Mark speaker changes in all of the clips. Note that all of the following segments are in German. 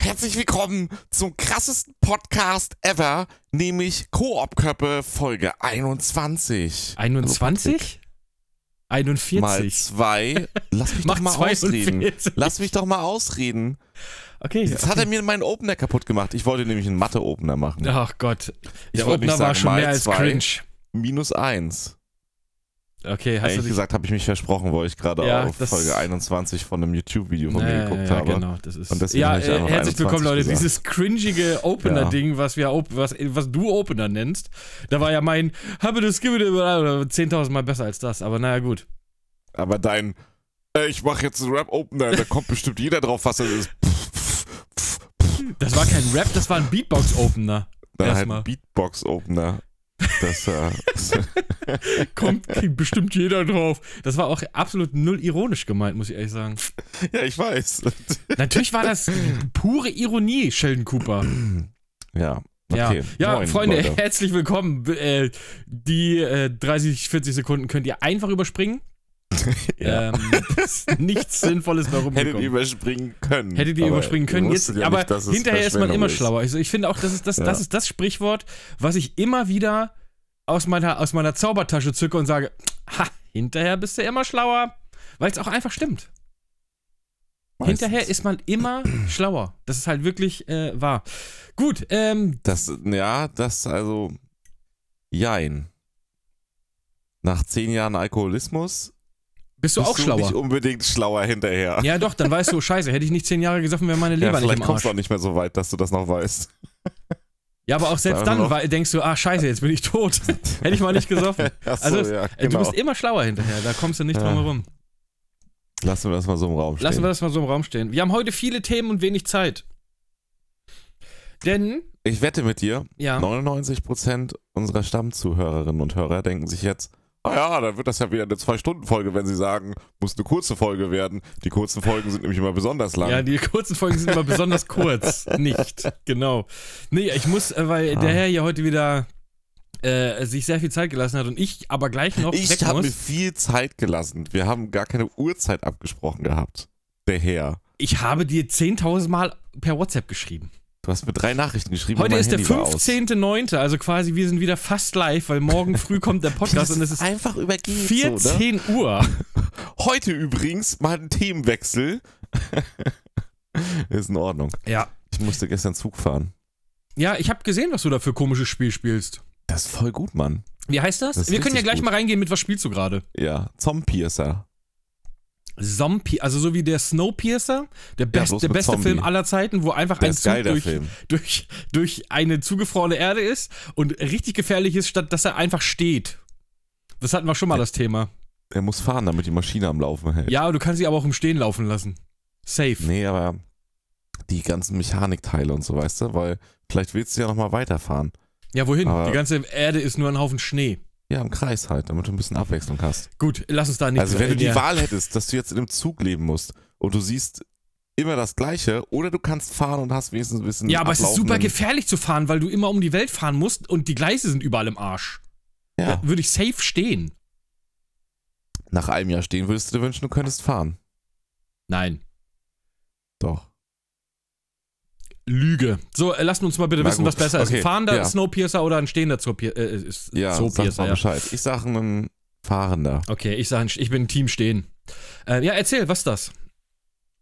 Speaker 1: Herzlich willkommen zum krassesten Podcast ever, nämlich Koop-Köppe Folge 21.
Speaker 2: 21? 41?
Speaker 1: Mal zwei. Lass mich doch
Speaker 2: Mach
Speaker 1: mal
Speaker 2: 42.
Speaker 1: ausreden. Lass mich doch mal ausreden.
Speaker 2: Okay.
Speaker 1: Jetzt hat er mir meinen Opener kaputt gemacht. Ich wollte nämlich einen Mathe-Opener machen.
Speaker 2: Ach Gott.
Speaker 1: Ich
Speaker 2: Der
Speaker 1: wollte nicht
Speaker 2: Opener war
Speaker 1: sagen,
Speaker 2: schon
Speaker 1: mal
Speaker 2: mehr als
Speaker 1: zwei.
Speaker 2: cringe.
Speaker 1: Minus eins.
Speaker 2: Okay, hast du
Speaker 1: Ehrlich
Speaker 2: dich...
Speaker 1: gesagt habe ich mich versprochen, weil ich gerade
Speaker 2: Ja,
Speaker 1: auf
Speaker 2: das-
Speaker 1: Folge 21 von einem YouTube-Video von mir
Speaker 2: Ja,
Speaker 1: geguckt
Speaker 2: ja,
Speaker 1: habe.
Speaker 2: genau, das ist.
Speaker 1: Und deswegen
Speaker 2: ja,
Speaker 1: hab ich
Speaker 2: äh,
Speaker 1: einfach
Speaker 2: herzlich
Speaker 1: 21
Speaker 2: willkommen, Leute.
Speaker 1: gesagt.
Speaker 2: Dieses cringige Opener-Ding, was wir, op was, was du Opener nennst, da war ja mein, habe das Give it a- 10.000 Mal besser als das. Aber naja, gut.
Speaker 1: Aber dein, äh, ich mache jetzt einen Rap-Opener, da kommt bestimmt jeder drauf, was das ist. Pff, pff, pff,
Speaker 2: Das war kein Rap, das war ein Beatbox-Opener.
Speaker 1: Dann
Speaker 2: Erstmal.
Speaker 1: halt ein Beatbox-Opener. Das, äh,
Speaker 2: Kommt bestimmt jeder drauf. Das war auch absolut null ironisch gemeint, muss ich ehrlich sagen.
Speaker 1: ja, ich weiß.
Speaker 2: Natürlich war das pure Ironie, Sheldon Cooper.
Speaker 1: Ja,
Speaker 2: Ja,
Speaker 1: okay.
Speaker 2: ja
Speaker 1: Moin,
Speaker 2: Freunde,
Speaker 1: Leute.
Speaker 2: herzlich willkommen. B- Äh, die äh, 30, 40 Sekunden könnt ihr einfach überspringen.
Speaker 1: Ja.
Speaker 2: Ähm, ist nichts Sinnvolles bei
Speaker 1: Hättet ihr
Speaker 2: rumgekommen.
Speaker 1: überspringen können.
Speaker 2: Hättet ihr
Speaker 1: Aber
Speaker 2: überspringen
Speaker 1: ihr
Speaker 2: können, jetzt,
Speaker 1: wusstet ja
Speaker 2: aber
Speaker 1: nicht, dass es
Speaker 2: hinterher ist man
Speaker 1: Verschwendung
Speaker 2: immer schlauer. Also ich finde auch, das ist das, das
Speaker 1: Ja.
Speaker 2: ist das Sprichwort, was ich immer wieder aus meiner, aus meiner Zaubertasche zücke und sage, ha, hinterher bist du immer schlauer, weil es auch einfach stimmt.
Speaker 1: Meistens.
Speaker 2: Hinterher ist man immer schlauer. Das ist halt wirklich äh, wahr. Gut, ähm,
Speaker 1: Das, ja, das, also, jein. Nach zehn Jahren Alkoholismus
Speaker 2: bist du
Speaker 1: bist
Speaker 2: auch
Speaker 1: du
Speaker 2: schlauer?
Speaker 1: nicht unbedingt schlauer hinterher.
Speaker 2: Ja, doch, dann weißt du, scheiße, hätte ich nicht zehn Jahre gesoffen, wäre meine
Speaker 1: Ja,
Speaker 2: Leber nicht
Speaker 1: vielleicht
Speaker 2: im Arsch.
Speaker 1: kommst du auch nicht mehr so weit, dass du das noch weißt.
Speaker 2: Ja, aber auch selbst
Speaker 1: Sagen wir
Speaker 2: dann
Speaker 1: noch.
Speaker 2: weil, denkst du, ah, scheiße, jetzt bin ich tot. hätte ich mal nicht gesoffen.
Speaker 1: Ach so,
Speaker 2: Also, es-
Speaker 1: ja,
Speaker 2: Äh, Du
Speaker 1: genau.
Speaker 2: bist immer schlauer hinterher, da kommst du nicht drum
Speaker 1: Ja,
Speaker 2: herum.
Speaker 1: Lassen wir das mal so im Raum stehen.
Speaker 2: Lassen wir das mal so im Raum stehen. Wir haben heute viele Themen und wenig Zeit. Denn,
Speaker 1: ich wette mit dir,
Speaker 2: ja,
Speaker 1: 99% unserer Stammzuhörerinnen und Hörer denken sich jetzt, ah ja, dann wird das ja wieder eine Zwei-Stunden-Folge, wenn sie sagen, muss eine kurze Folge werden. Die kurzen Folgen sind nämlich immer besonders lang.
Speaker 2: ja, die kurzen Folgen sind immer besonders kurz. Nicht, genau. Nee, ich muss, äh, weil der
Speaker 1: Ah.
Speaker 2: Herr hier heute wieder äh, sich sehr viel Zeit gelassen hat und ich aber gleich noch
Speaker 1: ich
Speaker 2: weg
Speaker 1: habe mir
Speaker 2: muss.
Speaker 1: viel Zeit gelassen. Wir haben gar keine Uhrzeit abgesprochen gehabt. Der Herr.
Speaker 2: Ich habe dir 10.000 Mal per WhatsApp geschrieben.
Speaker 1: Du hast mir drei Nachrichten geschrieben. und
Speaker 2: Heute
Speaker 1: mein
Speaker 2: ist der
Speaker 1: Handy war aus.
Speaker 2: 15.9., also quasi wir sind wieder fast live, weil morgen früh kommt der Podcast und es ist
Speaker 1: einfach übergeht. So, ne?
Speaker 2: 14 Uhr.
Speaker 1: Heute übrigens mal ein Themenwechsel. ist in Ordnung.
Speaker 2: Ja.
Speaker 1: Ich musste gestern Zug fahren.
Speaker 2: Ja, ich habe gesehen, was du da für komisches Spiel spielst.
Speaker 1: Das ist voll gut, Mann.
Speaker 2: Wie heißt das?
Speaker 1: Das ist
Speaker 2: wir können ja
Speaker 1: richtig
Speaker 2: gleich
Speaker 1: gut.
Speaker 2: mal reingehen mit, was spielst du gerade?
Speaker 1: Ja, Zompiercer.
Speaker 2: Zombie, also so wie der Snowpiercer, der, best,
Speaker 1: bloß
Speaker 2: der
Speaker 1: mit
Speaker 2: beste
Speaker 1: Zombie.
Speaker 2: Film aller Zeiten, wo einfach
Speaker 1: Der
Speaker 2: ein
Speaker 1: ist
Speaker 2: Zug
Speaker 1: geil, der
Speaker 2: durch,
Speaker 1: Film.
Speaker 2: durch, durch eine zugefrorene Erde ist und richtig gefährlich ist, statt dass er einfach steht. Das hatten wir schon mal das Thema.
Speaker 1: Er muss fahren, damit die Maschine am Laufen hält.
Speaker 2: Ja, du kannst sie aber auch im Stehen laufen lassen. Safe.
Speaker 1: Nee, aber die ganzen Mechanikteile und so, weißt du, weil vielleicht willst du ja nochmal weiterfahren.
Speaker 2: Ja, wohin?
Speaker 1: Aber-
Speaker 2: Die ganze Erde ist nur ein Haufen Schnee.
Speaker 1: Ja, im Kreis halt, damit du ein bisschen Abwechslung hast.
Speaker 2: Gut, lass uns da nicht.
Speaker 1: Also wenn du die
Speaker 2: ja.
Speaker 1: Wahl hättest, dass du jetzt in einem Zug leben musst und du siehst immer das Gleiche oder du kannst fahren und hast wenigstens ein bisschen
Speaker 2: ja, aber es ist super
Speaker 1: ablaufenden-
Speaker 2: gefährlich zu fahren, weil du immer um die Welt fahren musst und die Gleise sind überall im Arsch.
Speaker 1: ja.
Speaker 2: Da würde ich safe stehen.
Speaker 1: Nach einem Jahr stehen würdest du dir wünschen, du könntest fahren.
Speaker 2: Nein.
Speaker 1: Doch.
Speaker 2: Lüge. So, äh, lasst uns mal bitte
Speaker 1: Na
Speaker 2: wissen,
Speaker 1: gut,
Speaker 2: was besser ist.
Speaker 1: okay,
Speaker 2: Ein fahrender
Speaker 1: ja.
Speaker 2: Snowpiercer oder ein stehender Zoopiercer? Äh, ist-
Speaker 1: Ja, sag mal
Speaker 2: Zoopiercer, ja.
Speaker 1: Bescheid. Ich sag ein Fahrender.
Speaker 2: Okay, ich, sag, ein- ich bin Team stehen. Äh, ja, erzähl, was ist das?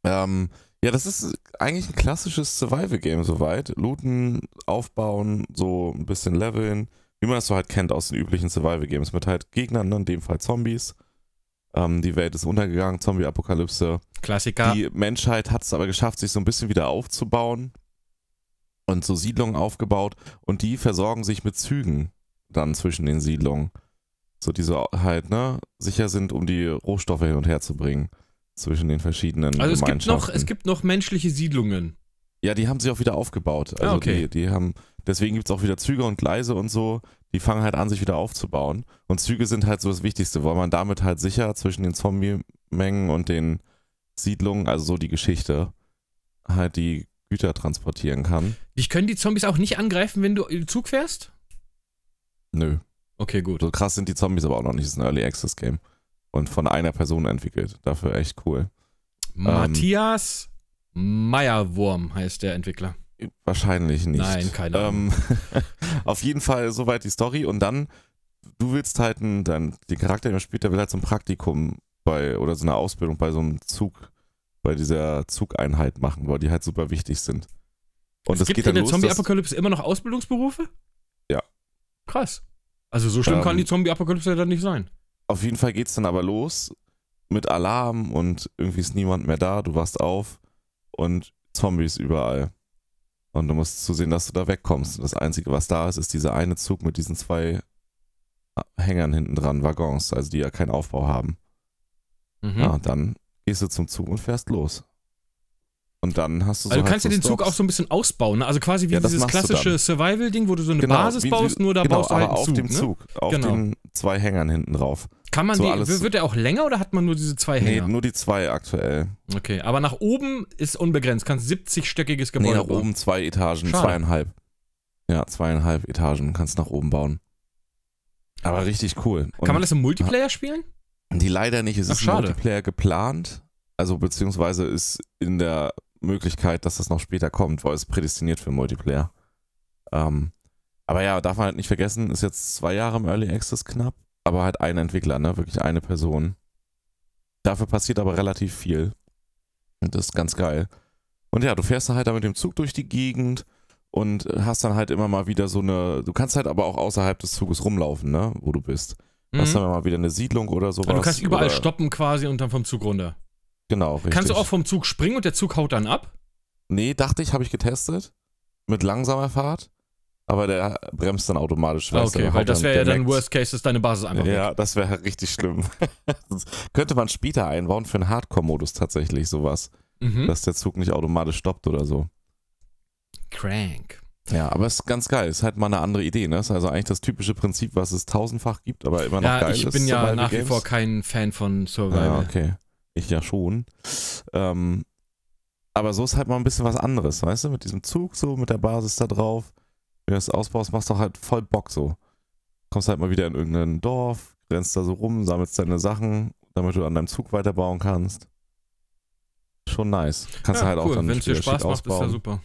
Speaker 1: Ähm, ja, das ist eigentlich ein klassisches Survival-Game soweit. Looten, aufbauen, so ein bisschen leveln, wie man das so halt kennt aus den üblichen Survival-Games mit halt Gegnern, ne, in dem Fall Zombies. Ähm, die Welt ist untergegangen, Zombie-Apokalypse.
Speaker 2: Klassiker.
Speaker 1: Die Menschheit hat es aber geschafft, sich so ein bisschen wieder aufzubauen und so Siedlungen aufgebaut und die versorgen sich mit Zügen dann zwischen den Siedlungen. So diese halt, ne, sicher sind, um die Rohstoffe hin und her zu bringen zwischen den verschiedenen
Speaker 2: also es gibt,
Speaker 1: Gemeinschaften.
Speaker 2: noch, es gibt noch menschliche Siedlungen.
Speaker 1: ja, die haben sich auch wieder aufgebaut. Also
Speaker 2: Ah, okay.
Speaker 1: die, die haben, deswegen gibt es auch wieder Züge und Gleise und so, die fangen halt an, sich wieder aufzubauen. Und Züge sind halt so das Wichtigste, weil man damit halt sicher zwischen den Zombie-Mengen und den Siedlungen, also so die Geschichte, halt die Güter transportieren kann.
Speaker 2: Dich können die Zombies auch nicht angreifen, wenn du im Zug fährst?
Speaker 1: Nö.
Speaker 2: Okay, gut.
Speaker 1: So krass sind die Zombies aber auch noch nicht. Es ist ein Early Access Game. Ähm. Und von einer Person entwickelt. Dafür echt cool.
Speaker 2: Matthias Meierwurm heißt der Entwickler.
Speaker 1: Wahrscheinlich nicht.
Speaker 2: Nein, keine
Speaker 1: Ähm, auf jeden Fall soweit die Story und dann, du willst halt einen, dein, den Charakter, den man spielt, der will halt so ein Praktikum bei oder so eine Ausbildung bei so einem Zug, bei dieser Zugeinheit machen, weil die halt super wichtig sind. Und
Speaker 2: es
Speaker 1: das
Speaker 2: gibt
Speaker 1: geht
Speaker 2: in
Speaker 1: dann
Speaker 2: der
Speaker 1: los, dass,
Speaker 2: Zombie-Apokalypse immer noch Ausbildungsberufe?
Speaker 1: Ja.
Speaker 2: Krass. Also so schlimm
Speaker 1: Ähm,
Speaker 2: kann die Zombie-Apokalypse ja dann nicht sein.
Speaker 1: auf jeden Fall geht es dann aber los mit Alarm und irgendwie ist niemand mehr da, du wachst auf und Zombies überall. Und du musst zusehen, dass du da wegkommst. Und das Einzige, was da ist, ist dieser eine Zug mit diesen zwei äh, Hängern hinten dran, Waggons, also die ja keinen Aufbau haben.
Speaker 2: Mhm.
Speaker 1: Ja, dann gehst du zum Zug und fährst los. Und dann hast du so
Speaker 2: also du
Speaker 1: halt
Speaker 2: kannst
Speaker 1: so
Speaker 2: ja den Zug
Speaker 1: Stops.
Speaker 2: auch so ein bisschen ausbauen, ne? Also quasi wie
Speaker 1: Ja, das
Speaker 2: dieses
Speaker 1: machst du
Speaker 2: klassische
Speaker 1: dann.
Speaker 2: Survival-Ding, wo du so eine
Speaker 1: Genau,
Speaker 2: Basis
Speaker 1: wie- wie-
Speaker 2: baust, nur da
Speaker 1: genau,
Speaker 2: baust du halt
Speaker 1: aber
Speaker 2: einen
Speaker 1: auf
Speaker 2: Zug,
Speaker 1: dem
Speaker 2: ne?
Speaker 1: Zug, auf
Speaker 2: Genau.
Speaker 1: den zwei Hängern hinten drauf.
Speaker 2: Kann man
Speaker 1: So
Speaker 2: die,
Speaker 1: alles-
Speaker 2: wird der auch länger oder hat man nur diese zwei
Speaker 1: Nee,
Speaker 2: Hänger?
Speaker 1: nur die zwei aktuell.
Speaker 2: Okay, aber nach oben ist unbegrenzt, kannst 70-stöckiges
Speaker 1: Nee,
Speaker 2: Gebäude
Speaker 1: nach oben zwei Etagen,
Speaker 2: Schade.
Speaker 1: zweieinhalb. Ja, zweieinhalb Etagen kannst nach oben bauen. Aber richtig cool. Und
Speaker 2: Kann man das im Multiplayer spielen?
Speaker 1: Die leider nicht, es
Speaker 2: Ach,
Speaker 1: ist im
Speaker 2: schade.
Speaker 1: Multiplayer geplant. Also beziehungsweise ist in der Möglichkeit, dass das noch später kommt, weil es prädestiniert für Multiplayer. Ähm, aber ja, darf man halt nicht vergessen, ist jetzt zwei Jahre im Early Access knapp, aber halt ein Entwickler, ne? Wirklich eine Person. Dafür passiert aber relativ viel. Und das ist ganz geil. Und ja, du fährst dann halt da mit dem Zug durch die Gegend und hast dann halt immer mal wieder so eine. Du kannst halt aber auch außerhalb des Zuges rumlaufen, ne? Wo du bist. Hast
Speaker 2: Mhm.
Speaker 1: dann mal wieder eine Siedlung oder sowas.
Speaker 2: Also du kannst überall
Speaker 1: oder,
Speaker 2: stoppen quasi und dann vom Zug runter.
Speaker 1: Genau, richtig.
Speaker 2: Kannst du auch vom Zug springen und der Zug haut dann ab? Ah,
Speaker 1: Nee, dachte ich, habe ich getestet. Mit langsamer Fahrt. Aber der bremst dann automatisch.
Speaker 2: Ah,
Speaker 1: weißt du,
Speaker 2: okay,
Speaker 1: der
Speaker 2: weil
Speaker 1: haut
Speaker 2: das wäre ja
Speaker 1: der
Speaker 2: dann
Speaker 1: leckt.
Speaker 2: Worst Case, dass deine Basis einfach weg.
Speaker 1: Ja, das wäre richtig schlimm. Das könnte man später einbauen für einen Hardcore-Modus tatsächlich sowas.
Speaker 2: Mhm.
Speaker 1: Dass der Zug nicht automatisch stoppt oder so.
Speaker 2: Crank.
Speaker 1: Ja, aber ist ganz geil. Ist halt mal eine andere Idee. Ne? Ist also eigentlich das typische Prinzip, was es tausendfach gibt, aber immer noch
Speaker 2: Ja,
Speaker 1: geil
Speaker 2: ich
Speaker 1: ist.
Speaker 2: bin ja
Speaker 1: Survival
Speaker 2: nach wie
Speaker 1: Games.
Speaker 2: vor kein Fan von Survival.
Speaker 1: Ja, Ah, okay. Ich ja schon. Ähm, aber so ist halt mal ein bisschen was anderes, weißt du? Mit diesem Zug so, mit der Basis da drauf. Wenn du das ausbaust, machst du halt voll Bock so. Kommst halt mal wieder in irgendein Dorf, rennst da so rum, sammelst deine Sachen, damit du an deinem Zug weiterbauen kannst. Schon nice. Kannst du
Speaker 2: Ja,
Speaker 1: halt auch
Speaker 2: cool.
Speaker 1: dann
Speaker 2: Wenn es dir
Speaker 1: später
Speaker 2: Spaß
Speaker 1: schick
Speaker 2: macht, ist ja
Speaker 1: ausbauen.
Speaker 2: super.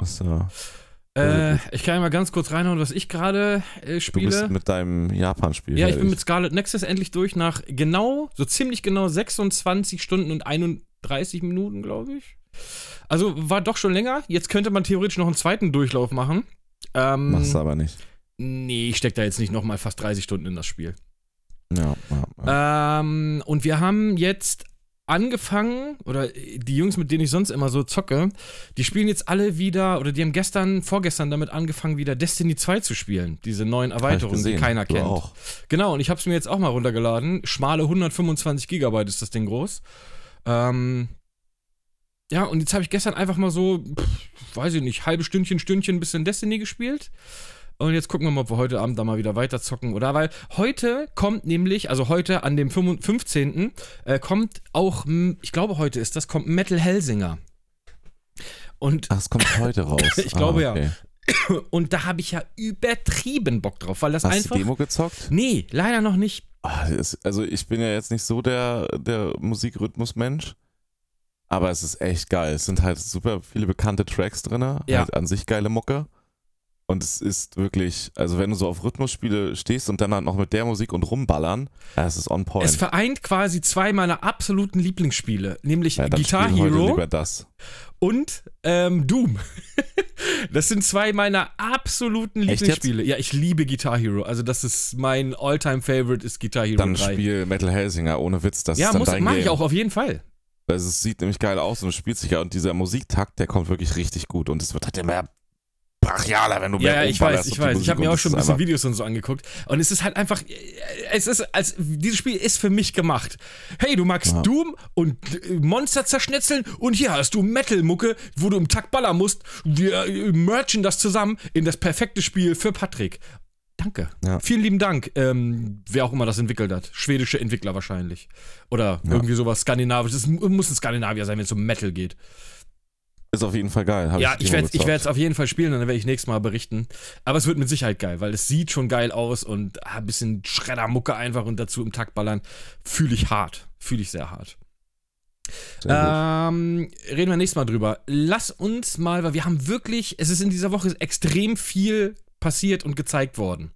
Speaker 1: Ist, äh,
Speaker 2: Äh, ich kann ja mal ganz kurz reinhauen, was ich gerade äh,
Speaker 1: du
Speaker 2: spiele.
Speaker 1: bist mit deinem Japan-Spiel.
Speaker 2: ja, ich bin
Speaker 1: fertig.
Speaker 2: mit Scarlet Nexus endlich durch nach genau, so ziemlich genau 26 Stunden und 31 Minuten, glaube ich. Also war doch schon länger. Jetzt könnte man theoretisch noch einen zweiten Durchlauf machen. Ähm,
Speaker 1: Machst du aber nicht.
Speaker 2: Nee, ich stecke da jetzt nicht nochmal fast 30 Stunden in das Spiel.
Speaker 1: Ja,
Speaker 2: Äh,
Speaker 1: ja, ja.
Speaker 2: Ähm, und wir haben jetzt angefangen, oder die Jungs, mit denen ich sonst immer so zocke, die spielen jetzt alle wieder, oder die haben gestern, vorgestern damit angefangen, wieder Destiny 2 zu spielen. Diese neuen
Speaker 1: Hab ich
Speaker 2: Erweiterungen, die
Speaker 1: gesehen.
Speaker 2: keiner
Speaker 1: du
Speaker 2: kennt.
Speaker 1: Auch.
Speaker 2: Genau, und ich habe es mir jetzt auch mal runtergeladen. Schmale 125 Gigabyte ist das Ding groß. Ähm, ja, und jetzt habe ich gestern einfach mal so, pff, weiß ich nicht, halbe Stündchen, Stündchen ein bisschen Destiny gespielt. Und jetzt gucken wir mal, ob wir heute Abend da mal wieder weiterzocken, oder? Weil heute kommt nämlich, also heute an dem 5 15. Äh, kommt auch, m, ich glaube heute ist das, kommt Metal Hellsinger. Und
Speaker 1: Ach, es kommt heute raus. Ah,
Speaker 2: Ich glaube ja.
Speaker 1: okay.
Speaker 2: und da habe ich ja übertrieben Bock drauf, weil das
Speaker 1: Hast
Speaker 2: einfach.
Speaker 1: du Demo gezockt?
Speaker 2: nee, leider noch nicht.
Speaker 1: Ah, das- Also ich bin ja jetzt nicht so der, der Musikrhythmus-Mensch, aber es ist echt geil. Es sind halt super viele bekannte Tracks drin,
Speaker 2: Ja.
Speaker 1: halt an sich geile Mucke. Und es ist wirklich, also wenn du so auf Rhythmusspiele stehst und dann halt noch mit der Musik und rumballern, es ist on point.
Speaker 2: Es vereint quasi zwei meiner absoluten Lieblingsspiele, nämlich
Speaker 1: ja, dann
Speaker 2: Guitar
Speaker 1: spiel heute
Speaker 2: Hero
Speaker 1: lieber das.
Speaker 2: und ähm, Doom. das sind zwei meiner absoluten
Speaker 1: Echt jetzt?
Speaker 2: Lieblingsspiele. Ja, ich liebe Guitar Hero. Also das ist mein Alltime Favorite ist Guitar Hero
Speaker 1: Dann
Speaker 2: 3.
Speaker 1: spiel Metal Hellsinger, ohne Witz, das
Speaker 2: ja,
Speaker 1: ist dann
Speaker 2: muss
Speaker 1: dein
Speaker 2: mache
Speaker 1: Game.
Speaker 2: ich auch auf jeden Fall.
Speaker 1: Also es sieht nämlich geil aus und es spielt sich ja. Und dieser Musiktakt, der kommt wirklich richtig gut. Und es wird halt immer brachialer, wenn du
Speaker 2: Ja,
Speaker 1: mehr
Speaker 2: ja, ich
Speaker 1: rumballerst
Speaker 2: weiß,
Speaker 1: und
Speaker 2: ich
Speaker 1: die
Speaker 2: weiß. Ich
Speaker 1: Musik
Speaker 2: habe mir
Speaker 1: und
Speaker 2: auch
Speaker 1: das
Speaker 2: schon ein
Speaker 1: ist
Speaker 2: bisschen
Speaker 1: einfach-
Speaker 2: Videos und so angeguckt. Und es ist halt einfach, es ist, als dieses Spiel ist für mich gemacht. Hey, du magst
Speaker 1: Ja.
Speaker 2: Doom und äh, Monster zerschnetzeln und hier hast du Metal-Mucke, wo du im Takt ballern musst. Wir äh, merchen das zusammen in das perfekte Spiel für Patrick. Danke.
Speaker 1: Ja.
Speaker 2: Vielen lieben Dank, ähm, wer auch immer das entwickelt hat. Schwedische Entwickler wahrscheinlich. Oder
Speaker 1: Ja.
Speaker 2: irgendwie sowas skandinavisches. Es muss ein Skandinavier sein, wenn es um Metal geht.
Speaker 1: Ist auf jeden Fall geil. hab
Speaker 2: Ja,
Speaker 1: die
Speaker 2: ich
Speaker 1: Demo
Speaker 2: werde ich
Speaker 1: gezockt.
Speaker 2: werde es auf jeden Fall spielen und dann werde ich nächstes Mal berichten. Aber es wird mit Sicherheit geil, weil es sieht schon geil aus und ah, ein bisschen Schreddermucke einfach und dazu im Takt ballern. Fühle ich hart. Fühle ich sehr hart. Ähm, reden wir nächstes Mal drüber. Lass uns mal, weil wir haben wirklich, es ist in dieser Woche extrem viel passiert und gezeigt worden.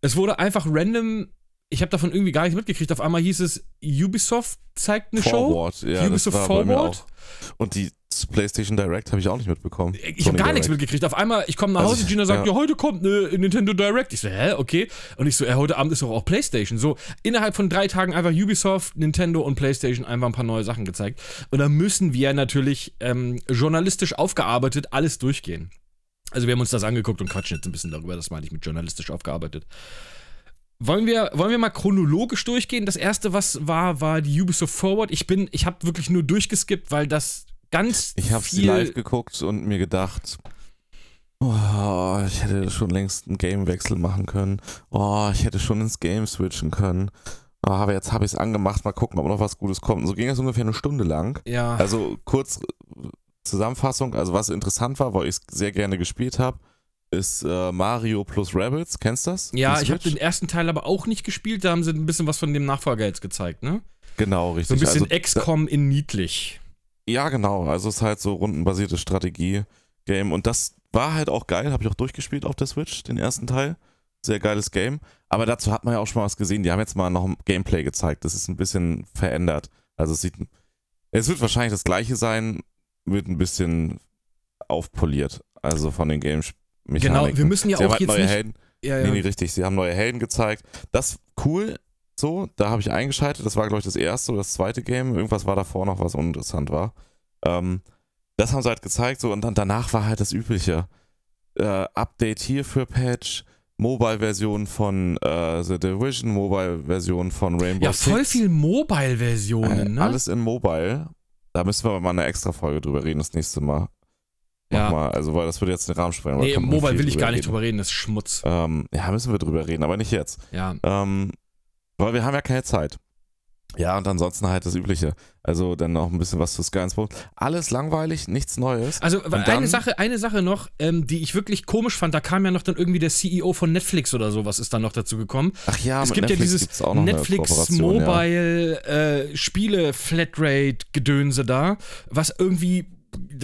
Speaker 2: Es wurde einfach random, ich habe davon irgendwie gar nichts mitgekriegt. Auf einmal hieß es, Ubisoft zeigt eine
Speaker 1: Forward,
Speaker 2: Show.
Speaker 1: ja, das
Speaker 2: Ubisoft
Speaker 1: war bei mir
Speaker 2: Forward.
Speaker 1: auch. Und die PlayStation Direct habe ich auch nicht mitbekommen.
Speaker 2: Äh, Ich habe gar nichts mitgekriegt. Auf einmal, ich komme nach
Speaker 1: Also
Speaker 2: Hause,
Speaker 1: ich-
Speaker 2: Gina sagt, ja.
Speaker 1: ja.
Speaker 2: heute kommt eine Nintendo Direct. Ich so, hä, okay. Und ich so, ja, heute Abend ist doch auch PlayStation. So, innerhalb von drei Tagen einfach Ubisoft, Nintendo und PlayStation einfach ein paar neue Sachen gezeigt. Und da müssen wir natürlich ähm, journalistisch aufgearbeitet alles durchgehen. Also wir haben uns das angeguckt und quatschen jetzt ein bisschen darüber, das meine ich mit journalistisch aufgearbeitet. Wollen wir, wollen wir mal chronologisch durchgehen? Das erste, was war, war die Ubisoft Forward. Ich bin, ich habe wirklich nur durchgeskippt, weil das ganz
Speaker 1: Ich habe sie
Speaker 2: viel-
Speaker 1: live geguckt und mir gedacht, oh, ich hätte schon längst einen Gamewechsel machen können. Oh, ich hätte schon ins Game switchen können. Ah, aber jetzt habe ich es angemacht, mal gucken, ob noch was Gutes kommt. Und so ging das ungefähr eine Stunde lang.
Speaker 2: Ja.
Speaker 1: Also kurz äh, Zusammenfassung, also was interessant war, weil ich es sehr gerne gespielt habe, ist äh, Mario plus Rabbits. Kennst du das?
Speaker 2: Ja,
Speaker 1: Die
Speaker 2: ich habe
Speaker 1: Switch?
Speaker 2: den ersten Teil aber auch nicht gespielt. Da haben sie ein bisschen was von dem Nachfolger jetzt gezeigt, ne?
Speaker 1: Genau, richtig.
Speaker 2: So ein bisschen
Speaker 1: also,
Speaker 2: XCOM in niedlich.
Speaker 1: Ja, genau. Also es ist halt so rundenbasiertes Strategie-Game. Und das war halt auch geil. Habe ich auch durchgespielt auf der Switch, den ersten Teil. Sehr geiles Game. Aber dazu hat man ja auch schon mal was gesehen. Die haben jetzt mal noch ein Gameplay gezeigt. Das ist ein bisschen verändert. Also es sieht. Es wird wahrscheinlich das gleiche sein, wird ein bisschen aufpoliert. Also von den Games.
Speaker 2: Genau, wir müssen ja
Speaker 1: Sie haben
Speaker 2: auch
Speaker 1: halt
Speaker 2: jetzt
Speaker 1: neue
Speaker 2: nicht.
Speaker 1: Helden.
Speaker 2: Ja,
Speaker 1: Nee,
Speaker 2: ja.
Speaker 1: nee, richtig. Sie haben neue Helden gezeigt. Das cool. So, da habe ich eingeschaltet. Das war, glaube ich, das erste oder das zweite Game. Irgendwas war davor noch, was uninteressant war. Ähm, das haben sie halt gezeigt. So, und dann danach war halt das Übliche. Äh, Update hier für Patch. Mobile-Version von äh, The Division, Mobile-Version von Rainbow
Speaker 2: ja, voll
Speaker 1: Six.
Speaker 2: viel
Speaker 1: äh,
Speaker 2: Mobile-Versionen, ne?
Speaker 1: Alles in Mobile. Da müssen wir aber mal eine extra Folge drüber reden, das nächste Mal.
Speaker 2: Ja.
Speaker 1: Nochmal. Also, weil das würde jetzt den Rahmen sprengen. weil
Speaker 2: Nee,
Speaker 1: kann man
Speaker 2: Mobile
Speaker 1: viel
Speaker 2: will ich gar nicht
Speaker 1: reden.
Speaker 2: drüber reden, das ist Schmutz.
Speaker 1: Ähm, ja, müssen wir drüber reden, aber nicht jetzt.
Speaker 2: Ja.
Speaker 1: Ähm, weil wir haben ja keine Zeit. Ja, und ansonsten halt das Übliche. Also dann noch ein bisschen was zu Sky and Sports. Alles langweilig, nichts Neues.
Speaker 2: Also eine
Speaker 1: dann-
Speaker 2: Sache, eine Sache noch, ähm, die ich wirklich komisch fand, da kam ja noch dann irgendwie der CEO von Netflix oder sowas ist dann noch dazu gekommen.
Speaker 1: Ach ja,
Speaker 2: es
Speaker 1: mit
Speaker 2: gibt ja
Speaker 1: Netflix
Speaker 2: dieses
Speaker 1: gibt's auch noch eine
Speaker 2: Netflix
Speaker 1: Kooperation, Ja.
Speaker 2: Mobile äh, Spiele Flatrate Gedönse da, was irgendwie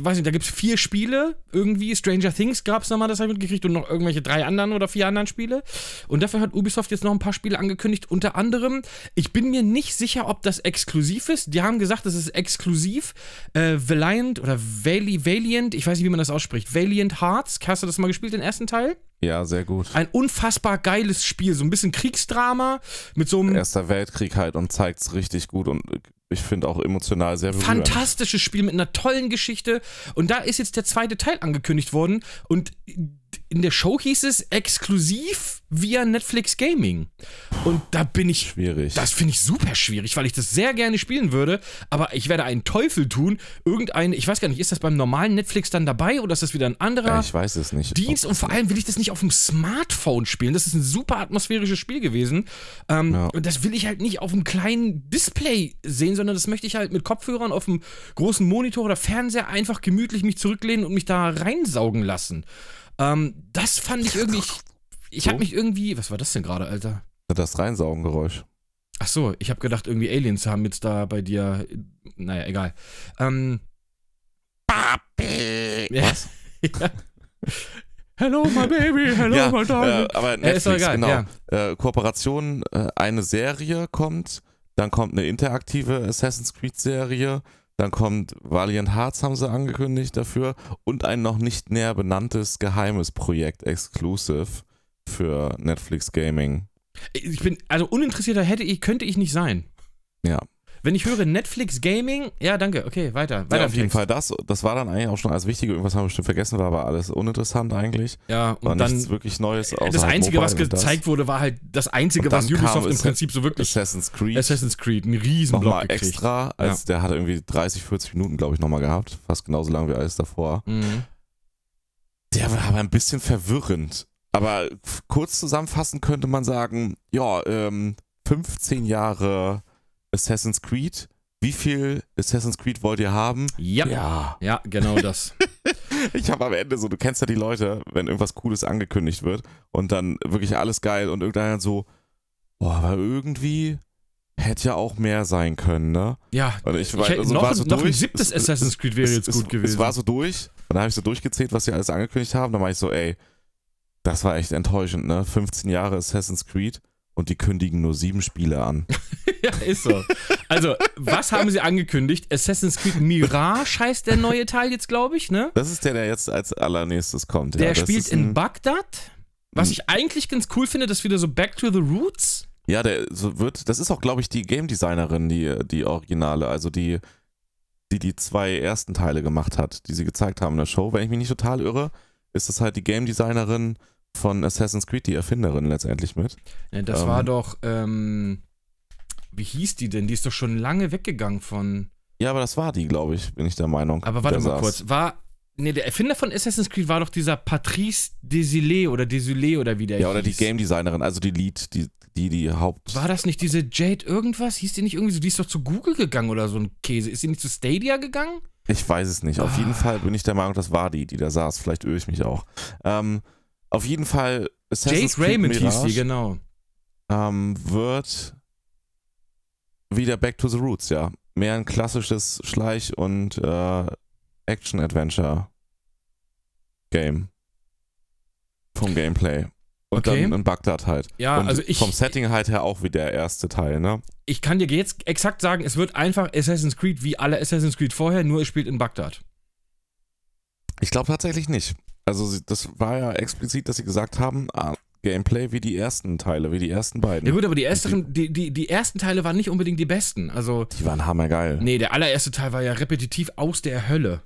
Speaker 2: weiß nicht, da gibt es vier Spiele irgendwie, Stranger Things gab es nochmal, das habe ich mitgekriegt und noch irgendwelche drei anderen oder vier anderen Spiele und dafür hat Ubisoft jetzt noch ein paar Spiele angekündigt, unter anderem, ich bin mir nicht sicher, ob das exklusiv ist, die haben gesagt, das ist exklusiv, äh, Valiant oder Vali Valiant, ich weiß nicht, wie man das ausspricht, Valiant Hearts, hast du das mal gespielt, den ersten Teil?
Speaker 1: ja, sehr gut.
Speaker 2: Ein unfassbar geiles Spiel, so ein bisschen Kriegsdrama mit so einem
Speaker 1: Erster Weltkrieg halt und zeigt's richtig gut und ich finde auch emotional sehr berührend.
Speaker 2: fantastisches Spiel mit einer tollen Geschichte. Und da ist jetzt der zweite Teil angekündigt worden. Und in der Show hieß es exklusiv via Netflix Gaming. Und da bin ich.
Speaker 1: Schwierig.
Speaker 2: Das finde ich super schwierig, weil ich das sehr gerne spielen würde, aber ich werde einen Teufel tun. Irgendein, ich weiß gar nicht, ist das beim normalen Netflix dann dabei oder ist das wieder ein
Speaker 1: ja,
Speaker 2: anderer
Speaker 1: ich weiß es nicht.
Speaker 2: Dienst? Und vor allem will ich das nicht auf dem Smartphone spielen. Das ist ein super atmosphärisches Spiel gewesen. Ähm,
Speaker 1: Ja.
Speaker 2: Und das will ich halt nicht auf einem kleinen Display sehen, sondern das möchte ich halt mit Kopfhörern auf einem großen Monitor oder Fernseher einfach gemütlich mich zurücklehnen und mich da reinsaugen lassen. Ähm, das fand ich irgendwie. Ich, ich
Speaker 1: So?
Speaker 2: habe mich irgendwie. Was war das denn gerade, Alter?
Speaker 1: Das Reinsaugengeräusch.
Speaker 2: Ach so, ich habe gedacht, irgendwie Aliens haben jetzt da bei dir. Naja, egal. Ähm, ja. ja. Hello, my baby. Hello,
Speaker 1: ja,
Speaker 2: my darling.
Speaker 1: äh, aber
Speaker 2: Ja,
Speaker 1: Netflix,
Speaker 2: ist doch egal,
Speaker 1: genau. Äh, Kooperation, äh, eine Serie kommt, dann kommt eine interaktive Assassin's Creed-Serie, dann kommt Valiant Hearts, haben sie angekündigt dafür, und ein noch nicht näher benanntes geheimes Projekt, exclusive für Netflix Gaming.
Speaker 2: Ich bin, also uninteressierter hätte ich, könnte ich nicht sein.
Speaker 1: Ja,
Speaker 2: Wenn ich höre Netflix Gaming, ja, danke, okay, weiter. weiter
Speaker 1: ja
Speaker 2: im
Speaker 1: auf jeden
Speaker 2: Text.
Speaker 1: Fall das. Das war dann eigentlich auch schon alles Wichtige. Irgendwas haben wir bestimmt vergessen, war aber alles uninteressant eigentlich.
Speaker 2: Ja,
Speaker 1: War
Speaker 2: und
Speaker 1: nichts
Speaker 2: dann.
Speaker 1: wirklich Neues. Außer
Speaker 2: Das
Speaker 1: halt
Speaker 2: Einzige, was
Speaker 1: Mobile und das.
Speaker 2: gezeigt wurde, war halt das Einzige,
Speaker 1: Und dann
Speaker 2: was Ubisoft
Speaker 1: kam
Speaker 2: im
Speaker 1: es-
Speaker 2: Prinzip so wirklich.
Speaker 1: Assassin's Creed.
Speaker 2: Assassin's Creed, einen Riesenblock
Speaker 1: nochmal
Speaker 2: gekriegt.
Speaker 1: extra, als der hat irgendwie 30, 40 Minuten, glaube ich, nochmal gehabt. Fast genauso lang wie alles davor.
Speaker 2: Mhm.
Speaker 1: Der war aber ein bisschen verwirrend. Aber f- kurz zusammenfassend könnte man sagen, ja, ähm, 15 Jahre Assassin's Creed. Wie viel Assassin's Creed wollt ihr haben?
Speaker 2: Ja. ja.
Speaker 1: Ja.
Speaker 2: genau das.
Speaker 1: Ich habe am Ende so, du kennst ja die Leute, wenn irgendwas Cooles angekündigt wird und dann wirklich alles geil und irgendeiner so, boah, aber irgendwie Hätte ja auch mehr sein können, ne?
Speaker 2: Ja,
Speaker 1: Und ich,
Speaker 2: ich
Speaker 1: war-
Speaker 2: hätte
Speaker 1: also
Speaker 2: noch,
Speaker 1: war so
Speaker 2: noch ein
Speaker 1: durch. Es-
Speaker 2: siebtes
Speaker 1: es-
Speaker 2: Assassin's Creed wäre
Speaker 1: es-
Speaker 2: jetzt
Speaker 1: es-
Speaker 2: gut gewesen.
Speaker 1: Es war so durch. Und dann habe ich so durchgezählt, was sie alles angekündigt haben. Dann war ich so, ey, das war echt enttäuschend, ne? 15 Jahre Assassin's Creed und die kündigen nur sieben Spiele an.
Speaker 2: Ja, ist so. Also, was haben sie angekündigt? Assassin's Creed Mirage heißt der neue Teil jetzt, glaube ich, ne?
Speaker 1: Das ist der, der jetzt als allernächstes kommt. ja,
Speaker 2: Der
Speaker 1: das
Speaker 2: spielt
Speaker 1: ist
Speaker 2: in
Speaker 1: ein- Hm.
Speaker 2: Bagdad. Was ich eigentlich ganz cool finde, dass wieder so Back to the Roots.
Speaker 1: Ja, der so wird, das ist auch, glaube ich, die Game Designerin, die, die Originale, also die, die die zwei ersten Teile gemacht hat, die sie gezeigt haben in der Show. Wenn ich mich nicht total irre, ist das halt die Game Designerin von Assassin's Creed, die Erfinderin letztendlich mit.
Speaker 2: Ja, ne, das
Speaker 1: Ähm.
Speaker 2: war doch, ähm, wie hieß die denn? Die ist doch schon lange weggegangen von.
Speaker 1: Ja, aber das war die, glaube ich, bin ich der Meinung.
Speaker 2: Aber warte
Speaker 1: der
Speaker 2: mal
Speaker 1: saß.
Speaker 2: kurz. War. Nee, der Erfinder von Assassin's Creed war doch dieser Patrice Desilets oder Desilets oder wie der
Speaker 1: Ja, oder die
Speaker 2: hieß.
Speaker 1: Game Designerin, also die Lead, die, die, die Haupt.
Speaker 2: War das nicht diese Jade irgendwas? Hieß die nicht irgendwie so? Die ist doch zu Google gegangen oder so ein Käse. Ist die nicht zu Stadia gegangen?
Speaker 1: Ich weiß es nicht. Auf
Speaker 2: Ah.
Speaker 1: jeden Fall bin ich der Meinung, das war die, die da saß. Vielleicht irre ich mich auch. Ähm, auf jeden Fall Assassin's
Speaker 2: Jade
Speaker 1: Creed
Speaker 2: Raymond hieß
Speaker 1: Mirage,
Speaker 2: die, genau.
Speaker 1: ähm, wird wieder Back to the Roots, ja. Mehr ein klassisches Schleich- und äh, Action-Adventure-Game. Vom Gameplay. Und
Speaker 2: Okay.
Speaker 1: dann in Bagdad halt.
Speaker 2: Ja,
Speaker 1: und
Speaker 2: also ich,
Speaker 1: vom Setting halt her auch wie der erste Teil, ne?
Speaker 2: ich kann dir jetzt exakt sagen, es wird einfach Assassin's Creed wie alle Assassin's Creed vorher, nur es spielt in Bagdad.
Speaker 1: Ich glaube tatsächlich nicht. Also sie- das war ja explizit, dass sie gesagt haben, ah, Gameplay wie die ersten Teile, wie die ersten beiden.
Speaker 2: Ja gut, aber die, ersteren, die, die, die ersten Teile waren nicht unbedingt die besten. Also,
Speaker 1: die waren hammergeil.
Speaker 2: nee, der allererste Teil war ja repetitiv aus der Hölle.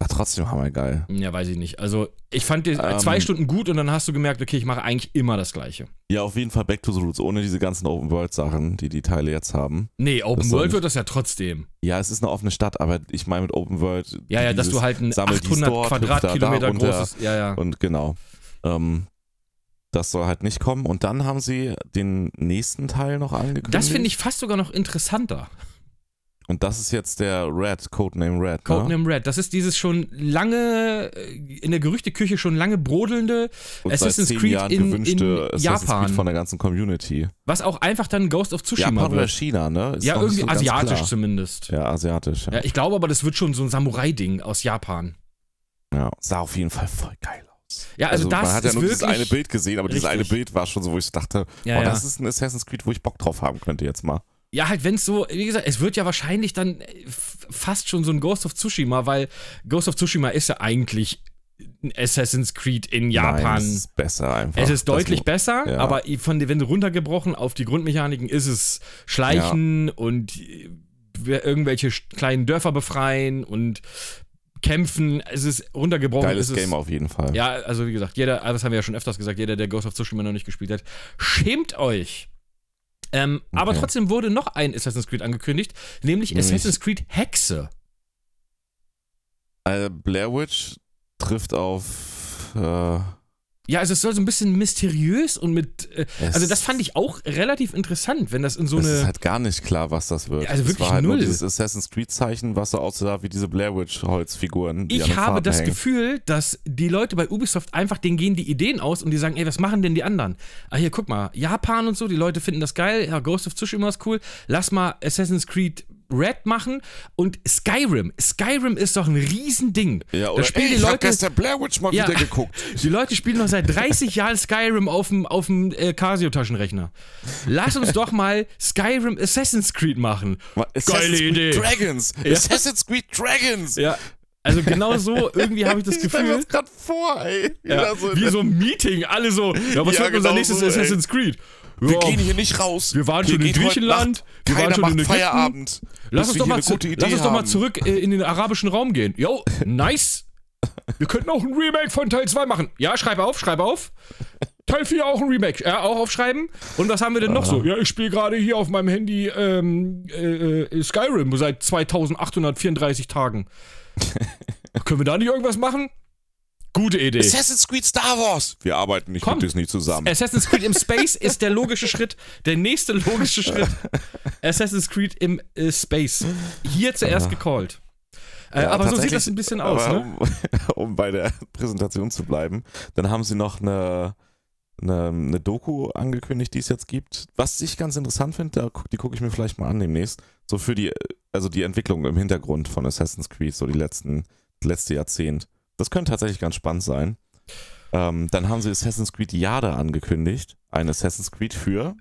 Speaker 1: Ach, trotzdem hammergeil.
Speaker 2: Ja, weiß ich nicht. Also, ich fand die
Speaker 1: Ähm.
Speaker 2: zwei Stunden gut und dann hast du gemerkt, okay, ich mache eigentlich immer das Gleiche.
Speaker 1: Ja, auf jeden Fall Back to the Roots, ohne diese ganzen Open-World-Sachen, die die Teile jetzt haben.
Speaker 2: Nee, Open
Speaker 1: Das
Speaker 2: World
Speaker 1: soll
Speaker 2: wird das ja trotzdem.
Speaker 1: Ja, es ist eine offene Stadt, aber ich meine mit Open-World.
Speaker 2: Ja, ja, dass
Speaker 1: dieses-
Speaker 2: du halt ein
Speaker 1: sammel dies
Speaker 2: 800
Speaker 1: dort, hüpf da, da
Speaker 2: Quadratkilometer
Speaker 1: runter.
Speaker 2: großes. Ja, ja.
Speaker 1: Und genau. Ähm, das soll halt nicht kommen. Und dann haben sie den nächsten Teil noch angekündigt.
Speaker 2: Das finde ich fast sogar noch interessanter.
Speaker 1: Und das ist jetzt der Red, Codename Red. ne?
Speaker 2: Codename Red, das ist dieses schon lange, äh, in der Gerüchteküche schon lange brodelnde,
Speaker 1: Und
Speaker 2: Assassin's
Speaker 1: seit zehn
Speaker 2: Creed
Speaker 1: Jahren
Speaker 2: in-
Speaker 1: gewünschte
Speaker 2: in
Speaker 1: Assassin's
Speaker 2: Japan.
Speaker 1: Creed von der ganzen Community.
Speaker 2: was auch einfach dann Ghost of Tsushima
Speaker 1: Japan oder
Speaker 2: wird.
Speaker 1: China, ne? Ist
Speaker 2: Ja,
Speaker 1: noch nicht
Speaker 2: irgendwie
Speaker 1: so ganz
Speaker 2: asiatisch
Speaker 1: klar.
Speaker 2: zumindest. Ja.
Speaker 1: Ja, asiatisch. Ja.
Speaker 2: ich glaube aber, das wird schon so ein Samurai-Ding aus Japan.
Speaker 1: Ja, sah auf jeden Fall voll geil aus.
Speaker 2: Ja, also das
Speaker 1: man hat ja
Speaker 2: ist
Speaker 1: nur dieses
Speaker 2: wirklich-
Speaker 1: eine Bild gesehen, aber dieses eine
Speaker 2: Richtig.
Speaker 1: Bild war schon so, wo ich so dachte,
Speaker 2: Ja,
Speaker 1: oh,
Speaker 2: ja.
Speaker 1: das ist ein Assassin's Creed, wo ich Bock drauf haben könnte jetzt mal.
Speaker 2: Ja, halt, wenn es so, wie gesagt, es wird ja wahrscheinlich dann äh, f- fast schon so ein Ghost of Tsushima, weil Ghost of Tsushima ist ja eigentlich ein Assassin's Creed in
Speaker 1: Nein,
Speaker 2: Japan.
Speaker 1: es ist besser einfach. Also,
Speaker 2: es ist
Speaker 1: Das
Speaker 2: deutlich
Speaker 1: mu-
Speaker 2: besser,
Speaker 1: ja.
Speaker 2: aber von, wenn du runtergebrochen auf die Grundmechaniken ist es Schleichen und äh, irgendwelche sch- kleinen Dörfer befreien und kämpfen. Es ist runtergebrochen.
Speaker 1: Geiles
Speaker 2: es ist,
Speaker 1: Game auf jeden Fall.
Speaker 2: Ja, also wie gesagt, jeder, das haben wir ja schon öfters gesagt, jeder, der Ghost of Tsushima noch nicht gespielt hat, schämt euch. Ähm, Aber
Speaker 1: Okay.
Speaker 2: trotzdem wurde noch ein Assassin's Creed angekündigt, nämlich,
Speaker 1: Nämlich-
Speaker 2: Assassin's Creed Hexe.
Speaker 1: Also Blair Witch trifft auf. Äh,
Speaker 2: Ja, also es soll so ein bisschen mysteriös und mit. Äh,
Speaker 1: es-
Speaker 2: also das fand ich auch relativ interessant, wenn das in so
Speaker 1: es ist
Speaker 2: eine.
Speaker 1: halt gar nicht klar, was das wird.
Speaker 2: Ja, also
Speaker 1: es
Speaker 2: wirklich
Speaker 1: war halt nur
Speaker 2: null.
Speaker 1: dieses Assassin's Creed-Zeichen, was so aussah wie diese Blair Witch-Holzfiguren. die an
Speaker 2: Ich
Speaker 1: den
Speaker 2: habe
Speaker 1: Faden
Speaker 2: das
Speaker 1: hängen.
Speaker 2: Gefühl, dass die Leute bei Ubisoft einfach, denen gehen die Ideen aus und die sagen, ey, was machen denn die anderen? Ah, hier, guck mal, Japan und so, die Leute finden das geil, ja, Ghost of Tsushima ist cool, lass mal Assassin's Creed Red machen und Skyrim. Skyrim ist doch ein Riesending.
Speaker 1: Ja,
Speaker 2: da
Speaker 1: oder,
Speaker 2: spielen
Speaker 1: ey,
Speaker 2: die
Speaker 1: ich habe
Speaker 2: Leute...
Speaker 1: gestern Blair Witch mal
Speaker 2: Ja.
Speaker 1: wieder geguckt.
Speaker 2: Die Leute spielen noch seit 30 Jahren Skyrim auf dem, auf dem äh, Casio-Taschenrechner. Lass uns doch mal Skyrim Assassin's Creed machen.
Speaker 1: Assassin's Creed
Speaker 2: Idee.
Speaker 1: Dragons!
Speaker 2: Ja.
Speaker 1: Assassin's Creed Dragons!
Speaker 2: Ja, also genau so, irgendwie habe ich das
Speaker 1: Ich stell mir
Speaker 2: Gefühl...
Speaker 1: das gerade vor, ey.
Speaker 2: Ja,
Speaker 1: Wieder so-
Speaker 2: wie so ein Meeting, alle so, ja, was
Speaker 1: Ja,
Speaker 2: wird unser
Speaker 1: genau
Speaker 2: nächstes
Speaker 1: so, ey.
Speaker 2: Assassin's Creed?
Speaker 1: wir
Speaker 2: Ja,
Speaker 1: gehen hier nicht raus.
Speaker 2: wir waren
Speaker 1: hier
Speaker 2: schon in
Speaker 1: geht heute
Speaker 2: Griechenland,
Speaker 1: Nacht
Speaker 2: wir waren
Speaker 1: keiner
Speaker 2: schon
Speaker 1: macht
Speaker 2: in Ägypten.
Speaker 1: Feierabend. bis
Speaker 2: lass uns,
Speaker 1: wir
Speaker 2: doch
Speaker 1: hier
Speaker 2: mal,
Speaker 1: eine
Speaker 2: zu,
Speaker 1: gute Idee
Speaker 2: lass uns doch mal
Speaker 1: haben.
Speaker 2: zurück äh, in den arabischen Raum gehen. Yo, nice. Wir könnten auch ein Remake von Teil 2 machen. Ja, schreib auf, schreib auf. Teil 4 auch ein Remake. Ja, auch aufschreiben. Und was haben wir denn noch so? Ja, ich spiele gerade hier auf meinem Handy ähm, äh, äh, Skyrim seit 2834 Tagen. Können wir da nicht irgendwas machen? Gute Idee.
Speaker 1: Assassin's Creed Star Wars. Wir arbeiten nicht
Speaker 2: Komm.
Speaker 1: mit Disney zusammen.
Speaker 2: Assassin's Creed im Space ist der logische Schritt. Der nächste logische Schritt. Assassin's Creed im äh, Space. Hier zuerst gecallt. Äh,
Speaker 1: Ja,
Speaker 2: aber so
Speaker 1: tatsächlich-
Speaker 2: sieht das ein bisschen aus,
Speaker 1: aber
Speaker 2: ne?
Speaker 1: Um, um bei der Präsentation zu bleiben, dann haben sie noch eine eine, eine Doku angekündigt, die es jetzt gibt. Was ich ganz interessant finde, da guck, die gucke ich mir vielleicht mal an demnächst. So für die, also die Entwicklung im Hintergrund von Assassin's Creed, so die letzten, letzte Jahrzehnt. Das könnte tatsächlich ganz spannend sein. Ähm, dann haben sie Assassin's Creed Jade angekündigt. Ein Assassin's Creed für.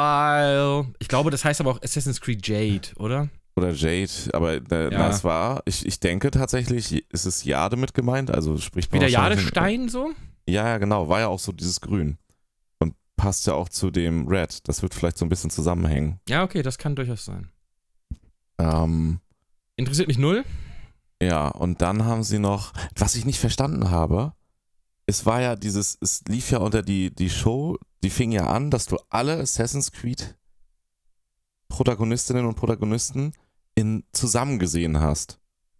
Speaker 2: Mobile. Ich glaube, das heißt aber auch Assassin's Creed Jade, oder?
Speaker 1: Oder Jade, aber äh, na, es war, ich, ich denke tatsächlich, ist es Jade mit gemeint, also spricht
Speaker 2: Wie
Speaker 1: man
Speaker 2: der
Speaker 1: wahrscheinlich-
Speaker 2: Jadestein so?
Speaker 1: Ja, ja, genau, war ja auch so dieses Grün. Und passt ja auch zu dem Red, das wird vielleicht so ein bisschen zusammenhängen.
Speaker 2: Ja, okay, das kann durchaus sein.
Speaker 1: Ähm,
Speaker 2: Interessiert mich null.
Speaker 1: Ja, und dann haben sie noch, was ich nicht verstanden habe, es war ja dieses, es lief ja unter die, die Show, die fing ja an, dass du alle Assassin's Creed Protagonistinnen und Protagonisten in zusammen gesehen hast.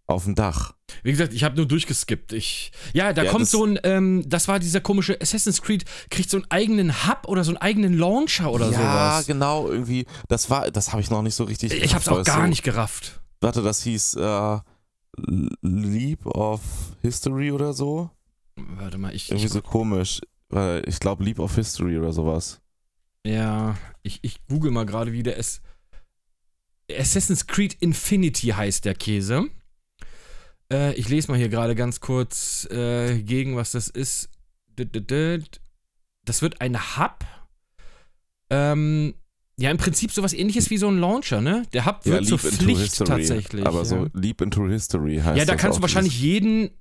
Speaker 1: Auf dem Dach.
Speaker 2: Wie gesagt, ich habe nur durchgeskippt. Ich, ja, da
Speaker 1: Ja,
Speaker 2: kommt
Speaker 1: das-
Speaker 2: so ein, ähm, das war dieser komische Assassin's Creed, kriegt so einen eigenen Hub oder so einen eigenen Launcher oder
Speaker 1: ja,
Speaker 2: sowas.
Speaker 1: genau, irgendwie, das war, das habe ich noch nicht so richtig.
Speaker 2: Ich hab's auch
Speaker 1: gerafft, weil
Speaker 2: gar
Speaker 1: genau. es so-
Speaker 2: nicht gerafft.
Speaker 1: Warte, das hieß äh, Leap of History oder so.
Speaker 2: Warte mal, ich,
Speaker 1: Irgendwie
Speaker 2: ich
Speaker 1: so komisch. weil Ich glaube Leap of History oder sowas.
Speaker 2: ja, ich, ich google mal gerade, wie der ist. Assassin's Creed Infinity heißt der Käse. Äh, ich lese mal hier gerade ganz kurz äh, gegen, was das ist. Dü- dü- dü. Das wird ein Hub. Ähm, ja, im Prinzip sowas ähnliches wie so ein Launcher, ne? Der Hub wird zur
Speaker 1: Leap into
Speaker 2: Pflicht
Speaker 1: History,
Speaker 2: tatsächlich.
Speaker 1: Aber
Speaker 2: ja.
Speaker 1: so Leap into History heißt
Speaker 2: ja, da
Speaker 1: das
Speaker 2: kannst
Speaker 1: auch
Speaker 2: du wahrscheinlich jeden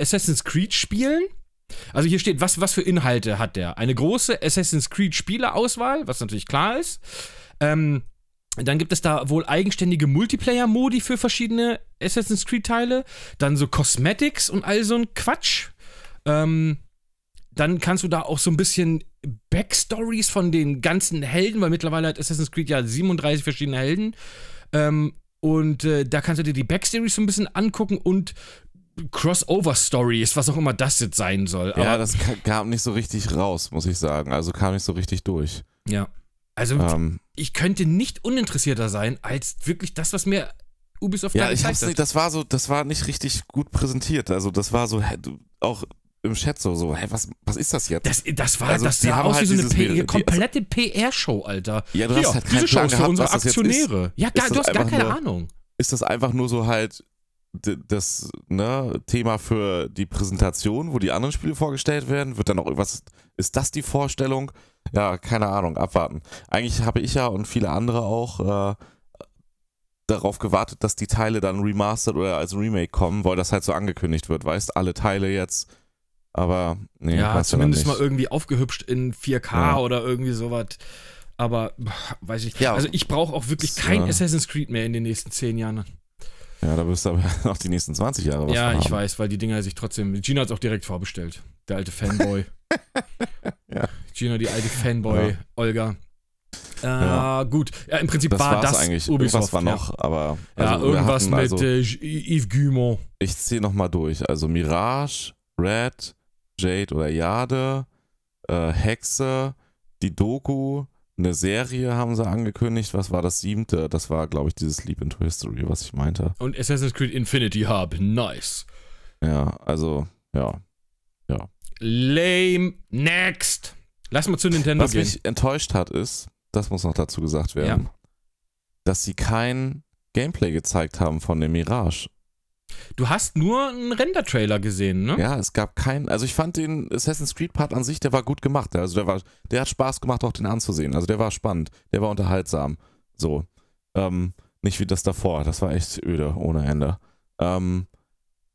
Speaker 2: Assassin's Creed spielen. Also hier steht, was, was für Inhalte hat der? Eine große Assassin's Creed Spielerauswahl, was natürlich klar ist. Ähm, dann gibt es da wohl eigenständige Multiplayer-Modi für verschiedene Assassin's Creed-Teile. Dann so Cosmetics und all so ein Quatsch. Ähm, dann kannst du da auch so ein bisschen Backstories von den ganzen Helden, weil mittlerweile hat Assassin's Creed ja 37 verschiedene Helden. Ähm, und äh, da kannst du dir die Backstories so ein bisschen angucken und Crossover-Stories, was auch immer das jetzt sein soll.
Speaker 1: dieses- Ja,
Speaker 2: Aber-
Speaker 1: das ka- kam nicht so richtig raus, muss ich sagen. Also kam nicht so richtig durch.
Speaker 2: ja. Also,
Speaker 1: Ähm,
Speaker 2: ich könnte nicht uninteressierter sein als wirklich das, was mir Ubisoft
Speaker 1: ja,
Speaker 2: da
Speaker 1: ich hab's
Speaker 2: gezeigt hat.
Speaker 1: nicht, das war so, das war nicht richtig gut präsentiert. Also das war so hä, du- auch im Chat so, so, hä, was, was ist das jetzt?
Speaker 2: Das, das war,
Speaker 1: Also,
Speaker 2: das
Speaker 1: die
Speaker 2: sah
Speaker 1: haben
Speaker 2: aus
Speaker 1: halt
Speaker 2: wie so eine
Speaker 1: dieses
Speaker 2: P
Speaker 1: Mädel- die-
Speaker 2: komplette PR-Show, Alter.
Speaker 1: Ja, du hast halt keinen
Speaker 2: diese Show
Speaker 1: Plan
Speaker 2: ist für
Speaker 1: gehabt,
Speaker 2: unsere
Speaker 1: was das jetzt ist.
Speaker 2: Aktionäre. Ja,
Speaker 1: Ist
Speaker 2: gar,
Speaker 1: das
Speaker 2: du hast gar
Speaker 1: einfach
Speaker 2: keine
Speaker 1: nur-
Speaker 2: Ahnung.
Speaker 1: ist das einfach nur so halt d- das ne, Thema für die Präsentation, wo die anderen Spiele vorgestellt werden? Wird dann auch irgendwas, ist das die Vorstellung? Ja, keine Ahnung, abwarten. Eigentlich habe ich ja und viele andere auch äh, darauf gewartet, dass die Teile dann remastered oder als Remake kommen, weil das halt so angekündigt wird, weißt, alle Teile jetzt. Aber nee,
Speaker 2: ja,
Speaker 1: weiß
Speaker 2: zumindest
Speaker 1: ja
Speaker 2: mal
Speaker 1: nicht.
Speaker 2: irgendwie aufgehübscht in 4K
Speaker 1: Ja.
Speaker 2: oder irgendwie sowas. Aber pff, weiß ich.
Speaker 1: Ja.
Speaker 2: also ich brauche auch wirklich
Speaker 1: Das,
Speaker 2: kein
Speaker 1: ja.
Speaker 2: Assassin's Creed mehr in den nächsten zehn Jahren.
Speaker 1: Ja, da wirst du aber noch die nächsten 20 Jahre was
Speaker 2: ja,
Speaker 1: von
Speaker 2: ich
Speaker 1: haben.
Speaker 2: weiß, weil die Dinger sich trotzdem. Gina hat es auch direkt vorbestellt. Der alte Fanboy.
Speaker 1: Ja.
Speaker 2: Gina, die alte Fanboy,
Speaker 1: Ja.
Speaker 2: Olga. Äh,
Speaker 1: Ja.
Speaker 2: Gut, ja, im Prinzip
Speaker 1: Das
Speaker 2: war
Speaker 1: war's
Speaker 2: das
Speaker 1: eigentlich. Irgendwas
Speaker 2: Ubisoft.
Speaker 1: war
Speaker 2: ja.
Speaker 1: noch, aber also
Speaker 2: ja,
Speaker 1: wir
Speaker 2: irgendwas
Speaker 1: hatten
Speaker 2: mit
Speaker 1: also-
Speaker 2: äh, Yves Guillemot.
Speaker 1: Ich zähle nochmal durch. Also Mirage, Red, Jade oder Jade, äh, Hexe, die Doku, eine Serie haben sie angekündigt. Was war das siebte? Das war, glaube ich, dieses Leap into History, was ich meinte.
Speaker 2: Und Assassin's Creed Infinity Hub. Nice.
Speaker 1: Ja, also, ja.
Speaker 2: Lame. Next. Lass mal zu Nintendo
Speaker 1: Was
Speaker 2: gehen.
Speaker 1: mich enttäuscht hat, ist, das muss noch dazu gesagt werden, dass sie kein Gameplay gezeigt haben von dem Mirage.
Speaker 2: Du hast nur einen Render-Trailer gesehen, ne?
Speaker 1: Ja, es gab keinen. Also ich fand den Assassin's Creed Part an sich, der war gut gemacht. Also der war, der hat Spaß gemacht, auch den anzusehen. Also der war spannend, der war unterhaltsam. So. Ähm, nicht wie das davor. Das war echt öde, ohne Ende. Ähm,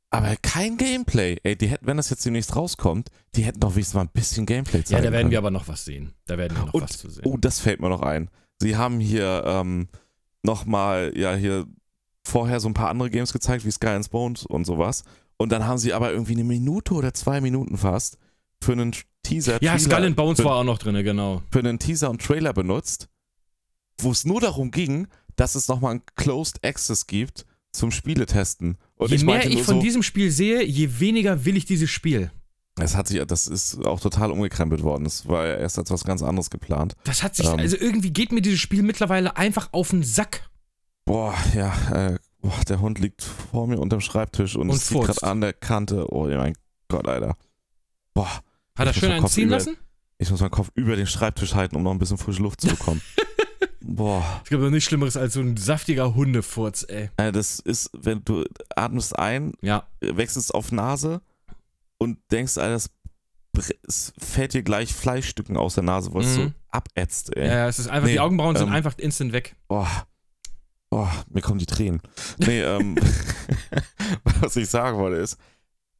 Speaker 1: aber kein Gameplay. Ey, die hätten, wenn das jetzt demnächst rauskommt, die hätten doch wenigstens mal ein bisschen Gameplay zeigen
Speaker 2: Ja, da werden wir
Speaker 1: können.
Speaker 2: aber noch was sehen. Da werden wir noch
Speaker 1: Und-
Speaker 2: was zu sehen.
Speaker 1: Oh, das fällt mir noch ein. Sie haben hier ähm, nochmal, ja, hier vorher so ein paar andere Games gezeigt, wie Sky and Bones und sowas. Und dann haben sie aber irgendwie eine Minute oder zwei Minuten fast für einen Teaser,
Speaker 2: ja, Skull
Speaker 1: Trailer,
Speaker 2: and Bones
Speaker 1: für,
Speaker 2: war auch noch drin, genau.
Speaker 1: für einen Teaser und Trailer benutzt, wo es nur darum ging, dass es nochmal einen Closed Access gibt zum Spieletesten. Und
Speaker 2: Je
Speaker 1: ich
Speaker 2: mehr
Speaker 1: meinte
Speaker 2: ich
Speaker 1: nur
Speaker 2: von
Speaker 1: so,
Speaker 2: diesem Spiel sehe, je weniger will ich dieses Spiel.
Speaker 1: das hat sich, das ist auch total umgekrempelt worden. Das war ja erst als was ganz anderes geplant.
Speaker 2: Das hat sich,
Speaker 1: Ähm.
Speaker 2: also irgendwie geht mir dieses Spiel mittlerweile einfach auf den Sack.
Speaker 1: Boah, ja, äh, boah, der Hund liegt vor mir unterm Schreibtisch und,
Speaker 2: Und
Speaker 1: es zieht
Speaker 2: furzt.
Speaker 1: gerade an der Kante. Oh mein Gott, Alter. Boah,
Speaker 2: Hat er
Speaker 1: Ich muss
Speaker 2: schön
Speaker 1: den
Speaker 2: einen
Speaker 1: Kopf
Speaker 2: ziehen
Speaker 1: über-
Speaker 2: lassen?
Speaker 1: Ich muss meinen Kopf über den Schreibtisch halten, um noch ein bisschen frische Luft zu bekommen. Boah.
Speaker 2: Es gibt doch nichts Schlimmeres als so ein saftiger Hundefurz, ey.
Speaker 1: Äh, Das ist, wenn du atmest ein,
Speaker 2: Ja,
Speaker 1: wechselst auf Nase und denkst, Alter, das br- es fällt dir gleich Fleischstücken aus der Nase, weil es
Speaker 2: Mhm.
Speaker 1: so abätzt, ey.
Speaker 2: ja es ist einfach,
Speaker 1: Nee,
Speaker 2: die Augenbrauen sind
Speaker 1: ähm,
Speaker 2: einfach instant weg.
Speaker 1: Boah. Boah, Oh. mir kommen die Tränen. Nee, ähm, was ich sagen wollte ist,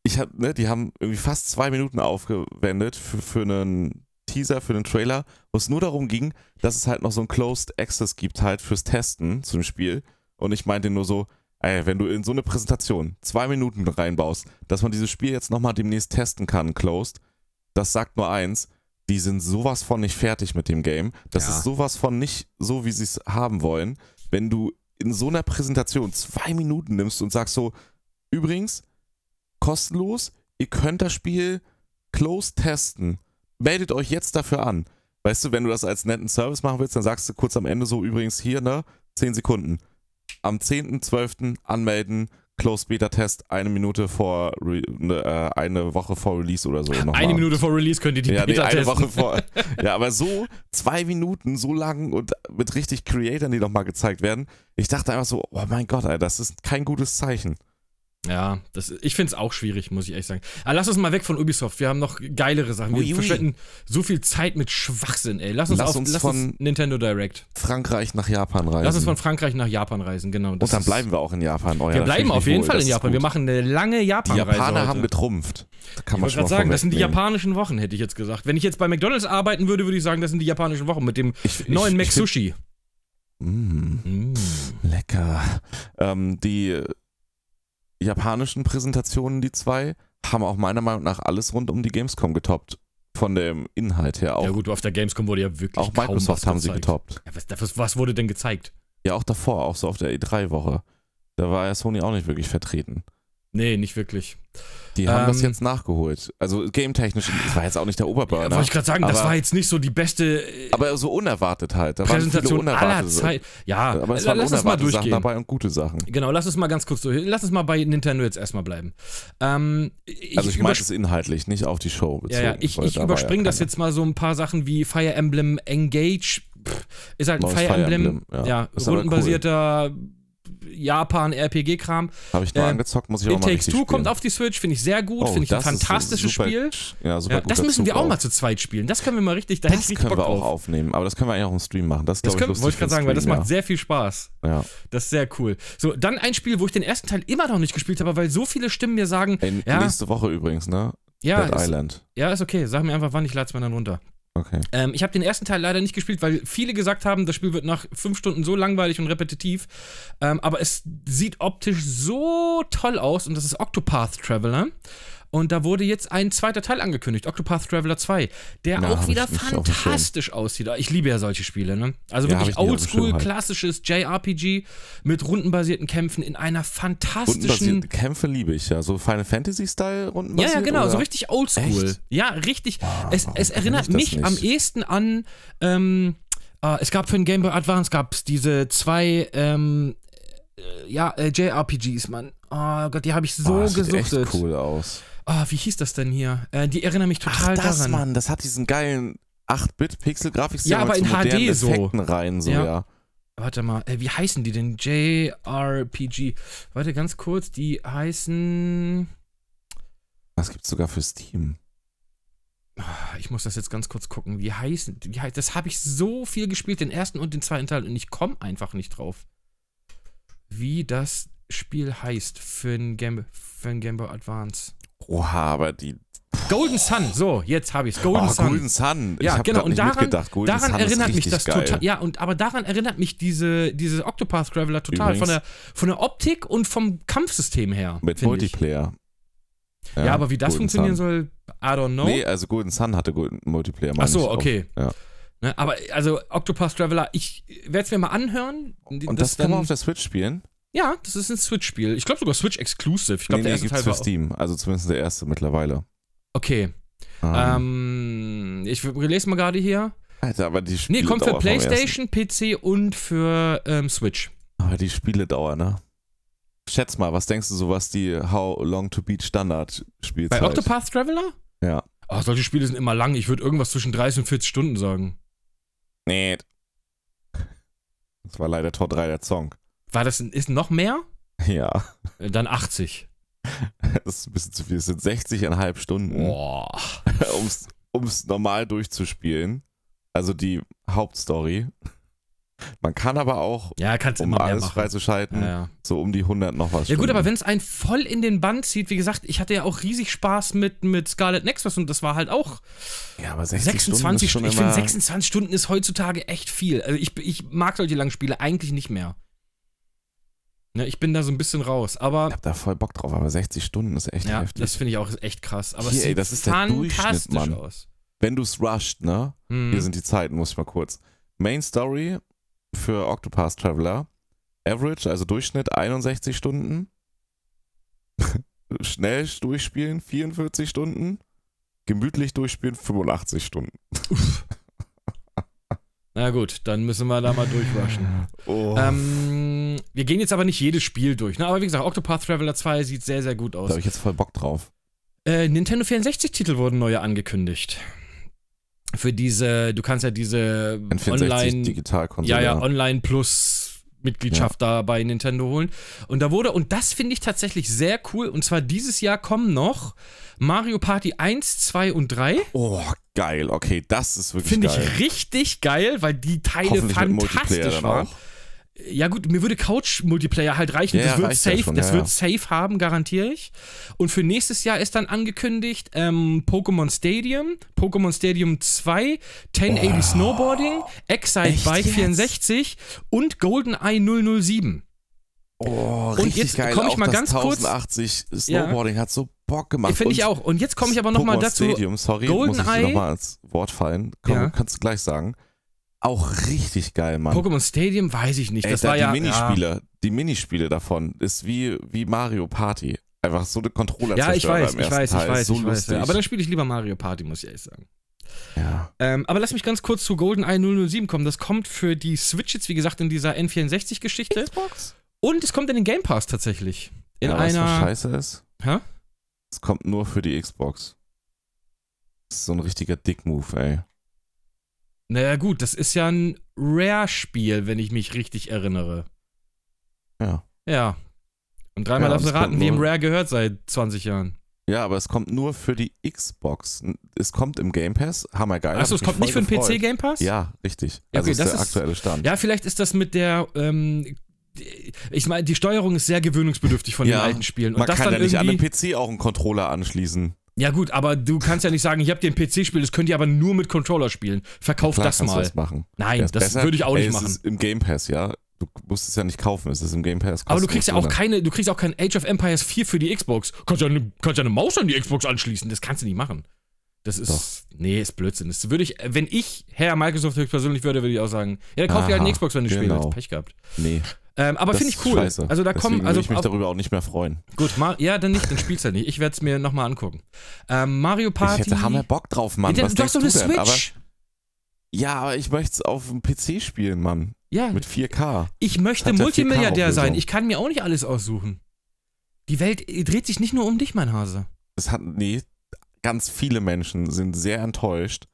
Speaker 1: ich hab, ne, die haben irgendwie fast zwei Minuten aufgewendet für, für einen Teaser, für einen Trailer, wo es nur darum ging, dass es halt noch so ein Closed Access gibt halt fürs Testen zum Spiel. Und ich meinte nur so, ey, wenn du in so eine Präsentation zwei Minuten reinbaust, dass man dieses Spiel jetzt nochmal demnächst testen kann, Closed, das sagt nur eins, die sind sowas von nicht fertig mit dem Game. Das
Speaker 2: Ja.
Speaker 1: ist sowas von nicht so, wie sie es haben wollen. Wenn du in so einer Präsentation zwei Minuten nimmst und sagst so, übrigens, kostenlos, ihr könnt das Spiel closed testen. Meldet euch jetzt dafür an. Weißt du, wenn du das als netten Service machen willst, dann sagst du kurz am Ende so, übrigens hier, ne, 10 Sekunden. Am 10.12. anmelden, Closed Beta Test, eine Minute vor, Re ne, äh, eine Woche vor Release oder so. nochmal.
Speaker 2: Eine Minute vor Release könnt ihr die
Speaker 1: Ja, nee,
Speaker 2: Beta
Speaker 1: eine
Speaker 2: testen.
Speaker 1: Woche vor. Ja, aber so zwei Minuten, so lang und mit richtig Creatoren, die nochmal gezeigt werden. Ich dachte einfach so, oh mein Gott, Alter, das ist kein gutes Zeichen.
Speaker 2: Ja, das, ich find's auch schwierig, muss ich ehrlich sagen. Aber lass uns mal weg von Ubisoft. Wir haben noch geilere Sachen. Wir
Speaker 1: Ui, ui.
Speaker 2: verschwenden so viel Zeit mit Schwachsinn, ey. Lass uns,
Speaker 1: Lass
Speaker 2: auf,
Speaker 1: uns
Speaker 2: lass
Speaker 1: von-
Speaker 2: uns Nintendo Direct.
Speaker 1: Frankreich nach Japan reisen.
Speaker 2: Lass uns von Frankreich nach Japan reisen, genau.
Speaker 1: und dann bleiben wir auch in Japan. Oh, ja,
Speaker 2: wir. Wir
Speaker 1: da fühl
Speaker 2: bleiben
Speaker 1: ich mich
Speaker 2: auf jeden
Speaker 1: wohl,
Speaker 2: Fall
Speaker 1: das
Speaker 2: in
Speaker 1: ist
Speaker 2: Japan.
Speaker 1: gut.
Speaker 2: Wir machen eine lange
Speaker 1: Die
Speaker 2: Japan-Reise.
Speaker 1: Japaner
Speaker 2: heute.
Speaker 1: haben getrumpft. Da kann
Speaker 2: Ich
Speaker 1: man
Speaker 2: wollte
Speaker 1: schon mal
Speaker 2: gerade sagen, das sind die
Speaker 1: vorwegnehmen.
Speaker 2: japanischen Wochen, hätte ich jetzt gesagt. Wenn ich jetzt bei McDonalds arbeiten würde, würde ich sagen, das sind die japanischen Wochen mit dem
Speaker 1: Ich- ich-
Speaker 2: neuen
Speaker 1: ich
Speaker 2: Mac
Speaker 1: find-
Speaker 2: Sushi.
Speaker 1: Mm,
Speaker 2: Mm.
Speaker 1: lecker. Ähm, die japanischen Präsentationen, die zwei, haben auch meiner Meinung nach alles rund um die Gamescom getoppt. Von dem Inhalt her auch.
Speaker 2: Ja gut, auf der Gamescom wurde ja wirklich
Speaker 1: auch
Speaker 2: kaum
Speaker 1: Microsoft
Speaker 2: was
Speaker 1: haben sie
Speaker 2: gezeigt.
Speaker 1: getoppt.
Speaker 2: Ja, was, was, was wurde denn gezeigt?
Speaker 1: Ja, auch davor, auch so auf der E3-Woche. Da war ja Sony auch nicht wirklich vertreten.
Speaker 2: Nee, nicht wirklich.
Speaker 1: Die haben das
Speaker 2: Ähm.
Speaker 1: jetzt nachgeholt. Also game-technisch, das war jetzt auch nicht der
Speaker 2: Ja,
Speaker 1: Oberburner.
Speaker 2: Wollte ich gerade sagen, das
Speaker 1: Aber-
Speaker 2: war jetzt nicht so die beste äh,
Speaker 1: aber so unerwartet halt. Da waren
Speaker 2: Präsentation
Speaker 1: viele
Speaker 2: aller
Speaker 1: unerwartete
Speaker 2: Zeit. Ja,
Speaker 1: Aber es
Speaker 2: la-
Speaker 1: waren
Speaker 2: lass uns mal
Speaker 1: unerwartete
Speaker 2: durchgehen.
Speaker 1: Sachen dabei und gute Sachen.
Speaker 2: Genau, lass uns mal ganz kurz durch. Lass uns mal bei Nintendo jetzt erstmal bleiben. Ähm, ich
Speaker 1: also ich meine
Speaker 2: überspr-
Speaker 1: es inhaltlich, nicht auf die Show
Speaker 2: ja,
Speaker 1: bezogen.
Speaker 2: ja, ich,
Speaker 1: weil
Speaker 2: ich
Speaker 1: da war
Speaker 2: überspringe
Speaker 1: ja
Speaker 2: das
Speaker 1: keiner.
Speaker 2: jetzt mal so ein paar Sachen wie Fire Emblem Engage. Pff, ist halt ein
Speaker 1: Neues
Speaker 2: Fire,
Speaker 1: Fire
Speaker 2: Emblem,
Speaker 1: Emblem,
Speaker 2: ja,
Speaker 1: ja. Ist aber
Speaker 2: rundenbasierter Japan-RPG-kram.
Speaker 1: Habe ich nur
Speaker 2: äh,
Speaker 1: angezockt, muss ich auch
Speaker 2: It
Speaker 1: mal
Speaker 2: Takes
Speaker 1: richtig
Speaker 2: Two
Speaker 1: spielen.
Speaker 2: kommt auf die Switch, finde ich sehr gut,
Speaker 1: Oh,
Speaker 2: finde ich ein
Speaker 1: das ist
Speaker 2: fantastisches
Speaker 1: super,
Speaker 2: Spiel.
Speaker 1: Ja, super
Speaker 2: Ja,
Speaker 1: gut
Speaker 2: das müssen wir auch
Speaker 1: mal
Speaker 2: mal zu zweit spielen. Das können wir mal richtig, da hätte
Speaker 1: Das
Speaker 2: ich richtig
Speaker 1: können
Speaker 2: Bock
Speaker 1: wir auch
Speaker 2: drauf.
Speaker 1: aufnehmen, aber das können wir eigentlich auch im Stream machen. Das, ist,
Speaker 2: Das
Speaker 1: glaub
Speaker 2: können,
Speaker 1: ich,
Speaker 2: wollte ich gerade sagen, weil das macht sehr viel Spaß.
Speaker 1: sehr. Ja.
Speaker 2: Das ist sehr cool. So, dann ein Spiel, wo ich den ersten Teil immer noch nicht gespielt habe, weil so viele Stimmen mir sagen,
Speaker 1: Ey,
Speaker 2: Ja.
Speaker 1: Nächste Woche übrigens, ne?
Speaker 2: ja,
Speaker 1: Dead
Speaker 2: ist,
Speaker 1: Island.
Speaker 2: ja, ist okay, sag mir einfach wann, ich lade es mir dann runter.
Speaker 1: Okay.
Speaker 2: Ähm, ich habe den ersten Teil leider nicht gespielt, weil viele gesagt haben, das Spiel wird nach fünf Stunden so langweilig und repetitiv. Ähm, aber es sieht optisch so toll aus und das ist Octopath Traveler. Und da wurde jetzt ein zweiter Teil angekündigt, Octopath Traveler 2, der
Speaker 1: Ja,
Speaker 2: auch
Speaker 1: hab
Speaker 2: wieder
Speaker 1: ich nicht auf dem Schirm.
Speaker 2: fantastisch aussieht. Ich liebe ja solche Spiele, ne? Also
Speaker 1: Ja, hab
Speaker 2: wirklich
Speaker 1: ich nicht auf dem Schirm
Speaker 2: oldschool,
Speaker 1: halt.
Speaker 2: klassisches JRPG mit rundenbasierten Kämpfen in einer fantastischen
Speaker 1: Rundenbasierte Kämpfe liebe ich, ja. So Final Fantasy-Style
Speaker 2: Ja,
Speaker 1: rundenbasiert?
Speaker 2: ja, genau,
Speaker 1: oder?
Speaker 2: so richtig oldschool.
Speaker 1: Echt? Ah,
Speaker 2: Ja, richtig. es
Speaker 1: warum
Speaker 2: es
Speaker 1: kenn
Speaker 2: erinnert
Speaker 1: ich das
Speaker 2: mich
Speaker 1: nicht?
Speaker 2: am ehesten an, ähm, äh, es gab für den Game Boy Advance gab's diese zwei, ähm, äh, ja, äh, JRPGs, Mann. Oh Gott, die habe ich so
Speaker 1: Boah, das sieht
Speaker 2: gesuchtet.
Speaker 1: echt cool aus.
Speaker 2: Ah, wie hieß das denn hier? Äh, die erinnern mich
Speaker 1: Ach,
Speaker 2: total
Speaker 1: das,
Speaker 2: daran.
Speaker 1: Mann, das hat diesen geilen 8-Bit-Pixel-Grafikstil
Speaker 2: Ja, aber
Speaker 1: mit
Speaker 2: in
Speaker 1: modernen
Speaker 2: HD so.
Speaker 1: Effekten rein, so,
Speaker 2: Ja.
Speaker 1: ja.
Speaker 2: Warte mal, äh, wie heißen die denn? JRPG. Warte ganz kurz, die heißen.
Speaker 1: Das gibt's sogar für Steam.
Speaker 2: Ich muss das jetzt ganz kurz gucken. Wie heißen wie heißt, Das habe ich so viel gespielt, den ersten und den zweiten Teil, und ich komme einfach nicht drauf. Wie das Spiel heißt für ein Game, für ein Game Boy Advance.
Speaker 1: Oha, aber die.
Speaker 2: Golden Sun, so, jetzt habe ich es. Golden
Speaker 1: oh,
Speaker 2: Sun.
Speaker 1: Golden Sun.
Speaker 2: Ja,
Speaker 1: ich hab
Speaker 2: genau,
Speaker 1: grad
Speaker 2: und
Speaker 1: nicht
Speaker 2: daran-
Speaker 1: mitgedacht. Golden
Speaker 2: daran
Speaker 1: Sun
Speaker 2: erinnert
Speaker 1: ist
Speaker 2: mich
Speaker 1: richtig
Speaker 2: das
Speaker 1: geil.
Speaker 2: total. Ja, und aber daran erinnert mich diese, diese Octopath Traveler total. Von
Speaker 1: Übrigens-
Speaker 2: der, von der Optik und vom Kampfsystem her.
Speaker 1: Mit
Speaker 2: find ich.
Speaker 1: Multiplayer.
Speaker 2: Ja, aber wie das
Speaker 1: Golden
Speaker 2: funktionieren
Speaker 1: Sun.
Speaker 2: soll, I don't know.
Speaker 1: Nee, also Golden Sun hatte Golden Multiplayer. meine
Speaker 2: Ach so,
Speaker 1: ich auch.
Speaker 2: okay.
Speaker 1: Ja.
Speaker 2: Ne, aber also Octopath Traveler, ich werde es mir mal anhören.
Speaker 1: Und das, kann man
Speaker 2: dann-
Speaker 1: auf der Switch spielen?
Speaker 2: ja, das ist ein Switch-Spiel. Ich glaube sogar Switch Exclusive. Ich glaube, der erste
Speaker 1: gibt's
Speaker 2: Teil
Speaker 1: für
Speaker 2: war. Auch,
Speaker 1: Steam. Also zumindest der erste mittlerweile.
Speaker 2: okay.
Speaker 1: Ah.
Speaker 2: Ähm, ich lese mal gerade hier.
Speaker 1: Alter, aber die Spiele
Speaker 2: Nee, kommt für
Speaker 1: dauern vom ersten.
Speaker 2: PlayStation, PC und für ähm, Switch.
Speaker 1: Aber die Spieledauer, ne? Schätz mal, was denkst du so, was die How Long to Beat Standard
Speaker 2: Bei
Speaker 1: Spielzeit?
Speaker 2: Octopath Traveler?
Speaker 1: Ja.
Speaker 2: Ah, solche Spiele sind immer lang. Ich würde irgendwas zwischen 30 und 40 Stunden sagen.
Speaker 1: Nee. Das war leider Tor 3 der Song.
Speaker 2: War das ist noch mehr?
Speaker 1: Ja,
Speaker 2: Äh, Dann 80.
Speaker 1: das ist ein bisschen zu viel. Es sind 60,5 Stunden,
Speaker 2: Boah.
Speaker 1: um's, um's normal durchzuspielen. Also die Hauptstory. Man kann aber auch,
Speaker 2: Ja, kannst
Speaker 1: um
Speaker 2: immer mehr
Speaker 1: alles
Speaker 2: machen.
Speaker 1: freizuschalten,
Speaker 2: Ja, ja.
Speaker 1: so um die 100 noch was
Speaker 2: ja gut,
Speaker 1: Stunden.
Speaker 2: aber wenn es einen voll in den Bann zieht, wie gesagt, ich hatte ja auch riesig Spaß mit, mit Scarlet Nexus und das war halt auch
Speaker 1: Ja, aber 60
Speaker 2: 26
Speaker 1: Stunden
Speaker 2: Stunden.
Speaker 1: ist
Speaker 2: Ich
Speaker 1: schon
Speaker 2: finde,
Speaker 1: immer,
Speaker 2: 26 Stunden ist heutzutage echt viel. Also ich, ich mag solche langen Spiele eigentlich nicht mehr. Ne, ich bin da so ein bisschen raus.
Speaker 1: Ich
Speaker 2: Aber
Speaker 1: hab da voll Bock drauf, aber 60 Stunden ist echt
Speaker 2: ja,
Speaker 1: heftig.
Speaker 2: das finde ich auch echt krass. Aber
Speaker 1: Hier,
Speaker 2: es
Speaker 1: ey,
Speaker 2: sieht
Speaker 1: das ist der Durchschnitt,
Speaker 2: fantastisch
Speaker 1: Mann.
Speaker 2: aus.
Speaker 1: wenn du es rusht, ne?
Speaker 2: Hm.
Speaker 1: Hier sind die Zeiten, muss ich mal kurz. Main Story für Octopath Traveler. Average, also Durchschnitt 61 Stunden. Schnell durchspielen 44 Stunden. Gemütlich durchspielen 85 Stunden.
Speaker 2: Na gut, dann müssen wir da mal durchrushen.
Speaker 1: Oh.
Speaker 2: Ähm, wir gehen jetzt aber nicht jedes Spiel durch. Ne? Aber wie gesagt, Octopath Traveler 2 sieht sehr, sehr gut
Speaker 1: da
Speaker 2: aus.
Speaker 1: habe ich jetzt voll Bock drauf.
Speaker 2: Äh, Nintendo 64-Titel wurden neue angekündigt. Für diese, du kannst ja diese
Speaker 1: Ein 64
Speaker 2: online
Speaker 1: Digitalkonsole.
Speaker 2: Ja, ja, Online Plus Mitgliedschaft da bei Nintendo holen. Und da wurde, und das finde ich tatsächlich sehr cool, und zwar dieses Jahr kommen noch Mario Party 1, 2 und 3.
Speaker 1: Oh, geil. Okay, das ist wirklich
Speaker 2: Finde
Speaker 1: geil.
Speaker 2: ich richtig geil, weil die Teile
Speaker 1: Hoffentlich mit Multiplayer
Speaker 2: fantastisch
Speaker 1: dann
Speaker 2: waren.
Speaker 1: auch.
Speaker 2: Ja gut, mir würde Couch-Multiplayer halt reichen.
Speaker 1: Ja,
Speaker 2: das
Speaker 1: ja,
Speaker 2: wird
Speaker 1: reicht ja
Speaker 2: safe,
Speaker 1: schon,
Speaker 2: das
Speaker 1: ja,
Speaker 2: wird safe haben, garantiere ich. Und für nächstes Jahr ist dann angekündigt ähm, Pokémon Stadium, Pokémon Stadium 2, 1080 Snowboarding, Excite
Speaker 1: Echt
Speaker 2: Bike
Speaker 1: jetzt?
Speaker 2: 64 und GoldenEye 007.
Speaker 1: Oh,
Speaker 2: Und
Speaker 1: richtig
Speaker 2: jetzt
Speaker 1: geil.
Speaker 2: komm ich
Speaker 1: auch
Speaker 2: mal
Speaker 1: das
Speaker 2: ganz kurz-
Speaker 1: 1080 Snowboarding hat so Bock gemacht.
Speaker 2: Finde ich
Speaker 1: Und
Speaker 2: auch. Und jetzt komme ich aber nochmal
Speaker 1: Pokémon
Speaker 2: dazu.
Speaker 1: Stadium, sorry, muss ich
Speaker 2: GoldenEye-
Speaker 1: nochmal als Wort fallen. Komm,
Speaker 2: Ja.
Speaker 1: Kannst du gleich sagen. Auch richtig geil, Mann.
Speaker 2: Pokémon Stadium weiß ich nicht.
Speaker 1: Ey,
Speaker 2: das
Speaker 1: da
Speaker 2: war
Speaker 1: die
Speaker 2: ja.
Speaker 1: Minispiele, die Minispiele davon ist wie, wie Mario Party. Einfach so eine Controller
Speaker 2: Ja, ja ich weiß,
Speaker 1: beim
Speaker 2: ich
Speaker 1: ersten
Speaker 2: weiß, ich
Speaker 1: Teil.
Speaker 2: weiß,
Speaker 1: so
Speaker 2: ich weiß.
Speaker 1: lustig.
Speaker 2: Ja. Aber dann spiele ich lieber Mario Party, muss ich ehrlich sagen.
Speaker 1: ja.
Speaker 2: Ähm, aber lass mich ganz kurz zu GoldenEye 007 kommen. Das kommt für die Switch jetzt, wie gesagt, in dieser N64-Geschichte.
Speaker 1: Xbox?
Speaker 2: Und es kommt in den Game Pass tatsächlich. In
Speaker 1: ja, weißt du, was
Speaker 2: einer.
Speaker 1: scheiße ist?
Speaker 2: Hä?
Speaker 1: Es kommt nur für die Xbox. Das ist so ein richtiger Dick-Move, ey.
Speaker 2: Naja, gut, das ist ja ein Rare-Spiel, wenn ich mich richtig erinnere.
Speaker 1: Ja.
Speaker 2: Ja. Und
Speaker 1: Ja,
Speaker 2: dreimal darfst du
Speaker 1: das kommt
Speaker 2: raten, wem
Speaker 1: nur-
Speaker 2: Rare gehört seit 20 Jahren.
Speaker 1: Ja, aber es kommt nur für die Xbox. Es kommt im Game Pass. Hammergeil.
Speaker 2: Achso,
Speaker 1: hab
Speaker 2: es
Speaker 1: ich
Speaker 2: kommt
Speaker 1: mich
Speaker 2: nicht für
Speaker 1: voll gefreut.
Speaker 2: den PC-Game Pass?
Speaker 1: Ja, richtig.
Speaker 2: Ja,
Speaker 1: also
Speaker 2: okay,
Speaker 1: ist
Speaker 2: das
Speaker 1: der
Speaker 2: ist-
Speaker 1: aktuelle Stand.
Speaker 2: Ja, vielleicht ist das mit der. Ähm, die- ich meine, die Steuerung ist sehr gewöhnungsbedürftig von
Speaker 1: Ja,
Speaker 2: den alten Spielen. Und
Speaker 1: Man
Speaker 2: das
Speaker 1: kann
Speaker 2: dann
Speaker 1: ja nicht an
Speaker 2: irgendwie.
Speaker 1: den PC auch einen Controller anschließen.
Speaker 2: Ja gut, aber du kannst ja nicht sagen, ich habe dir ein PC-Spiel, das könnt ihr aber nur mit Controller spielen. Verkauf
Speaker 1: Klar
Speaker 2: das
Speaker 1: kannst du
Speaker 2: mal.
Speaker 1: das machen. Ja,
Speaker 2: Nein,
Speaker 1: ist
Speaker 2: das
Speaker 1: besser.
Speaker 2: würde ich auch
Speaker 1: Ey,
Speaker 2: nicht
Speaker 1: es
Speaker 2: machen.
Speaker 1: Ist Im Game Pass, ja. Du musst es ja nicht kaufen, es ist im Game Pass.
Speaker 2: Aber du kriegst ja auch
Speaker 1: kostenlos,
Speaker 2: keine, du kriegst auch kein Age of Empires 4 für die Xbox. Kannst ja, eine, kannst ja eine Maus an die Xbox anschließen, das kannst du nicht machen. Das ist, nee, ist Blödsinn. Das würde ich, wenn ich Herr Microsoft höchstpersönlich würde, würde ich auch sagen, ja, dann kauf dir halt eine
Speaker 1: Aha,
Speaker 2: Xbox, wenn du spielst.
Speaker 1: genau.
Speaker 2: Pech gehabt.
Speaker 1: oder? Nee.
Speaker 2: Ähm, aber
Speaker 1: das
Speaker 2: finde ich
Speaker 1: ist
Speaker 2: cool.
Speaker 1: Scheiße.
Speaker 2: Also da kommen,
Speaker 1: Deswegen
Speaker 2: also
Speaker 1: Würde ich mich
Speaker 2: auf-
Speaker 1: darüber auch nicht mehr freuen.
Speaker 2: gut, Mar ja, dann nicht, dann spielst du ja nicht. Ich werde es mir nochmal angucken. Ähm, Mario Party.
Speaker 1: Ich hätte Hammer Bock drauf, Mann.
Speaker 2: ja,
Speaker 1: Was
Speaker 2: du hast doch eine
Speaker 1: denkst du denn?
Speaker 2: Switch.
Speaker 1: Aber, ja, aber ich möchte es auf dem PC spielen, Mann.
Speaker 2: ja,
Speaker 1: Mit 4K.
Speaker 2: Ich möchte
Speaker 1: Hat ja
Speaker 2: Multimilliardär
Speaker 1: 4K
Speaker 2: sein.
Speaker 1: Auflösung.
Speaker 2: Ich kann mir auch nicht alles aussuchen. Die Welt dreht sich nicht nur um dich, mein Hase.
Speaker 1: Es hat, nee, ganz viele Menschen sind sehr enttäuscht,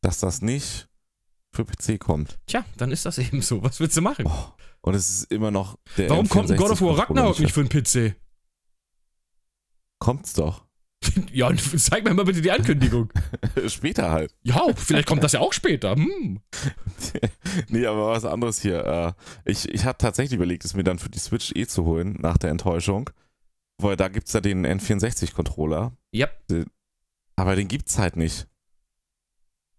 Speaker 1: dass das nicht für PC kommt.
Speaker 2: Tja, dann ist das eben so. Was willst du machen?
Speaker 1: Oh. Und es ist immer noch der
Speaker 2: Warum kommt ein God of War
Speaker 1: N64
Speaker 2: Ragnarok nicht für den PC?
Speaker 1: Kommt's doch.
Speaker 2: Ja, zeig mir mal bitte die Ankündigung.
Speaker 1: Später halt.
Speaker 2: Ja, vielleicht kommt das ja auch später. Hm.
Speaker 1: nee, aber was anderes hier. Äh, ich ich habe tatsächlich überlegt, es mir dann für die Switch eh zu holen, nach der Enttäuschung. Weil da gibt's ja den N64-Controller.
Speaker 2: Ja.
Speaker 1: Aber den gibt's halt nicht.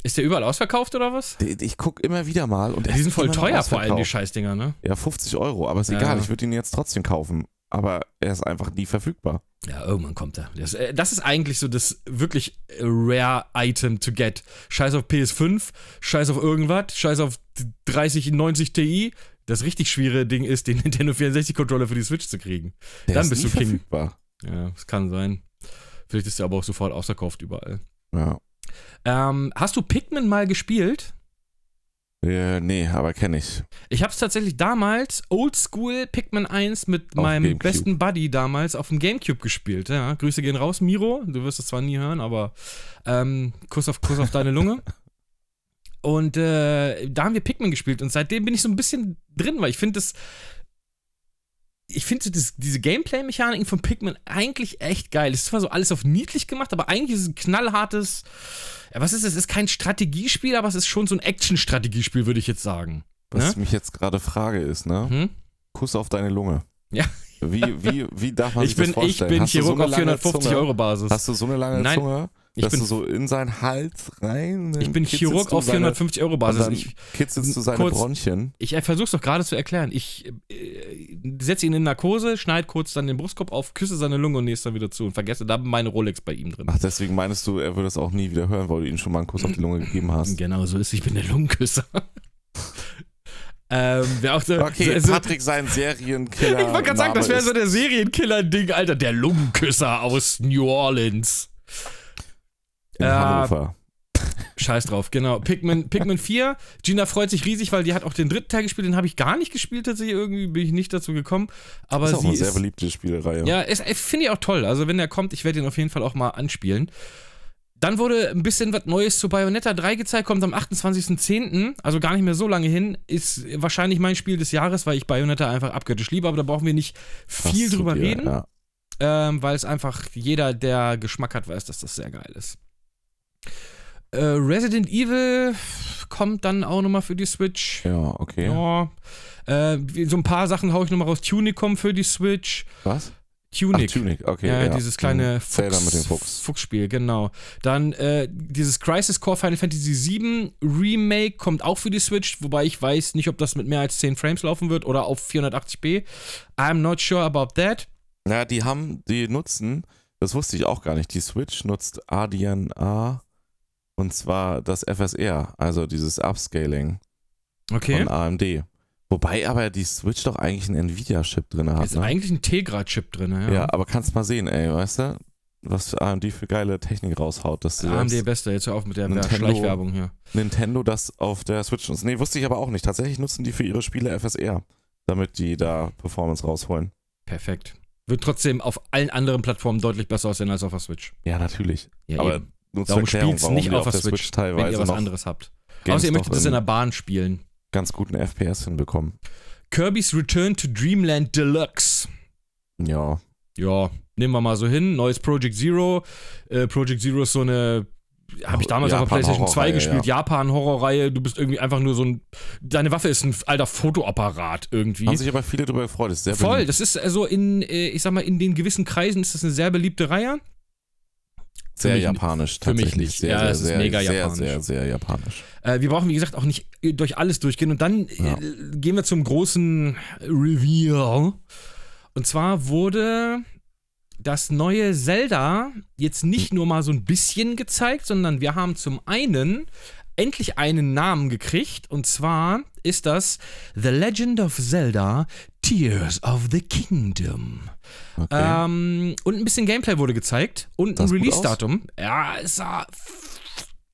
Speaker 2: Ist der überall ausverkauft oder was?
Speaker 1: Den- Ich guck immer wieder mal und
Speaker 2: Die
Speaker 1: er
Speaker 2: sind
Speaker 1: ist
Speaker 2: voll
Speaker 1: immer noch
Speaker 2: teuer, vor allem die
Speaker 1: ausverkauft.
Speaker 2: Scheißdinger, ne?
Speaker 1: Ja, 50 Euro, aber ist
Speaker 2: Ja.
Speaker 1: egal, ich würde ihn jetzt trotzdem kaufen. Aber er ist einfach nie verfügbar.
Speaker 2: Ja, irgendwann kommt er. Das, äh, das ist eigentlich so das wirklich äh, rare Item to get. Scheiß auf PS5, scheiß auf irgendwas, scheiß auf d- 3090 Ti. Das richtig schwere Ding ist, den Nintendo 64 Controller für die Switch zu kriegen.
Speaker 1: Der
Speaker 2: Dann
Speaker 1: ist
Speaker 2: bist
Speaker 1: nie
Speaker 2: du King.
Speaker 1: verfügbar.
Speaker 2: Ja, das kann sein. Vielleicht ist er aber auch sofort ausverkauft überall.
Speaker 1: Ja.
Speaker 2: Ähm, hast du Pikmin mal gespielt?
Speaker 1: Äh, nee, aber kenne ich.
Speaker 2: Ich habe es tatsächlich damals oldschool Pikmin 1 mit
Speaker 1: Auf
Speaker 2: meinem
Speaker 1: Gamecube.
Speaker 2: besten Buddy damals auf dem Gamecube gespielt. Ja, Grüße gehen raus, Miro. Du wirst es zwar nie hören, aber ähm, Kuss, auf, Kuss auf deine Lunge. Und äh, da haben wir Pikmin gespielt und seitdem bin ich so ein bisschen drin, weil ich finde das. Ich finde so das- diese Gameplay-Mechaniken von Pikmin eigentlich echt geil. Es ist zwar so alles auf niedlich gemacht, aber eigentlich ist es ein knallhartes. Ja, was ist es? Es ist kein Strategiespiel, aber es ist schon so ein Action-Strategiespiel, würde ich jetzt sagen.
Speaker 1: Was
Speaker 2: Ne?
Speaker 1: ich mich jetzt gerade frage ist, ne?
Speaker 2: Hm?
Speaker 1: Kuss auf deine Lunge.
Speaker 2: Ja.
Speaker 1: Wie, wie, wie darf man
Speaker 2: Ich
Speaker 1: sich
Speaker 2: bin,
Speaker 1: das
Speaker 2: ich
Speaker 1: vorstellen?
Speaker 2: bin
Speaker 1: Hast du
Speaker 2: Chirurg
Speaker 1: so eine
Speaker 2: auf
Speaker 1: lange
Speaker 2: 450
Speaker 1: Zunge?
Speaker 2: Euro Basis.
Speaker 1: Hast du so eine lange
Speaker 2: Nein,
Speaker 1: Zunge,
Speaker 2: ich
Speaker 1: dass
Speaker 2: bin-
Speaker 1: du so in seinen Hals rein?
Speaker 2: ich bin
Speaker 1: kitzelst
Speaker 2: Chirurg
Speaker 1: du
Speaker 2: auf
Speaker 1: seine-
Speaker 2: 450 Euro
Speaker 1: und
Speaker 2: Basis.
Speaker 1: dann
Speaker 2: Ich,
Speaker 1: kitzelst du seine
Speaker 2: kurz-
Speaker 1: Bronchien.
Speaker 2: ich äh, versuch's doch gerade zu erklären. Ich äh, setze ihn in Narkose, schneid kurz dann den Brustkorb auf, küsse seine Lunge und nächst dann wieder zu und vergesse da meine Rolex bei ihm drin.
Speaker 1: Ach, deswegen meinst du, er würde es auch nie wieder hören, weil du ihm schon mal einen Kuss auf die Lunge gegeben hast.
Speaker 2: Genau, so ist es. Ich bin der Lungenküsser. ähm, wer auch so,
Speaker 1: Okay,
Speaker 2: so, so,
Speaker 1: Patrick, sein Serienkiller.
Speaker 2: Also- Ich wollte gerade sagen, das
Speaker 1: Name
Speaker 2: wäre so der Serienkiller-Ding, Alter. Der Lungenküsser aus New Orleans.
Speaker 1: ist in
Speaker 2: äh,
Speaker 1: Hannover.
Speaker 2: Scheiß drauf, genau. Pikmin, Pikmin 4. Gina freut sich riesig, weil die hat auch den dritten Teil gespielt. Den habe ich gar nicht gespielt, tatsächlich. Irgendwie bin ich nicht dazu gekommen. Aber
Speaker 1: Ist auch
Speaker 2: sie
Speaker 1: eine sehr
Speaker 2: ist.
Speaker 1: beliebte Spielereihe.
Speaker 2: Ja, ist, äh, finde ich auch toll. Also, wenn der kommt, ich werde ihn auf jeden Fall auch mal anspielen. Dann wurde ein bisschen was Neues zu Bayonetta 3 gezeigt, kommt am 28.10., also gar nicht mehr so lange hin. Ist wahrscheinlich mein Spiel des Jahres, weil ich Bayonetta einfach abgöttisch liebe, aber da brauchen wir nicht
Speaker 1: Passt
Speaker 2: viel
Speaker 1: zu
Speaker 2: drüber
Speaker 1: dir,
Speaker 2: reden
Speaker 1: Ja.
Speaker 2: ähm, weil es einfach jeder, der Geschmack hat, weiß, dass das sehr geil ist. Äh, Resident Evil kommt dann auch nochmal für die Switch.
Speaker 1: ja, okay.
Speaker 2: Ja. Äh, wie- so ein paar Sachen hau ich nochmal raus. Tunic kommt für die Switch.
Speaker 1: Was?
Speaker 2: Tunic.
Speaker 1: Ach, Tunic, okay.
Speaker 2: ja, dieses kleine
Speaker 1: Mhm. Zelda
Speaker 2: Fuchs,
Speaker 1: mit dem Fuchs.
Speaker 2: Fuchsspiel, genau. Dann äh, dieses Crisis Core Final Fantasy VII Remake kommt auch für die Switch, wobei ich weiß nicht, ob das mit mehr als 10 Frames laufen wird oder auf 480p. I'm not sure about that.
Speaker 1: Ja, die haben, die nutzen, das wusste ich auch gar nicht, die Switch nutzt ADNA und zwar das FSR, also dieses Upscaling
Speaker 2: Okay.
Speaker 1: von AMD. Wobei aber die Switch doch eigentlich einen Nvidia-Chip drin hat.
Speaker 2: Ist
Speaker 1: ne?
Speaker 2: eigentlich ein Tegra-Chip drin, ja. Ah,
Speaker 1: ja. aber kannst mal sehen, ey, weißt du, was AMD für geile Technik raushaut, dass sie
Speaker 2: AMD
Speaker 1: das
Speaker 2: Beste, jetzt hör auf mit der
Speaker 1: Nintendo.
Speaker 2: Schleichwerbung hier.
Speaker 1: Nintendo das auf der Switch nutzt. Nee, wusste ich aber auch nicht. Tatsächlich nutzen die für ihre Spiele FSR, damit die da Performance rausholen.
Speaker 2: Perfekt. Wird trotzdem auf allen anderen Plattformen deutlich besser aussehen als auf der Switch.
Speaker 1: Ja, natürlich.
Speaker 2: Ja,
Speaker 1: aber
Speaker 2: eben,
Speaker 1: nur zur
Speaker 2: Darum
Speaker 1: Erklärung,
Speaker 2: spielt's
Speaker 1: warum
Speaker 2: nicht
Speaker 1: die
Speaker 2: auf
Speaker 1: auf
Speaker 2: der
Speaker 1: der Switch,
Speaker 2: Switch, wenn
Speaker 1: teilweise
Speaker 2: ihr was
Speaker 1: noch
Speaker 2: anderes habt.
Speaker 1: Games
Speaker 2: Außer ihr
Speaker 1: noch
Speaker 2: möchtet es in
Speaker 1: in
Speaker 2: der Bahn spielen.
Speaker 1: ganz guten FPS hinbekommen.
Speaker 2: Kirby's Return to Dreamland Deluxe.
Speaker 1: Ja.
Speaker 2: Ja, nehmen wir mal so hin. Neues Project Zero. Äh, Project Zero ist so eine. Habe ich damals auch auf
Speaker 1: Japan-
Speaker 2: PlayStation 2
Speaker 1: Horrorreihe,
Speaker 2: gespielt. Japan-Horrorreihe. Du bist irgendwie einfach nur so ein. Deine Waffe ist ein alter Fotoapparat irgendwie.
Speaker 1: Haben sich aber viele darüber gefreut. Ist sehr
Speaker 2: Voll,
Speaker 1: beliebt.
Speaker 2: das ist also in, äh, ich sag mal, in den gewissen Kreisen ist das eine sehr beliebte Reihe.
Speaker 1: Sehr
Speaker 2: für mich-
Speaker 1: japanisch.
Speaker 2: für mich
Speaker 1: tatsächlich.
Speaker 2: nicht.
Speaker 1: Sehr,
Speaker 2: Ja,
Speaker 1: sehr,
Speaker 2: es ist
Speaker 1: sehr,
Speaker 2: mega
Speaker 1: sehr,
Speaker 2: japanisch.
Speaker 1: Sehr, sehr, japanisch.
Speaker 2: Äh, wir brauchen, wie gesagt, auch nicht äh, durch alles durchgehen. Und dann äh,
Speaker 1: Ja.
Speaker 2: gehen wir zum großen Reveal. Und zwar wurde das neue Zelda jetzt nicht nur mal so ein bisschen gezeigt, sondern wir haben zum einen endlich einen Namen gekriegt. Und zwar ist das The Legend of Zelda Tears of the Kingdom.
Speaker 1: Okay.
Speaker 2: Ähm, und ein bisschen Gameplay wurde gezeigt und
Speaker 1: Sah's
Speaker 2: ein
Speaker 1: gut
Speaker 2: Release-Datum. Ja, es sah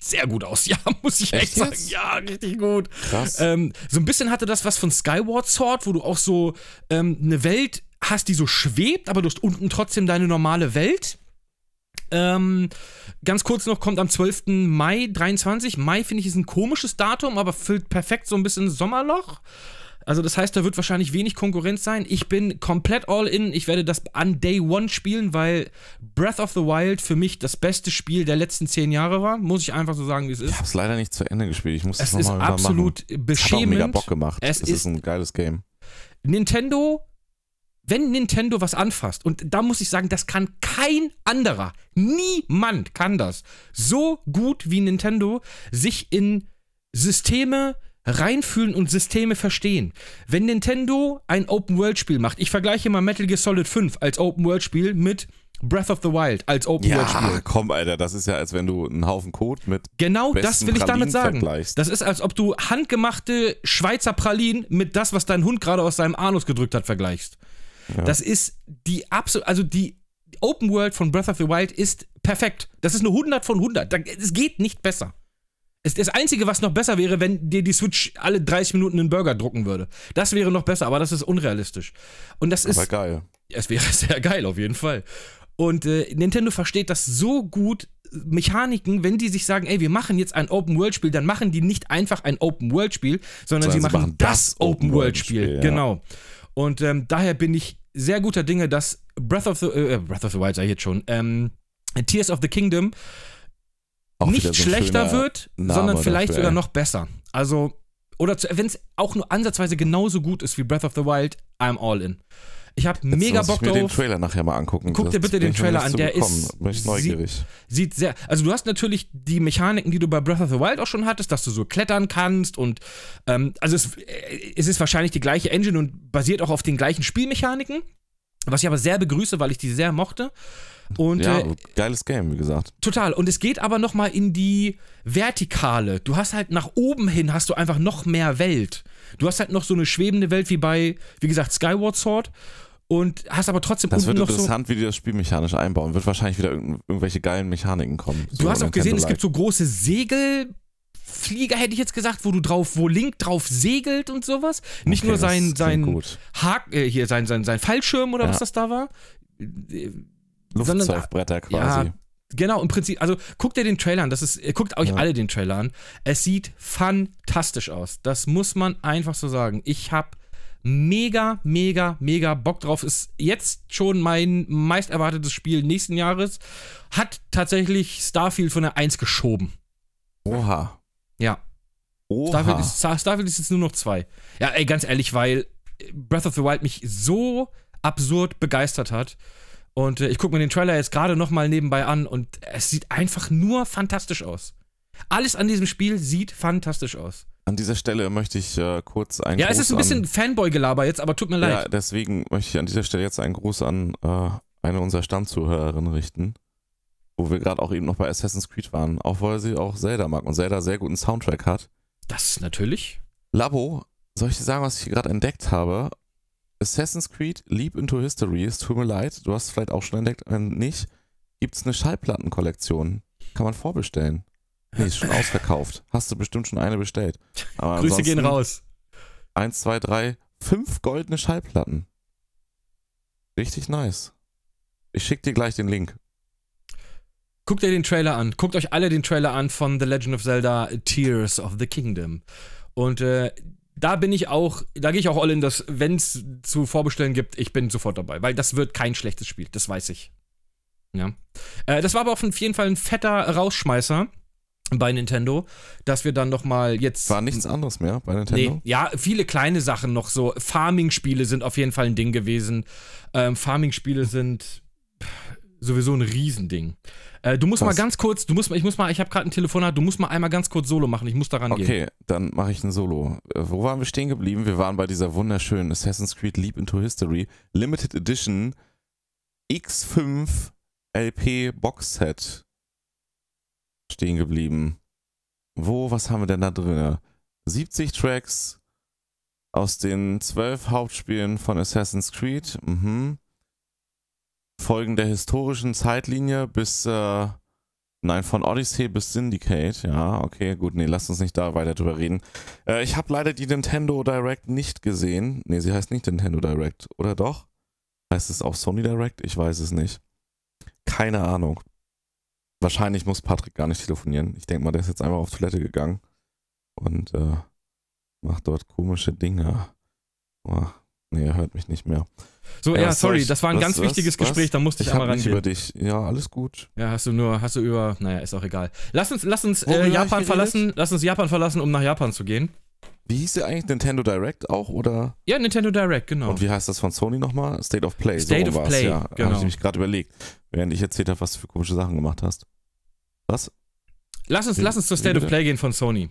Speaker 2: sehr gut aus. Ja, muss ich echt
Speaker 1: Echt
Speaker 2: sagen.
Speaker 1: jetzt?
Speaker 2: Ja, richtig gut.
Speaker 1: Krass.
Speaker 2: Ähm, so ein bisschen hatte das was von Skyward Sword, wo du auch so ähm, eine Welt hast, die so schwebt, aber du hast unten trotzdem deine normale Welt. Ähm, ganz kurz noch kommt am 12. Mai 23. Mai finde ich ist ein komisches Datum, aber füllt perfekt so ein bisschen Sommerloch. Also das heißt, da wird wahrscheinlich wenig Konkurrenz sein. Ich bin komplett all in. Ich werde das an Day One spielen, weil Breath of the Wild für mich das beste Spiel der letzten zehn Jahre war. Muss ich einfach so sagen, wie es ist.
Speaker 1: ich hab's leider nicht zu Ende gespielt. Ich muss
Speaker 2: Es
Speaker 1: das
Speaker 2: ist
Speaker 1: nochmal machen.
Speaker 2: absolut
Speaker 1: Hat auch mega
Speaker 2: beschämend.
Speaker 1: Bock gemacht.
Speaker 2: Es
Speaker 1: Es,
Speaker 2: ist-
Speaker 1: ist ein geiles Game.
Speaker 2: Nintendo, wenn Nintendo was anfasst, und da muss ich sagen, das kann kein anderer, niemand kann das so gut wie Nintendo sich in Systeme reinfühlen und Systeme verstehen. Wenn Nintendo ein Open-World-Spiel macht, ich vergleiche mal Metal Gear Solid 5 als Open-World-Spiel mit Breath of the Wild als Open-World-Spiel.
Speaker 1: Ja, komm, Alter, das ist ja, als wenn du einen Haufen Code mit
Speaker 2: Genau
Speaker 1: besten
Speaker 2: das will ich
Speaker 1: Pralinen
Speaker 2: damit sagen.
Speaker 1: vergleichst.
Speaker 2: Das ist, als ob du handgemachte Schweizer Pralinen mit das, was dein Hund gerade aus seinem Anus gedrückt hat, vergleichst. Das ist die absolut, also die Open World von Breath of the Wild ist perfekt. Das ist eine 100 von 100. Da, es geht nicht besser. Es- Das Einzige, was noch besser wäre, wenn dir die Switch alle 30 Minuten einen Burger drucken würde. Das wäre noch besser, aber das ist unrealistisch. Und das ist
Speaker 1: Aber geil.
Speaker 2: es wäre sehr geil, auf jeden Fall. Und äh, Nintendo versteht das so gut. Mechaniken, wenn die sich sagen, ey, wir machen jetzt ein Open-World-Spiel, dann machen die nicht einfach ein Open-World-Spiel, sondern
Speaker 1: Sondern
Speaker 2: sie
Speaker 1: sie
Speaker 2: machen,
Speaker 1: machen
Speaker 2: das
Speaker 1: das
Speaker 2: Open-World-Spiel.
Speaker 1: Open-World-Spiel, ja.
Speaker 2: Genau. Und ähm, daher bin ich sehr guter Dinge, dass Breath of the, äh, Breath of the Wild sei jetzt schon, ähm, Tears of the Kingdom
Speaker 1: Auch wieder
Speaker 2: nicht
Speaker 1: so ein
Speaker 2: schlechter
Speaker 1: schöner-
Speaker 2: wird,
Speaker 1: Name
Speaker 2: sondern vielleicht
Speaker 1: dafür,
Speaker 2: sogar
Speaker 1: ey.
Speaker 2: noch besser. Also, oder wenn es auch nur ansatzweise genauso gut ist wie Breath of the Wild, I'm all in. Ich habe
Speaker 1: Jetzt
Speaker 2: mega
Speaker 1: muss
Speaker 2: Bock
Speaker 1: ich mir den
Speaker 2: drauf.
Speaker 1: Trailer nachher mal angucken.
Speaker 2: Guck dir
Speaker 1: Das
Speaker 2: bitte
Speaker 1: bin
Speaker 2: den
Speaker 1: ich noch
Speaker 2: Trailer
Speaker 1: nicht
Speaker 2: an,
Speaker 1: zu
Speaker 2: der
Speaker 1: gekommen.
Speaker 2: ist-
Speaker 1: Bin ich neugierig.
Speaker 2: sieht sehr. Also du hast natürlich die Mechaniken, die du bei Breath of the Wild auch schon hattest, dass du so klettern kannst und ähm, also es, äh, es ist wahrscheinlich die gleiche Engine und basiert auch auf den gleichen Spielmechaniken, was ich aber sehr begrüße, weil ich die sehr mochte. Und
Speaker 1: ja,
Speaker 2: äh,
Speaker 1: geiles Game, wie gesagt.
Speaker 2: total. Und es geht aber noch mal in die Vertikale. Du hast halt nach oben hin hast du einfach noch mehr Welt. Du hast halt noch so eine schwebende Welt wie bei, wie gesagt, Skyward Sword und hast aber trotzdem
Speaker 1: Das
Speaker 2: unten
Speaker 1: wird
Speaker 2: noch so
Speaker 1: interessant, wie die das Spiel mechanisch einbauen. Wird wahrscheinlich wieder irgend- irgendwelche geilen Mechaniken kommen.
Speaker 2: Du hast auch gesehen, es gibt so große Segelflieger, hätte ich jetzt gesagt, wo du drauf, wo Link drauf segelt und sowas. Nicht nur sein, sein
Speaker 1: Gut.
Speaker 2: Haken, äh, hier sein, sein, sein Fallschirm oder
Speaker 1: Ja.
Speaker 2: was das da war. sondern-
Speaker 1: Luftsurfbretter quasi.
Speaker 2: Ja, genau, im Prinzip, also guckt ihr den Trailer an, das ist, äh, guckt euch
Speaker 1: Ja.
Speaker 2: alle den Trailer an. Es sieht fantastisch aus. Das muss man einfach so sagen. Ich hab mega, mega, mega Bock drauf. Ist jetzt schon mein meist erwartetes Spiel nächsten Jahres. Hat tatsächlich Starfield von der 1 geschoben.
Speaker 1: Oha.
Speaker 2: Ja. Starfield
Speaker 1: Oha.
Speaker 2: ist, Star- Starfield ist jetzt nur noch zwei. Ja, ey, ganz ehrlich, weil Breath of the Wild mich so absurd begeistert hat. Und äh, ich gucke mir den Trailer jetzt gerade nochmal nebenbei an und es sieht einfach nur fantastisch aus. Alles an diesem Spiel sieht fantastisch aus.
Speaker 1: An dieser Stelle möchte ich äh, kurz einen
Speaker 2: ja, es ist ein
Speaker 1: Gruß an-
Speaker 2: bisschen Fanboy-Gelaber jetzt, aber tut mir
Speaker 1: Ja,
Speaker 2: leid.
Speaker 1: deswegen möchte ich an dieser Stelle jetzt einen Gruß an äh, eine unserer Stammzuhörerinnen richten, wo wir gerade auch eben noch bei Assassin's Creed waren, auch weil sie auch Zelda mag und Zelda sehr guten Soundtrack hat.
Speaker 2: Das ist natürlich.
Speaker 1: Labo, soll ich dir sagen, was ich hier gerade entdeckt habe? Assassin's Creed Leap into History, es tut mir leid, du hast es vielleicht auch schon entdeckt, wenn nicht, gibt es eine Schallplattenkollektion. Kann man vorbestellen. Nee, ist schon ausverkauft. Hast du bestimmt schon eine bestellt. Aber
Speaker 2: Grüße
Speaker 1: ansonsten
Speaker 2: gehen raus.
Speaker 1: Eins, zwei, drei, fünf goldene Schallplatten. Richtig nice. Ich schick dir gleich den Link.
Speaker 2: Guckt ihr den Trailer an. Guckt euch alle den Trailer an von The Legend of Zelda Tears of the Kingdom. Und äh, da bin ich auch, da gehe ich auch all in, dass wenn es zu vorbestellen gibt, ich bin sofort dabei. Weil das wird kein schlechtes Spiel, das weiß ich. Ja. Äh, das war aber auf jeden Fall ein fetter Rausschmeißer bei Nintendo, dass wir dann nochmal jetzt.
Speaker 1: War nichts anderes mehr bei Nintendo.
Speaker 2: Nee, ja, viele kleine Sachen noch so. Farming-Spiele sind auf jeden Fall ein Ding gewesen. Ähm, Farming-Spiele sind pff, sowieso ein Riesending. Äh, du musst
Speaker 1: Krass.
Speaker 2: mal ganz kurz, du musst mal, ich muss mal, ich habe gerade ein Telefonat, du musst mal einmal ganz kurz Solo machen, ich muss daran gehen.
Speaker 1: Okay, dann mache ich ein Solo. Äh, Wo waren wir stehen geblieben? Wir waren bei dieser wunderschönen Assassin's Creed Leap into History Limited Edition X5 LP Box Set stehen geblieben. Wo, was haben wir denn da drin? 70 Tracks aus den 12 Hauptspielen von Assassin's Creed. Mhm. Folgen der historischen Zeitlinie bis äh, Nein, von Odyssey bis Syndicate. Ja, okay, gut. Nee, lasst uns nicht da weiter drüber reden. Äh, ich habe leider die Nintendo Direct nicht gesehen. Nee, sie heißt nicht Nintendo Direct, oder doch? Heißt es auch Sony Direct? Ich weiß es nicht. Keine Ahnung. Wahrscheinlich muss Patrick gar nicht telefonieren. Ich denke mal, der ist jetzt einfach auf Toilette gegangen und äh, macht dort komische Dinge. Oh, nee, er hört mich nicht mehr.
Speaker 2: So, ja,
Speaker 1: Ja, was soll
Speaker 2: sorry,
Speaker 1: ich-
Speaker 2: das war ein
Speaker 1: was-
Speaker 2: ganz
Speaker 1: was-
Speaker 2: wichtiges
Speaker 1: was?
Speaker 2: Gespräch, da musste ich,
Speaker 1: Ich
Speaker 2: einmal
Speaker 1: habe nicht über
Speaker 2: rangehen.
Speaker 1: dich. Ja, alles gut.
Speaker 2: Ja, hast du nur, hast du über, naja, ist auch egal. Lass uns, lass uns
Speaker 1: Worüber
Speaker 2: äh,
Speaker 1: hab ich
Speaker 2: Japan
Speaker 1: geredet?
Speaker 2: verlassen, lass uns Japan verlassen, um nach Japan zu gehen.
Speaker 1: Wie hieß der eigentlich? Nintendo Direct auch, oder?
Speaker 2: Ja, Nintendo Direct, genau.
Speaker 1: Und wie heißt das von Sony nochmal? State of Play. rum
Speaker 2: State of
Speaker 1: war's,
Speaker 2: Play,
Speaker 1: Ja,
Speaker 2: genau.
Speaker 1: Habe ich mich gerade überlegt, während ich erzählt habe, was du für komische Sachen gemacht hast. Was?
Speaker 2: Lass uns, lass uns zur
Speaker 1: Wie
Speaker 2: State of
Speaker 1: bitte?
Speaker 2: Play gehen von Sony.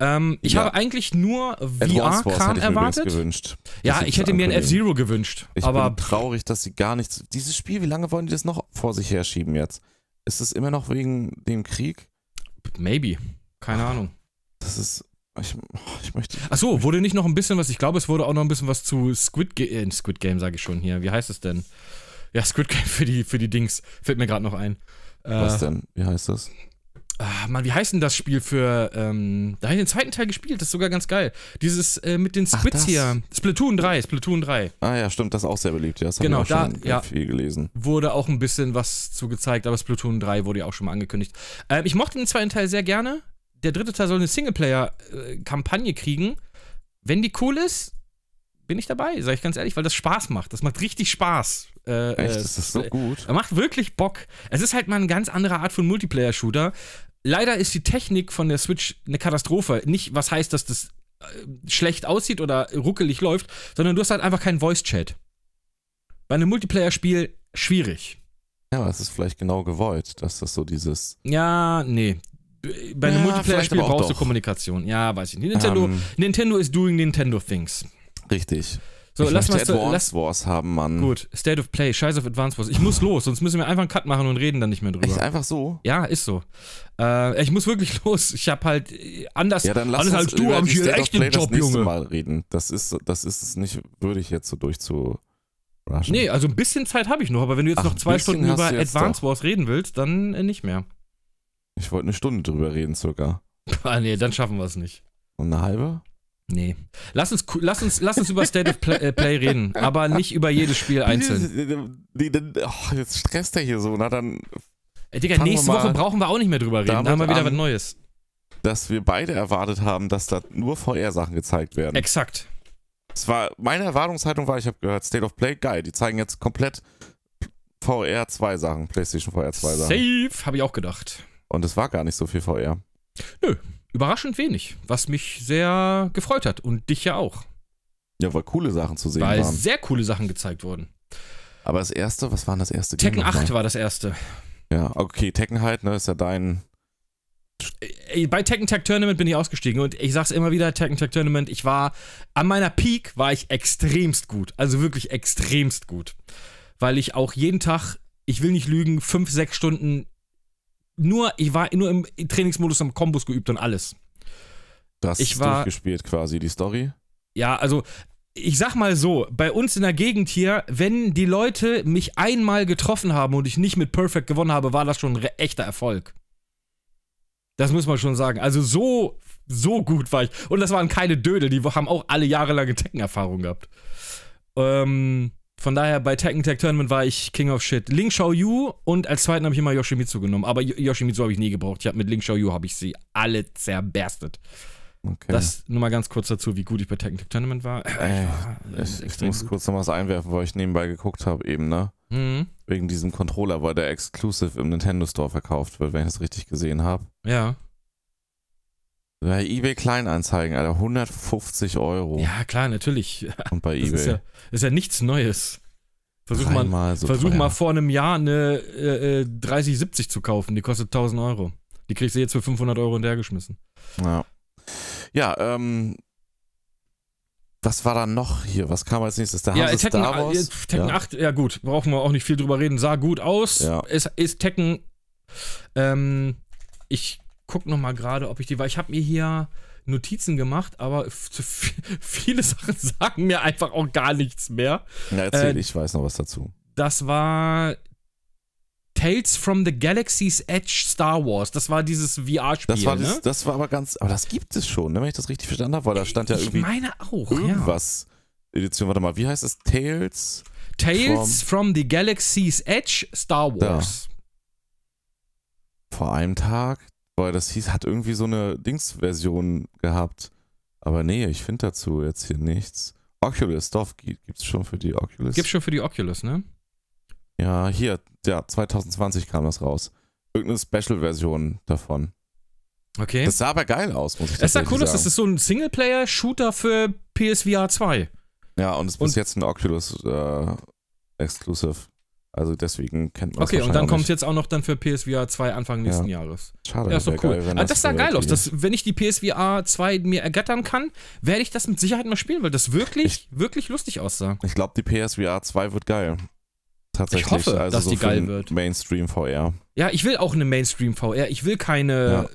Speaker 2: Ähm, ich
Speaker 1: Ja.
Speaker 2: habe eigentlich nur
Speaker 1: Advance Wars
Speaker 2: VR-Kram
Speaker 1: hätte ich mir übrigens
Speaker 2: erwartet.
Speaker 1: gewünscht.
Speaker 2: Ja,
Speaker 1: Das
Speaker 2: ich
Speaker 1: ist
Speaker 2: hätte mir ein
Speaker 1: angekündigt.
Speaker 2: F-Zero gewünscht.
Speaker 1: Ich
Speaker 2: aber
Speaker 1: bin traurig, dass sie gar nichts. Dieses Spiel, wie lange wollen die das noch vor sich herschieben jetzt? Ist es immer noch wegen dem Krieg?
Speaker 2: maybe. Keine Ahnung.
Speaker 1: Das ist. Ich, oh, ich möchte.
Speaker 2: Achso, wurde nicht noch ein bisschen was, ich glaube, es wurde auch noch ein bisschen was zu Squid, Ga äh, Squid Game, sage ich schon hier. Wie heißt es denn? Ja, Squid Game für die, für die Dings. Fällt mir gerade noch ein. Äh,
Speaker 1: Was denn? Wie heißt das?
Speaker 2: Ah, Mann, wie heißt denn das Spiel für. Ähm, da habe ich den zweiten Teil gespielt, das ist sogar ganz geil. Dieses äh, mit den
Speaker 1: Ach,
Speaker 2: Squids
Speaker 1: das.
Speaker 2: hier. Splatoon 3, Splatoon 3.
Speaker 1: Ah ja, stimmt, das ist auch sehr beliebt. Ja, das haben
Speaker 2: Genau,
Speaker 1: wir auch schon
Speaker 2: da- ja.
Speaker 1: viel gelesen.
Speaker 2: Wurde auch ein bisschen was zu gezeigt, aber Splatoon 3 wurde ja auch schon mal angekündigt. Ähm, ich mochte den zweiten Teil sehr gerne. Der dritte Teil soll eine Singleplayer-Kampagne kriegen. Wenn die cool ist, bin ich dabei, sage ich ganz ehrlich, weil das Spaß macht. Das macht richtig Spaß. Äh,
Speaker 1: Echt,
Speaker 2: äh,
Speaker 1: das ist so gut.
Speaker 2: Er macht wirklich Bock. Es ist halt mal eine ganz andere Art von Multiplayer-Shooter. Leider ist die Technik von der Switch eine Katastrophe. Nicht, was heißt, dass das äh, schlecht aussieht oder ruckelig läuft, sondern du hast halt einfach keinen Voice-Chat. Bei einem Multiplayer-Spiel schwierig.
Speaker 1: Ja, aber es ist vielleicht genau gewollt, dass das so dieses.
Speaker 2: Ja, nee. Bei einem
Speaker 1: Ja,
Speaker 2: Multiplayer-Spiel
Speaker 1: vielleicht aber auch
Speaker 2: brauchst du
Speaker 1: doch.
Speaker 2: Kommunikation. Ja, weiß ich nicht. Nintendo,
Speaker 1: Ähm,
Speaker 2: Nintendo is doing Nintendo things.
Speaker 1: richtig.
Speaker 2: So,
Speaker 1: ich
Speaker 2: lass mal.
Speaker 1: möchte
Speaker 2: so- Lass,
Speaker 1: Advanced Wars haben, Mann.
Speaker 2: gut, State of Play, Scheiß auf Advance Wars. Ich muss los, sonst müssen wir einfach einen Cut machen und reden dann nicht mehr drüber.
Speaker 1: Echt einfach so?
Speaker 2: Ja, ist so. Äh, ich muss wirklich los. Ich habe halt äh, anders,
Speaker 1: Ja, dann lass
Speaker 2: anders
Speaker 1: uns
Speaker 2: als halt, du
Speaker 1: über
Speaker 2: am
Speaker 1: die
Speaker 2: hier
Speaker 1: State of
Speaker 2: echt den
Speaker 1: Play
Speaker 2: Job,
Speaker 1: das nächste
Speaker 2: Junge.
Speaker 1: Mal reden. Das ist, das ist es nicht würdig, jetzt so durchzurushen.
Speaker 2: Nee, also ein bisschen Zeit habe ich noch, aber wenn du jetzt
Speaker 1: Ach,
Speaker 2: noch
Speaker 1: ein
Speaker 2: zwei
Speaker 1: bisschen
Speaker 2: Stunden über
Speaker 1: hast du jetzt
Speaker 2: Advance Wars reden willst, dann äh, nicht mehr.
Speaker 1: Ich wollte eine Stunde drüber reden, circa.
Speaker 2: Ah, nee, dann schaffen wir es nicht.
Speaker 1: Und eine halbe?
Speaker 2: Nee. Lass uns, ku- lass uns, lass uns über State of Play, äh, Play reden, aber nicht über jedes Spiel einzeln.
Speaker 1: Nee, nee, nee, oh, jetzt stresst er hier so. Na dann,
Speaker 2: Äh, Digga,
Speaker 1: Fangen wir
Speaker 2: nächste Woche
Speaker 1: mal
Speaker 2: brauchen wir auch nicht mehr drüber reden. Da
Speaker 1: damit
Speaker 2: haben wir wieder
Speaker 1: an.
Speaker 2: was Neues.
Speaker 1: dass wir beide erwartet haben, dass da nur VR-Sachen gezeigt werden.
Speaker 2: Exakt.
Speaker 1: Es war, meine Erwartungshaltung war, ich habe gehört, State of Play, geil. Die zeigen jetzt komplett VR 2 Sachen, PlayStation VR 2 Sachen.
Speaker 2: Safe, habe ich auch gedacht.
Speaker 1: Und es war gar nicht so viel VR.
Speaker 2: Überraschend wenig, was mich sehr gefreut hat und dich ja auch,
Speaker 1: Ja, weil coole Sachen zu sehen
Speaker 2: weil
Speaker 1: waren.
Speaker 2: sehr coole Sachen gezeigt wurden.
Speaker 1: Aber das erste, was war denn das erste? Game
Speaker 2: Tekken
Speaker 1: nochmal?
Speaker 2: 8 war das erste.
Speaker 1: Ja, okay, Tekken halt, ne, ist ja dein.
Speaker 2: Ey, Äh, bei Tekken Tag Tournament bin ich ausgestiegen und ich sag's immer wieder, Tekken Tag Tournament, ich war an meiner Peak war ich extremst gut, also wirklich extremst gut, weil ich auch jeden Tag, ich will nicht lügen, fünf, sechs Stunden nur, ich war nur im Trainingsmodus am Kombos geübt und alles.
Speaker 1: Du hast
Speaker 2: Ich
Speaker 1: es
Speaker 2: war-
Speaker 1: durchgespielt quasi, die Story.
Speaker 2: Ja, also ich sag mal so, bei uns in der Gegend hier, wenn die Leute mich einmal getroffen haben und ich nicht mit Perfect gewonnen habe, war das schon ein re- echter Erfolg. Das muss man schon sagen. Also so, so gut war ich. Und das waren keine Dödel, die haben auch alle jahrelange Tekken-Erfahrung gehabt. Ähm, von daher, bei Tekken Tag Tournament war ich King of Shit. Ling Xiaoyu und als zweiten habe ich immer Yoshimitsu genommen. Aber Y- Yoshimitsu habe ich nie gebraucht. Ich hab, mit Ling Xiaoyu habe ich sie alle zerberstet.
Speaker 1: Okay.
Speaker 2: Das nur mal ganz kurz dazu, wie gut ich bei Tekken Tag Tournament war.
Speaker 1: Ey,
Speaker 2: war, äh,
Speaker 1: ich, ich
Speaker 2: extrem
Speaker 1: muss
Speaker 2: gut.
Speaker 1: kurz noch was einwerfen, weil ich nebenbei geguckt habe eben, ne?
Speaker 2: Mhm.
Speaker 1: Wegen diesem Controller, weil der exclusive im Nintendo Store verkauft wird, wenn ich das richtig gesehen habe.
Speaker 2: Ja.
Speaker 1: Bei eBay Kleinanzeigen, Alter, 150 Euro.
Speaker 2: Ja, klar, natürlich.
Speaker 1: Und bei
Speaker 2: Das
Speaker 1: eBay.
Speaker 2: ist ja, ist ja nichts Neues. Versuch mal,
Speaker 1: dreimal so
Speaker 2: versuch
Speaker 1: teuer.
Speaker 2: mal vor einem Jahr eine äh, äh, 3070 zu kaufen. Die kostet 1000 Euro. Die kriegst du jetzt für 500 Euro hinterhergeschmissen.
Speaker 1: Ja, ja ähm. Was war da noch hier? Was kam als nächstes? Da
Speaker 2: ja,
Speaker 1: haben
Speaker 2: äh,
Speaker 1: sie
Speaker 2: Tekken,
Speaker 1: Star
Speaker 2: äh,
Speaker 1: Wars.
Speaker 2: Tekken
Speaker 1: ja.
Speaker 2: 8, ja gut, brauchen wir auch nicht viel drüber reden. Sah gut aus.
Speaker 1: Ja.
Speaker 2: Es ist Tekken. Ähm, ich guck noch mal gerade, ob ich die, weil ich habe mir hier Notizen gemacht, aber f- zu viel- viele Sachen sagen mir einfach auch gar nichts mehr.
Speaker 1: Ja, erzähl,
Speaker 2: äh,
Speaker 1: ich weiß noch was dazu.
Speaker 2: Das war Tales from the Galaxy's Edge Star Wars. Das war dieses VR-Spiel,
Speaker 1: Das, war das,
Speaker 2: ne?
Speaker 1: das war aber ganz. Aber das gibt es schon, ne, wenn ich das richtig verstanden habe, weil da stand ja
Speaker 2: ich
Speaker 1: irgendwie
Speaker 2: meine auch, ja.
Speaker 1: irgendwas. Edition, warte mal, wie heißt es? Tales?
Speaker 2: Tales from, the Galaxy's Edge Star Wars.
Speaker 1: vor einem Tag, weil das hieß, hat irgendwie so eine Dings-Version gehabt. Aber nee, ich finde dazu jetzt hier nichts. Oculus, doch, gi- gibt's schon für die Oculus.
Speaker 2: Gibt's schon für die Oculus, ne?
Speaker 1: Ja, hier, ja, 2020 kam das raus. Irgendeine Special-Version davon.
Speaker 2: Okay.
Speaker 1: Das sah aber geil aus, muss ich
Speaker 2: Es sah
Speaker 1: tatsächlich
Speaker 2: cool aus,
Speaker 1: sagen.
Speaker 2: das ist so ein Singleplayer-Shooter für PSVR 2.
Speaker 1: ja, und es ist bis
Speaker 2: und-
Speaker 1: jetzt ein Oculus äh, Exclusive. Also deswegen kennt man
Speaker 2: Okay,
Speaker 1: es
Speaker 2: und dann
Speaker 1: wahrscheinlich auch
Speaker 2: kommt jetzt auch noch dann für PSVR 2 Anfang nächsten Jahres.
Speaker 1: nicht. Schade,
Speaker 2: Ja, ist
Speaker 1: wär
Speaker 2: doch cool.
Speaker 1: geil, wenn
Speaker 2: Aber das sah geil aus.
Speaker 1: irgendwie-
Speaker 2: Das, wenn ich die PSVR 2 mir ergattern kann, werde ich das mit Sicherheit mal spielen, weil das wirklich, wirklich lustig aussah.
Speaker 1: Ich glaube, die PSVR 2 wird geil. Tatsächlich.
Speaker 2: hoffe,
Speaker 1: also
Speaker 2: dass
Speaker 1: so
Speaker 2: die
Speaker 1: für
Speaker 2: geil
Speaker 1: den
Speaker 2: wird.
Speaker 1: Mainstream VR.
Speaker 2: Ja, ich will auch eine Mainstream VR. Ich will keine.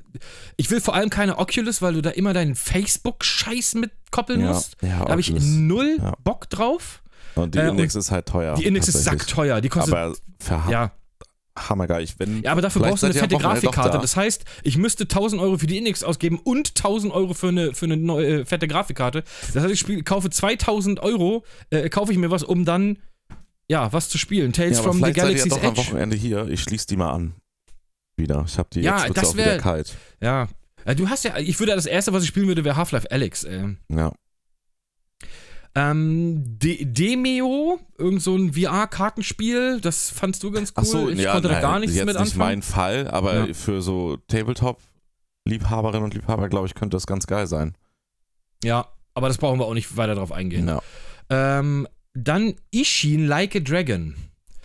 Speaker 2: Ich will vor allem keine Oculus, weil du da immer deinen Facebook-Scheiß mit koppeln musst.
Speaker 1: ja
Speaker 2: Da habe ich
Speaker 1: Oculus.
Speaker 2: null
Speaker 1: Ja.
Speaker 2: Bock drauf.
Speaker 1: Und die
Speaker 2: äh,
Speaker 1: Index ist halt teuer.
Speaker 2: die Index ist
Speaker 1: tatsächlich.
Speaker 2: sackteuer. Die kostet.
Speaker 1: Aber verhaftet
Speaker 2: ja,
Speaker 1: hammergeil. Ich, wenn,
Speaker 2: Ja, aber dafür
Speaker 1: Vielleicht
Speaker 2: brauchst du eine
Speaker 1: seid ihr
Speaker 2: fette
Speaker 1: am Wochenende doch
Speaker 2: Grafikkarte.
Speaker 1: da.
Speaker 2: Das heißt, ich müsste 1000 Euro für die Index ausgeben und 1000 Euro für eine, für eine neue, äh, fette Grafikkarte. Das heißt, ich spiel, kaufe 2000 Euro, äh, kaufe ich mir was, um dann, ja, was zu spielen. Tales
Speaker 1: ja, aber
Speaker 2: from the
Speaker 1: vielleicht seid ihr ja
Speaker 2: Galaxy's
Speaker 1: doch am
Speaker 2: Edge.
Speaker 1: Wochenende hier. Ich schließe die mal an. Wieder. Ich habe die
Speaker 2: Ja,
Speaker 1: jetzt wird's
Speaker 2: das
Speaker 1: auch wieder
Speaker 2: wär-
Speaker 1: kalt.
Speaker 2: Ja. Äh, Du hast ja, ich würde das erste, was ich spielen würde, wäre Half-Life Alex, ey.
Speaker 1: Ja.
Speaker 2: Ähm, De Demeo, irgend so ein VR-Kartenspiel, das fandst du ganz cool.
Speaker 1: Achso,
Speaker 2: ich
Speaker 1: ja,
Speaker 2: konnte da
Speaker 1: nein,
Speaker 2: gar nichts
Speaker 1: jetzt
Speaker 2: mit
Speaker 1: nicht
Speaker 2: anfangen.
Speaker 1: mein Fall, aber
Speaker 2: Ja.
Speaker 1: für so Tabletop-Liebhaberinnen und Liebhaber, glaube ich, könnte das ganz geil sein.
Speaker 2: Ja, aber das brauchen wir auch nicht weiter drauf eingehen.
Speaker 1: Ja.
Speaker 2: Ähm, dann Ishin Like a Dragon.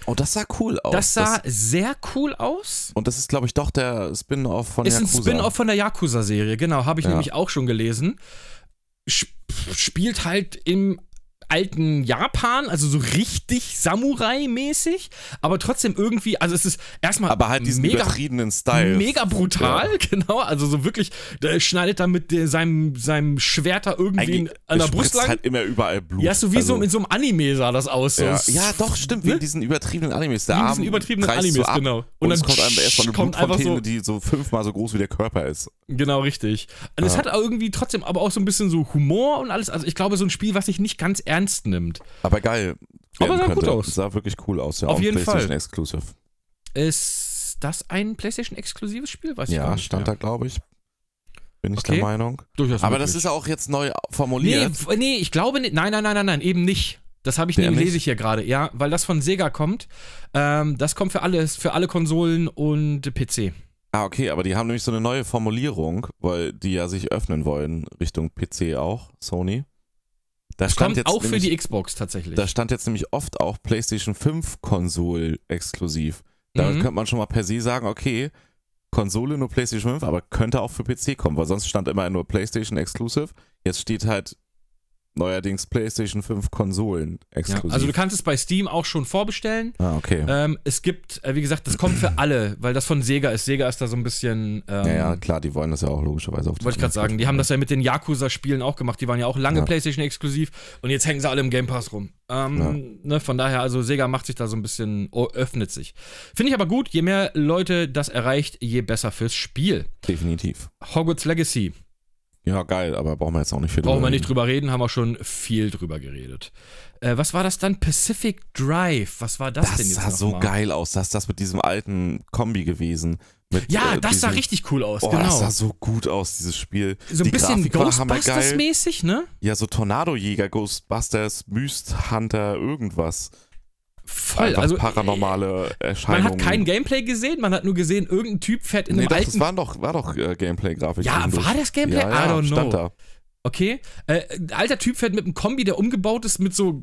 Speaker 1: Oh, das sah cool aus.
Speaker 2: Das sah sehr cool aus.
Speaker 1: und das ist, glaube ich, doch der Spin-Off von
Speaker 2: Ist ein
Speaker 1: Yakuza.
Speaker 2: Spin-off von der Yakuza-Serie, genau, habe ich
Speaker 1: Ja.
Speaker 2: nämlich auch schon gelesen. Sp spielt halt im alten Japan, also so richtig Samurai-mäßig, aber trotzdem irgendwie, also es ist erstmal
Speaker 1: Aber halt diesen
Speaker 2: mega
Speaker 1: übertriebenen Style.
Speaker 2: Mega brutal, genau. Also so wirklich, der schneidet da mit äh, seinem, seinem Schwert da irgendwie
Speaker 1: Eigentlich
Speaker 2: an der
Speaker 1: spritzt
Speaker 2: Brust lang.
Speaker 1: halt immer überall Blut.
Speaker 2: ja, so wie so
Speaker 1: Also,
Speaker 2: in so einem Anime sah das aus. So
Speaker 1: ja.
Speaker 2: s-
Speaker 1: ja, doch, stimmt, wie
Speaker 2: Ne?
Speaker 1: in diesen übertriebenen Animes. Der
Speaker 2: Wie in
Speaker 1: Arm
Speaker 2: diesen übertriebenen
Speaker 1: reißt so
Speaker 2: Animes,
Speaker 1: ab
Speaker 2: genau.
Speaker 1: Und,
Speaker 2: Und
Speaker 1: es
Speaker 2: dann
Speaker 1: kommt einem erstmal eine
Speaker 2: kommt einfach
Speaker 1: Blutfontäne, die
Speaker 2: so-
Speaker 1: so fünfmal so groß wie der Körper ist.
Speaker 2: Genau, richtig. Und es
Speaker 1: Ja.
Speaker 2: hat auch irgendwie trotzdem aber auch so ein bisschen so Humor und alles. Also ich glaube, so ein Spiel, was sich nicht ganz ernst nimmt.
Speaker 1: Aber geil.
Speaker 2: Aber
Speaker 1: werden
Speaker 2: sah gut
Speaker 1: könnte.
Speaker 2: aus.
Speaker 1: Sah wirklich cool aus. Ja,
Speaker 2: Auf
Speaker 1: und
Speaker 2: jeden Fall.
Speaker 1: PlayStation Exclusive.
Speaker 2: Ist das ein PlayStation-exklusives Spiel? Weiß
Speaker 1: Ja,
Speaker 2: ich gar
Speaker 1: stand
Speaker 2: nicht.
Speaker 1: da, glaube ich. Bin ich
Speaker 2: Okay.
Speaker 1: der Meinung. Also
Speaker 2: Durchaus
Speaker 1: Aber
Speaker 2: möglich.
Speaker 1: das ist auch jetzt neu
Speaker 2: Nee,
Speaker 1: formuliert.
Speaker 2: w- nee, ich glaube nicht. Nein, nein, nein, nein, nein, eben nicht. Das habe ich
Speaker 1: Der
Speaker 2: nämlich,
Speaker 1: nicht?
Speaker 2: lese ich hier gerade, ja, weil das von Sega kommt. Ähm, das kommt für alles, für alle Konsolen und PC.
Speaker 1: Ah, okay, aber die haben nämlich so eine neue Formulierung, weil die ja sich öffnen wollen, Richtung PC auch, Sony. Da
Speaker 2: Das
Speaker 1: stand,
Speaker 2: kommt
Speaker 1: jetzt
Speaker 2: auch für
Speaker 1: nämlich,
Speaker 2: die Xbox tatsächlich.
Speaker 1: da stand jetzt nämlich oft auch PlayStation 5 Konsol exklusiv. Damit
Speaker 2: Mhm.
Speaker 1: könnte man schon mal per se sagen, okay, Konsole nur PlayStation 5, aber könnte auch für PC kommen, weil sonst stand immer nur PlayStation Exclusive. Jetzt steht halt neuerdings PlayStation 5 Konsolen
Speaker 2: ja.
Speaker 1: exklusiv.
Speaker 2: Also du kannst es bei Steam auch schon vorbestellen.
Speaker 1: ah, okay.
Speaker 2: Ähm, es gibt, äh, wie gesagt, das kommt für alle, weil das von Sega ist. Sega ist da so ein bisschen. Ähm,
Speaker 1: Ja, ja, klar, die wollen das ja auch logischerweise auf die
Speaker 2: Wollte ich gerade sagen, die haben das ja mit den Yakuza-Spielen auch gemacht. Die waren ja auch lange
Speaker 1: Ja.
Speaker 2: PlayStation-exklusiv und jetzt hängen sie alle im Game Pass rum. Ähm, ne, von daher, also Sega macht sich da so ein bisschen, oh, öffnet sich. Finde ich aber gut, je mehr Leute das erreicht, je besser fürs Spiel.
Speaker 1: Definitiv.
Speaker 2: Hogwarts Legacy,
Speaker 1: Ja, geil, aber brauchen wir jetzt auch nicht viel
Speaker 2: brauchen wir nicht
Speaker 1: reden.
Speaker 2: drüber reden, haben wir schon viel drüber geredet. Äh, was war das dann? Pacific Drive, was war das,
Speaker 1: Das
Speaker 2: denn jetzt
Speaker 1: sah
Speaker 2: noch
Speaker 1: so
Speaker 2: mal?
Speaker 1: geil aus. Das ist das mit diesem alten Kombi gewesen. Mit,
Speaker 2: Ja,
Speaker 1: äh,
Speaker 2: das sah
Speaker 1: diesem-
Speaker 2: richtig cool aus,
Speaker 1: Oh,
Speaker 2: genau.
Speaker 1: das sah so gut aus, dieses Spiel.
Speaker 2: so ein
Speaker 1: Die
Speaker 2: bisschen
Speaker 1: Grafik war hammergeil.
Speaker 2: Ghostbusters-mäßig, ne?
Speaker 1: Ja, so Tornadojäger, Ghostbusters, Myst Hunter, irgendwas.
Speaker 2: Voll,
Speaker 1: Einfach
Speaker 2: also
Speaker 1: paranormale
Speaker 2: Man
Speaker 1: Erscheinungen.
Speaker 2: hat kein Gameplay gesehen, man hat nur gesehen, irgendein Typ fährt in
Speaker 1: Nee,
Speaker 2: einem
Speaker 1: doch, das
Speaker 2: alten.
Speaker 1: war doch, war doch äh, Gameplay-Grafik.
Speaker 2: Ja,
Speaker 1: zwischendurch.
Speaker 2: war das Gameplay?
Speaker 1: Ja, ja,
Speaker 2: I don't
Speaker 1: stand
Speaker 2: know.
Speaker 1: da.
Speaker 2: Okay. Äh, ein alter Typ fährt mit einem Kombi, der umgebaut ist mit so.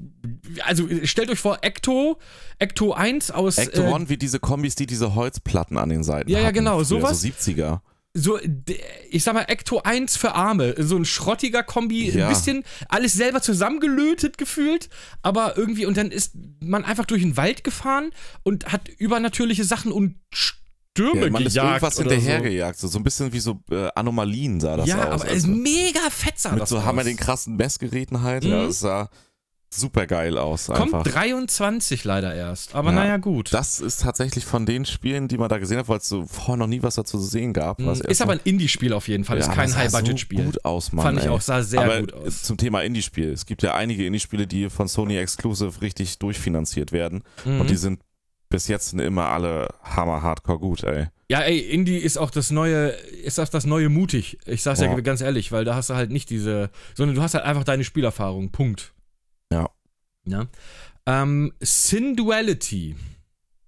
Speaker 2: Also äh, stellt euch vor, Ecto, Ecto 1 aus.
Speaker 1: Ecto
Speaker 2: äh,
Speaker 1: One, wie diese Kombis, die diese Holzplatten an den Seiten
Speaker 2: Ja, ja,
Speaker 1: hatten
Speaker 2: genau,
Speaker 1: früher,
Speaker 2: sowas.
Speaker 1: So 70er.
Speaker 2: so, d- ich sag mal, Ecto 1 für Arme. So ein schrottiger Kombi,
Speaker 1: Ja.
Speaker 2: ein bisschen alles selber zusammengelötet gefühlt, aber irgendwie, und dann ist man einfach durch den Wald gefahren und hat übernatürliche Sachen und Stürme
Speaker 1: Ja, man ist
Speaker 2: gejagt.
Speaker 1: irgendwas
Speaker 2: oder so.
Speaker 1: hinterhergejagt. So. so ein bisschen wie so äh, Anomalien sah das
Speaker 2: Ja,
Speaker 1: aus.
Speaker 2: aber ist
Speaker 1: also,
Speaker 2: mega fett sah
Speaker 1: mit
Speaker 2: das
Speaker 1: so
Speaker 2: aus.
Speaker 1: haben wir den krassen Messgeräten halt. Ja,
Speaker 2: Mhm.
Speaker 1: es sah super geil aus.
Speaker 2: Kommt
Speaker 1: Einfach.
Speaker 2: 23 leider erst, aber
Speaker 1: Ja.
Speaker 2: naja, gut.
Speaker 1: Das ist tatsächlich von den Spielen, die man da gesehen hat, weil es so vorher noch nie was dazu zu sehen gab.
Speaker 2: Hm,
Speaker 1: was
Speaker 2: ist
Speaker 1: erst
Speaker 2: aber
Speaker 1: noch-
Speaker 2: ein Indie-Spiel auf jeden Fall,
Speaker 1: Ja,
Speaker 2: ist
Speaker 1: das
Speaker 2: kein
Speaker 1: sah
Speaker 2: High-Budget-Spiel.
Speaker 1: So gut aus, Mann.
Speaker 2: Fand ich
Speaker 1: ey.
Speaker 2: auch, sah sehr
Speaker 1: aber
Speaker 2: gut aus.
Speaker 1: Zum Thema Indie-Spiel. Es gibt ja einige Indie-Spiele, die von Sony Exclusive richtig durchfinanziert werden.
Speaker 2: Mhm.
Speaker 1: Und die sind bis jetzt immer alle hammer hardcore gut, ey.
Speaker 2: Ja, ey, Indie ist auch das neue, ist auch das neue mutig. Ich sag's ja
Speaker 1: Ja.
Speaker 2: ganz ehrlich, weil da hast du halt nicht diese, sondern du hast halt einfach deine Spielerfahrung. Punkt.
Speaker 1: Ja.
Speaker 2: Ja. Ähm, Sin Duality.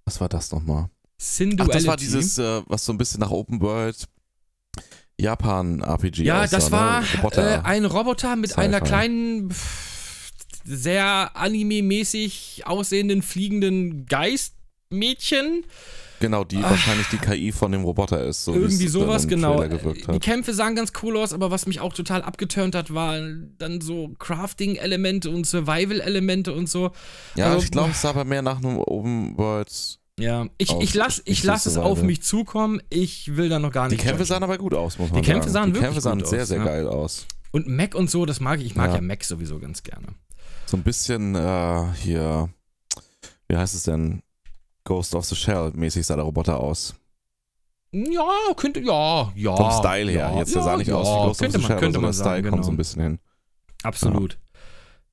Speaker 1: Was war das nochmal?
Speaker 2: Sin
Speaker 1: Ach,
Speaker 2: Duality.
Speaker 1: das war dieses, äh, was so ein bisschen nach Open World Japan-RPG
Speaker 2: Ja,
Speaker 1: aussah,
Speaker 2: das war
Speaker 1: ne?
Speaker 2: äh,
Speaker 1: Roboter.
Speaker 2: ein Roboter mit
Speaker 1: Sci-Fi.
Speaker 2: einer kleinen, pff, sehr anime-mäßig aussehenden fliegenden Geistmädchen.
Speaker 1: genau, die wahrscheinlich die KI von dem Roboter ist. So wie es
Speaker 2: Ah. Irgendwie
Speaker 1: dann
Speaker 2: sowas,
Speaker 1: im
Speaker 2: genau.
Speaker 1: Trailer Gewirkt
Speaker 2: Die
Speaker 1: hat.
Speaker 2: Kämpfe sahen ganz cool aus, aber was mich auch total abgeturnt hat, waren dann so Crafting-Elemente und Survival-Elemente und so.
Speaker 1: Ja,
Speaker 2: also-
Speaker 1: ich glaube, es sah aber mehr nach einem Open World.
Speaker 2: Ja, ich,
Speaker 1: Auf-
Speaker 2: ich lass, ich
Speaker 1: nicht
Speaker 2: lass
Speaker 1: so
Speaker 2: es
Speaker 1: weit,
Speaker 2: auf
Speaker 1: ja.
Speaker 2: mich zukommen. Ich will da noch gar
Speaker 1: Die
Speaker 2: nicht.
Speaker 1: Kämpfe
Speaker 2: judgen.
Speaker 1: sahen aber gut aus, muss man
Speaker 2: Die Kämpfe
Speaker 1: sagen.
Speaker 2: sahen
Speaker 1: die
Speaker 2: wirklich
Speaker 1: Kämpfe sahen
Speaker 2: gut
Speaker 1: sehr,
Speaker 2: aus,
Speaker 1: sehr
Speaker 2: ja.
Speaker 1: geil aus.
Speaker 2: und Mac und so, das mag ich. Ich mag ja,
Speaker 1: Ja.
Speaker 2: Mac sowieso ganz gerne.
Speaker 1: So ein bisschen äh, hier, wie heißt es denn? Ghost of the Shell mäßig sah der Roboter aus.
Speaker 2: Ja, könnte, ja, ja.
Speaker 1: Vom Style her.
Speaker 2: Oh, ja,
Speaker 1: Jetzt der
Speaker 2: ja,
Speaker 1: sah nicht aus wie
Speaker 2: ja,
Speaker 1: Ghost of
Speaker 2: könnte
Speaker 1: the
Speaker 2: man-
Speaker 1: Shell,
Speaker 2: könnte
Speaker 1: aber
Speaker 2: man
Speaker 1: so der Style
Speaker 2: sagen,
Speaker 1: kommt so ein
Speaker 2: genau.
Speaker 1: bisschen hin.
Speaker 2: Absolut.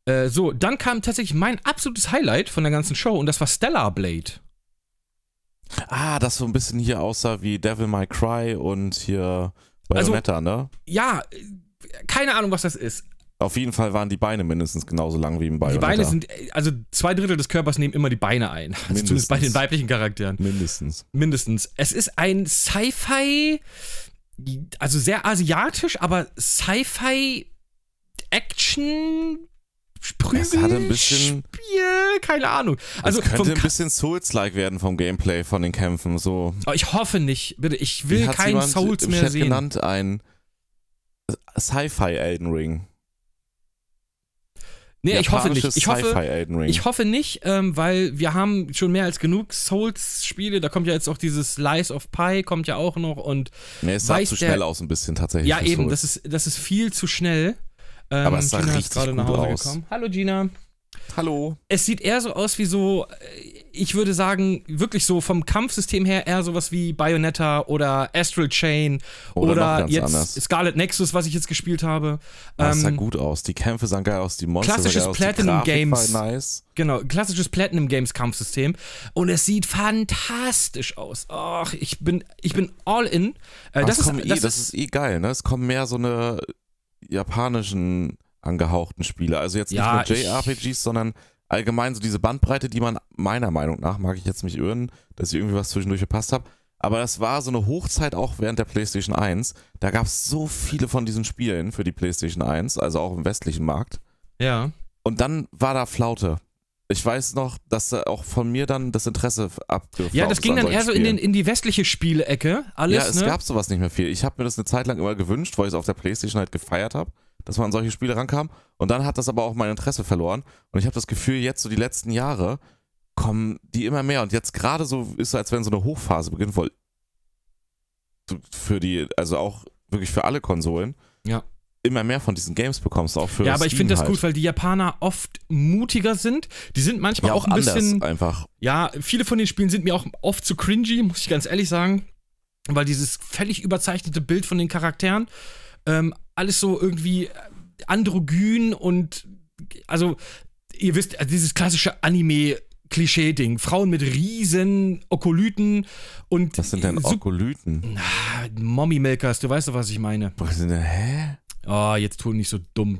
Speaker 2: Äh, so, dann kam tatsächlich mein absolutes Highlight von der ganzen Show und das war Stellar Blade.
Speaker 1: Ah, das so ein bisschen hier aussah wie Devil May Cry und hier
Speaker 2: Also-
Speaker 1: Bayonetta, ne?
Speaker 2: Ja, äh, keine Ahnung, was das ist.
Speaker 1: Auf jeden Fall waren die Beine mindestens genauso lang wie im Bayonetta.
Speaker 2: Die Beine sind, äh, also zwei Drittel des Körpers nehmen immer die Beine ein. Also zumindest bei den
Speaker 1: Mindestens.
Speaker 2: weiblichen Charakteren.
Speaker 1: mindestens.
Speaker 2: Mindestens. Es ist ein Sci-Fi, also sehr asiatisch, aber Sci-Fi Action
Speaker 1: Es hatte ein bisschen-
Speaker 2: Spiel, keine Ahnung.
Speaker 1: Also
Speaker 2: Also
Speaker 1: es könnte
Speaker 2: vom
Speaker 1: ein
Speaker 2: Ka
Speaker 1: bisschen Souls-like werden vom Gameplay von den Kämpfen. So
Speaker 2: oh, ich hoffe nicht, bitte. Ich
Speaker 1: Wie
Speaker 2: will
Speaker 1: hat's
Speaker 2: keinen
Speaker 1: jemand
Speaker 2: Souls
Speaker 1: im
Speaker 2: mehr
Speaker 1: Chat
Speaker 2: sehen.
Speaker 1: genannt ein Sci-Fi Elden Ring.
Speaker 2: Nee, ich hoffe nicht.
Speaker 1: Japanisches
Speaker 2: Ich hoffe,
Speaker 1: Sci-Fi Elden Ring.
Speaker 2: ich hoffe nicht, ähm, weil wir haben schon mehr als genug Souls-Spiele. Da kommt ja jetzt auch dieses Lies of Pi, kommt ja auch noch und
Speaker 1: nee, es sah
Speaker 2: weiß
Speaker 1: zu
Speaker 2: der-
Speaker 1: schnell aus ein bisschen tatsächlich.
Speaker 2: ja
Speaker 1: für
Speaker 2: eben,
Speaker 1: Souls.
Speaker 2: das ist, das ist viel zu schnell. Ähm,
Speaker 1: Aber es sah
Speaker 2: Gina ist
Speaker 1: richtig
Speaker 2: gerade nach
Speaker 1: gut
Speaker 2: Hause
Speaker 1: aus.
Speaker 2: gekommen. Hallo Gina.
Speaker 1: Hallo.
Speaker 2: es sieht eher so aus wie so, äh, ich würde sagen, wirklich so vom Kampfsystem her eher sowas wie Bayonetta oder Astral Chain
Speaker 1: Oder
Speaker 2: oder,
Speaker 1: noch ganz
Speaker 2: jetzt
Speaker 1: anders. Ah,
Speaker 2: Scarlet Nexus, was ich jetzt gespielt habe.
Speaker 1: Das sah
Speaker 2: Ähm,
Speaker 1: gut aus. Die Kämpfe sahen geil aus, die Monster
Speaker 2: klassisches
Speaker 1: sahen geil aus,
Speaker 2: Platinum
Speaker 1: die Grafik
Speaker 2: Games.
Speaker 1: war nice.
Speaker 2: genau, klassisches Platinum Games Kampfsystem und es sieht fantastisch aus. Och, ich bin ich bin all in. Äh,
Speaker 1: Aber
Speaker 2: das,
Speaker 1: es
Speaker 2: ist,
Speaker 1: kommen eh, das, ist eh geil, ne? Es kommen mehr so eine japanischen angehauchten Spiele. Also jetzt
Speaker 2: Ja,
Speaker 1: nicht nur JRPGs, sondern allgemein so diese Bandbreite, die man meiner Meinung nach, mag ich jetzt mich irren, dass ich irgendwie was zwischendurch verpasst habe, aber das war so eine Hochzeit auch während der PlayStation 1. Da gab es so viele von diesen Spielen für die PlayStation 1, also auch im westlichen Markt.
Speaker 2: ja.
Speaker 1: Und dann war da Flaute. Ich weiß noch, dass da auch von mir dann das Interesse abgeflaut
Speaker 2: Ja, das
Speaker 1: ist
Speaker 2: ging
Speaker 1: an
Speaker 2: dann
Speaker 1: solchen
Speaker 2: eher so in,
Speaker 1: Spielen.
Speaker 2: den, in die westliche Spielecke. Alles,
Speaker 1: Ja, es
Speaker 2: ne?
Speaker 1: gab sowas nicht mehr viel. Ich habe mir das eine Zeit lang immer gewünscht, weil ich es auf der Playstation halt gefeiert habe, dass man an solche Spiele rankam. Und dann hat das aber auch mein Interesse verloren. Und ich habe das Gefühl, jetzt so die letzten Jahre kommen die immer mehr. Und jetzt gerade so ist es, als wenn so eine Hochphase beginnt, weil für die, also auch wirklich für alle Konsolen,
Speaker 2: Ja.
Speaker 1: immer mehr von diesen Games bekommst, auch für
Speaker 2: ja, aber ich
Speaker 1: Steam
Speaker 2: finde das
Speaker 1: halt.
Speaker 2: gut, weil die Japaner oft mutiger sind. Die sind manchmal
Speaker 1: ja,
Speaker 2: auch
Speaker 1: auch
Speaker 2: ein
Speaker 1: anders
Speaker 2: bisschen
Speaker 1: einfach.
Speaker 2: Ja, viele von den Spielen sind mir auch oft zu cringy, muss ich ganz ehrlich sagen. Weil dieses völlig überzeichnete Bild von den Charakteren, ähm, alles so irgendwie androgyn und also, ihr wisst, also dieses klassische Anime-Klischee-Ding. Frauen mit riesen Okolyten und
Speaker 1: Was sind denn
Speaker 2: so-
Speaker 1: Okolyten?
Speaker 2: Ah, Mommy-Milkers, du weißt doch, was ich meine.
Speaker 1: Was sind denn, hä?
Speaker 2: Oh, jetzt tu nicht so dumm.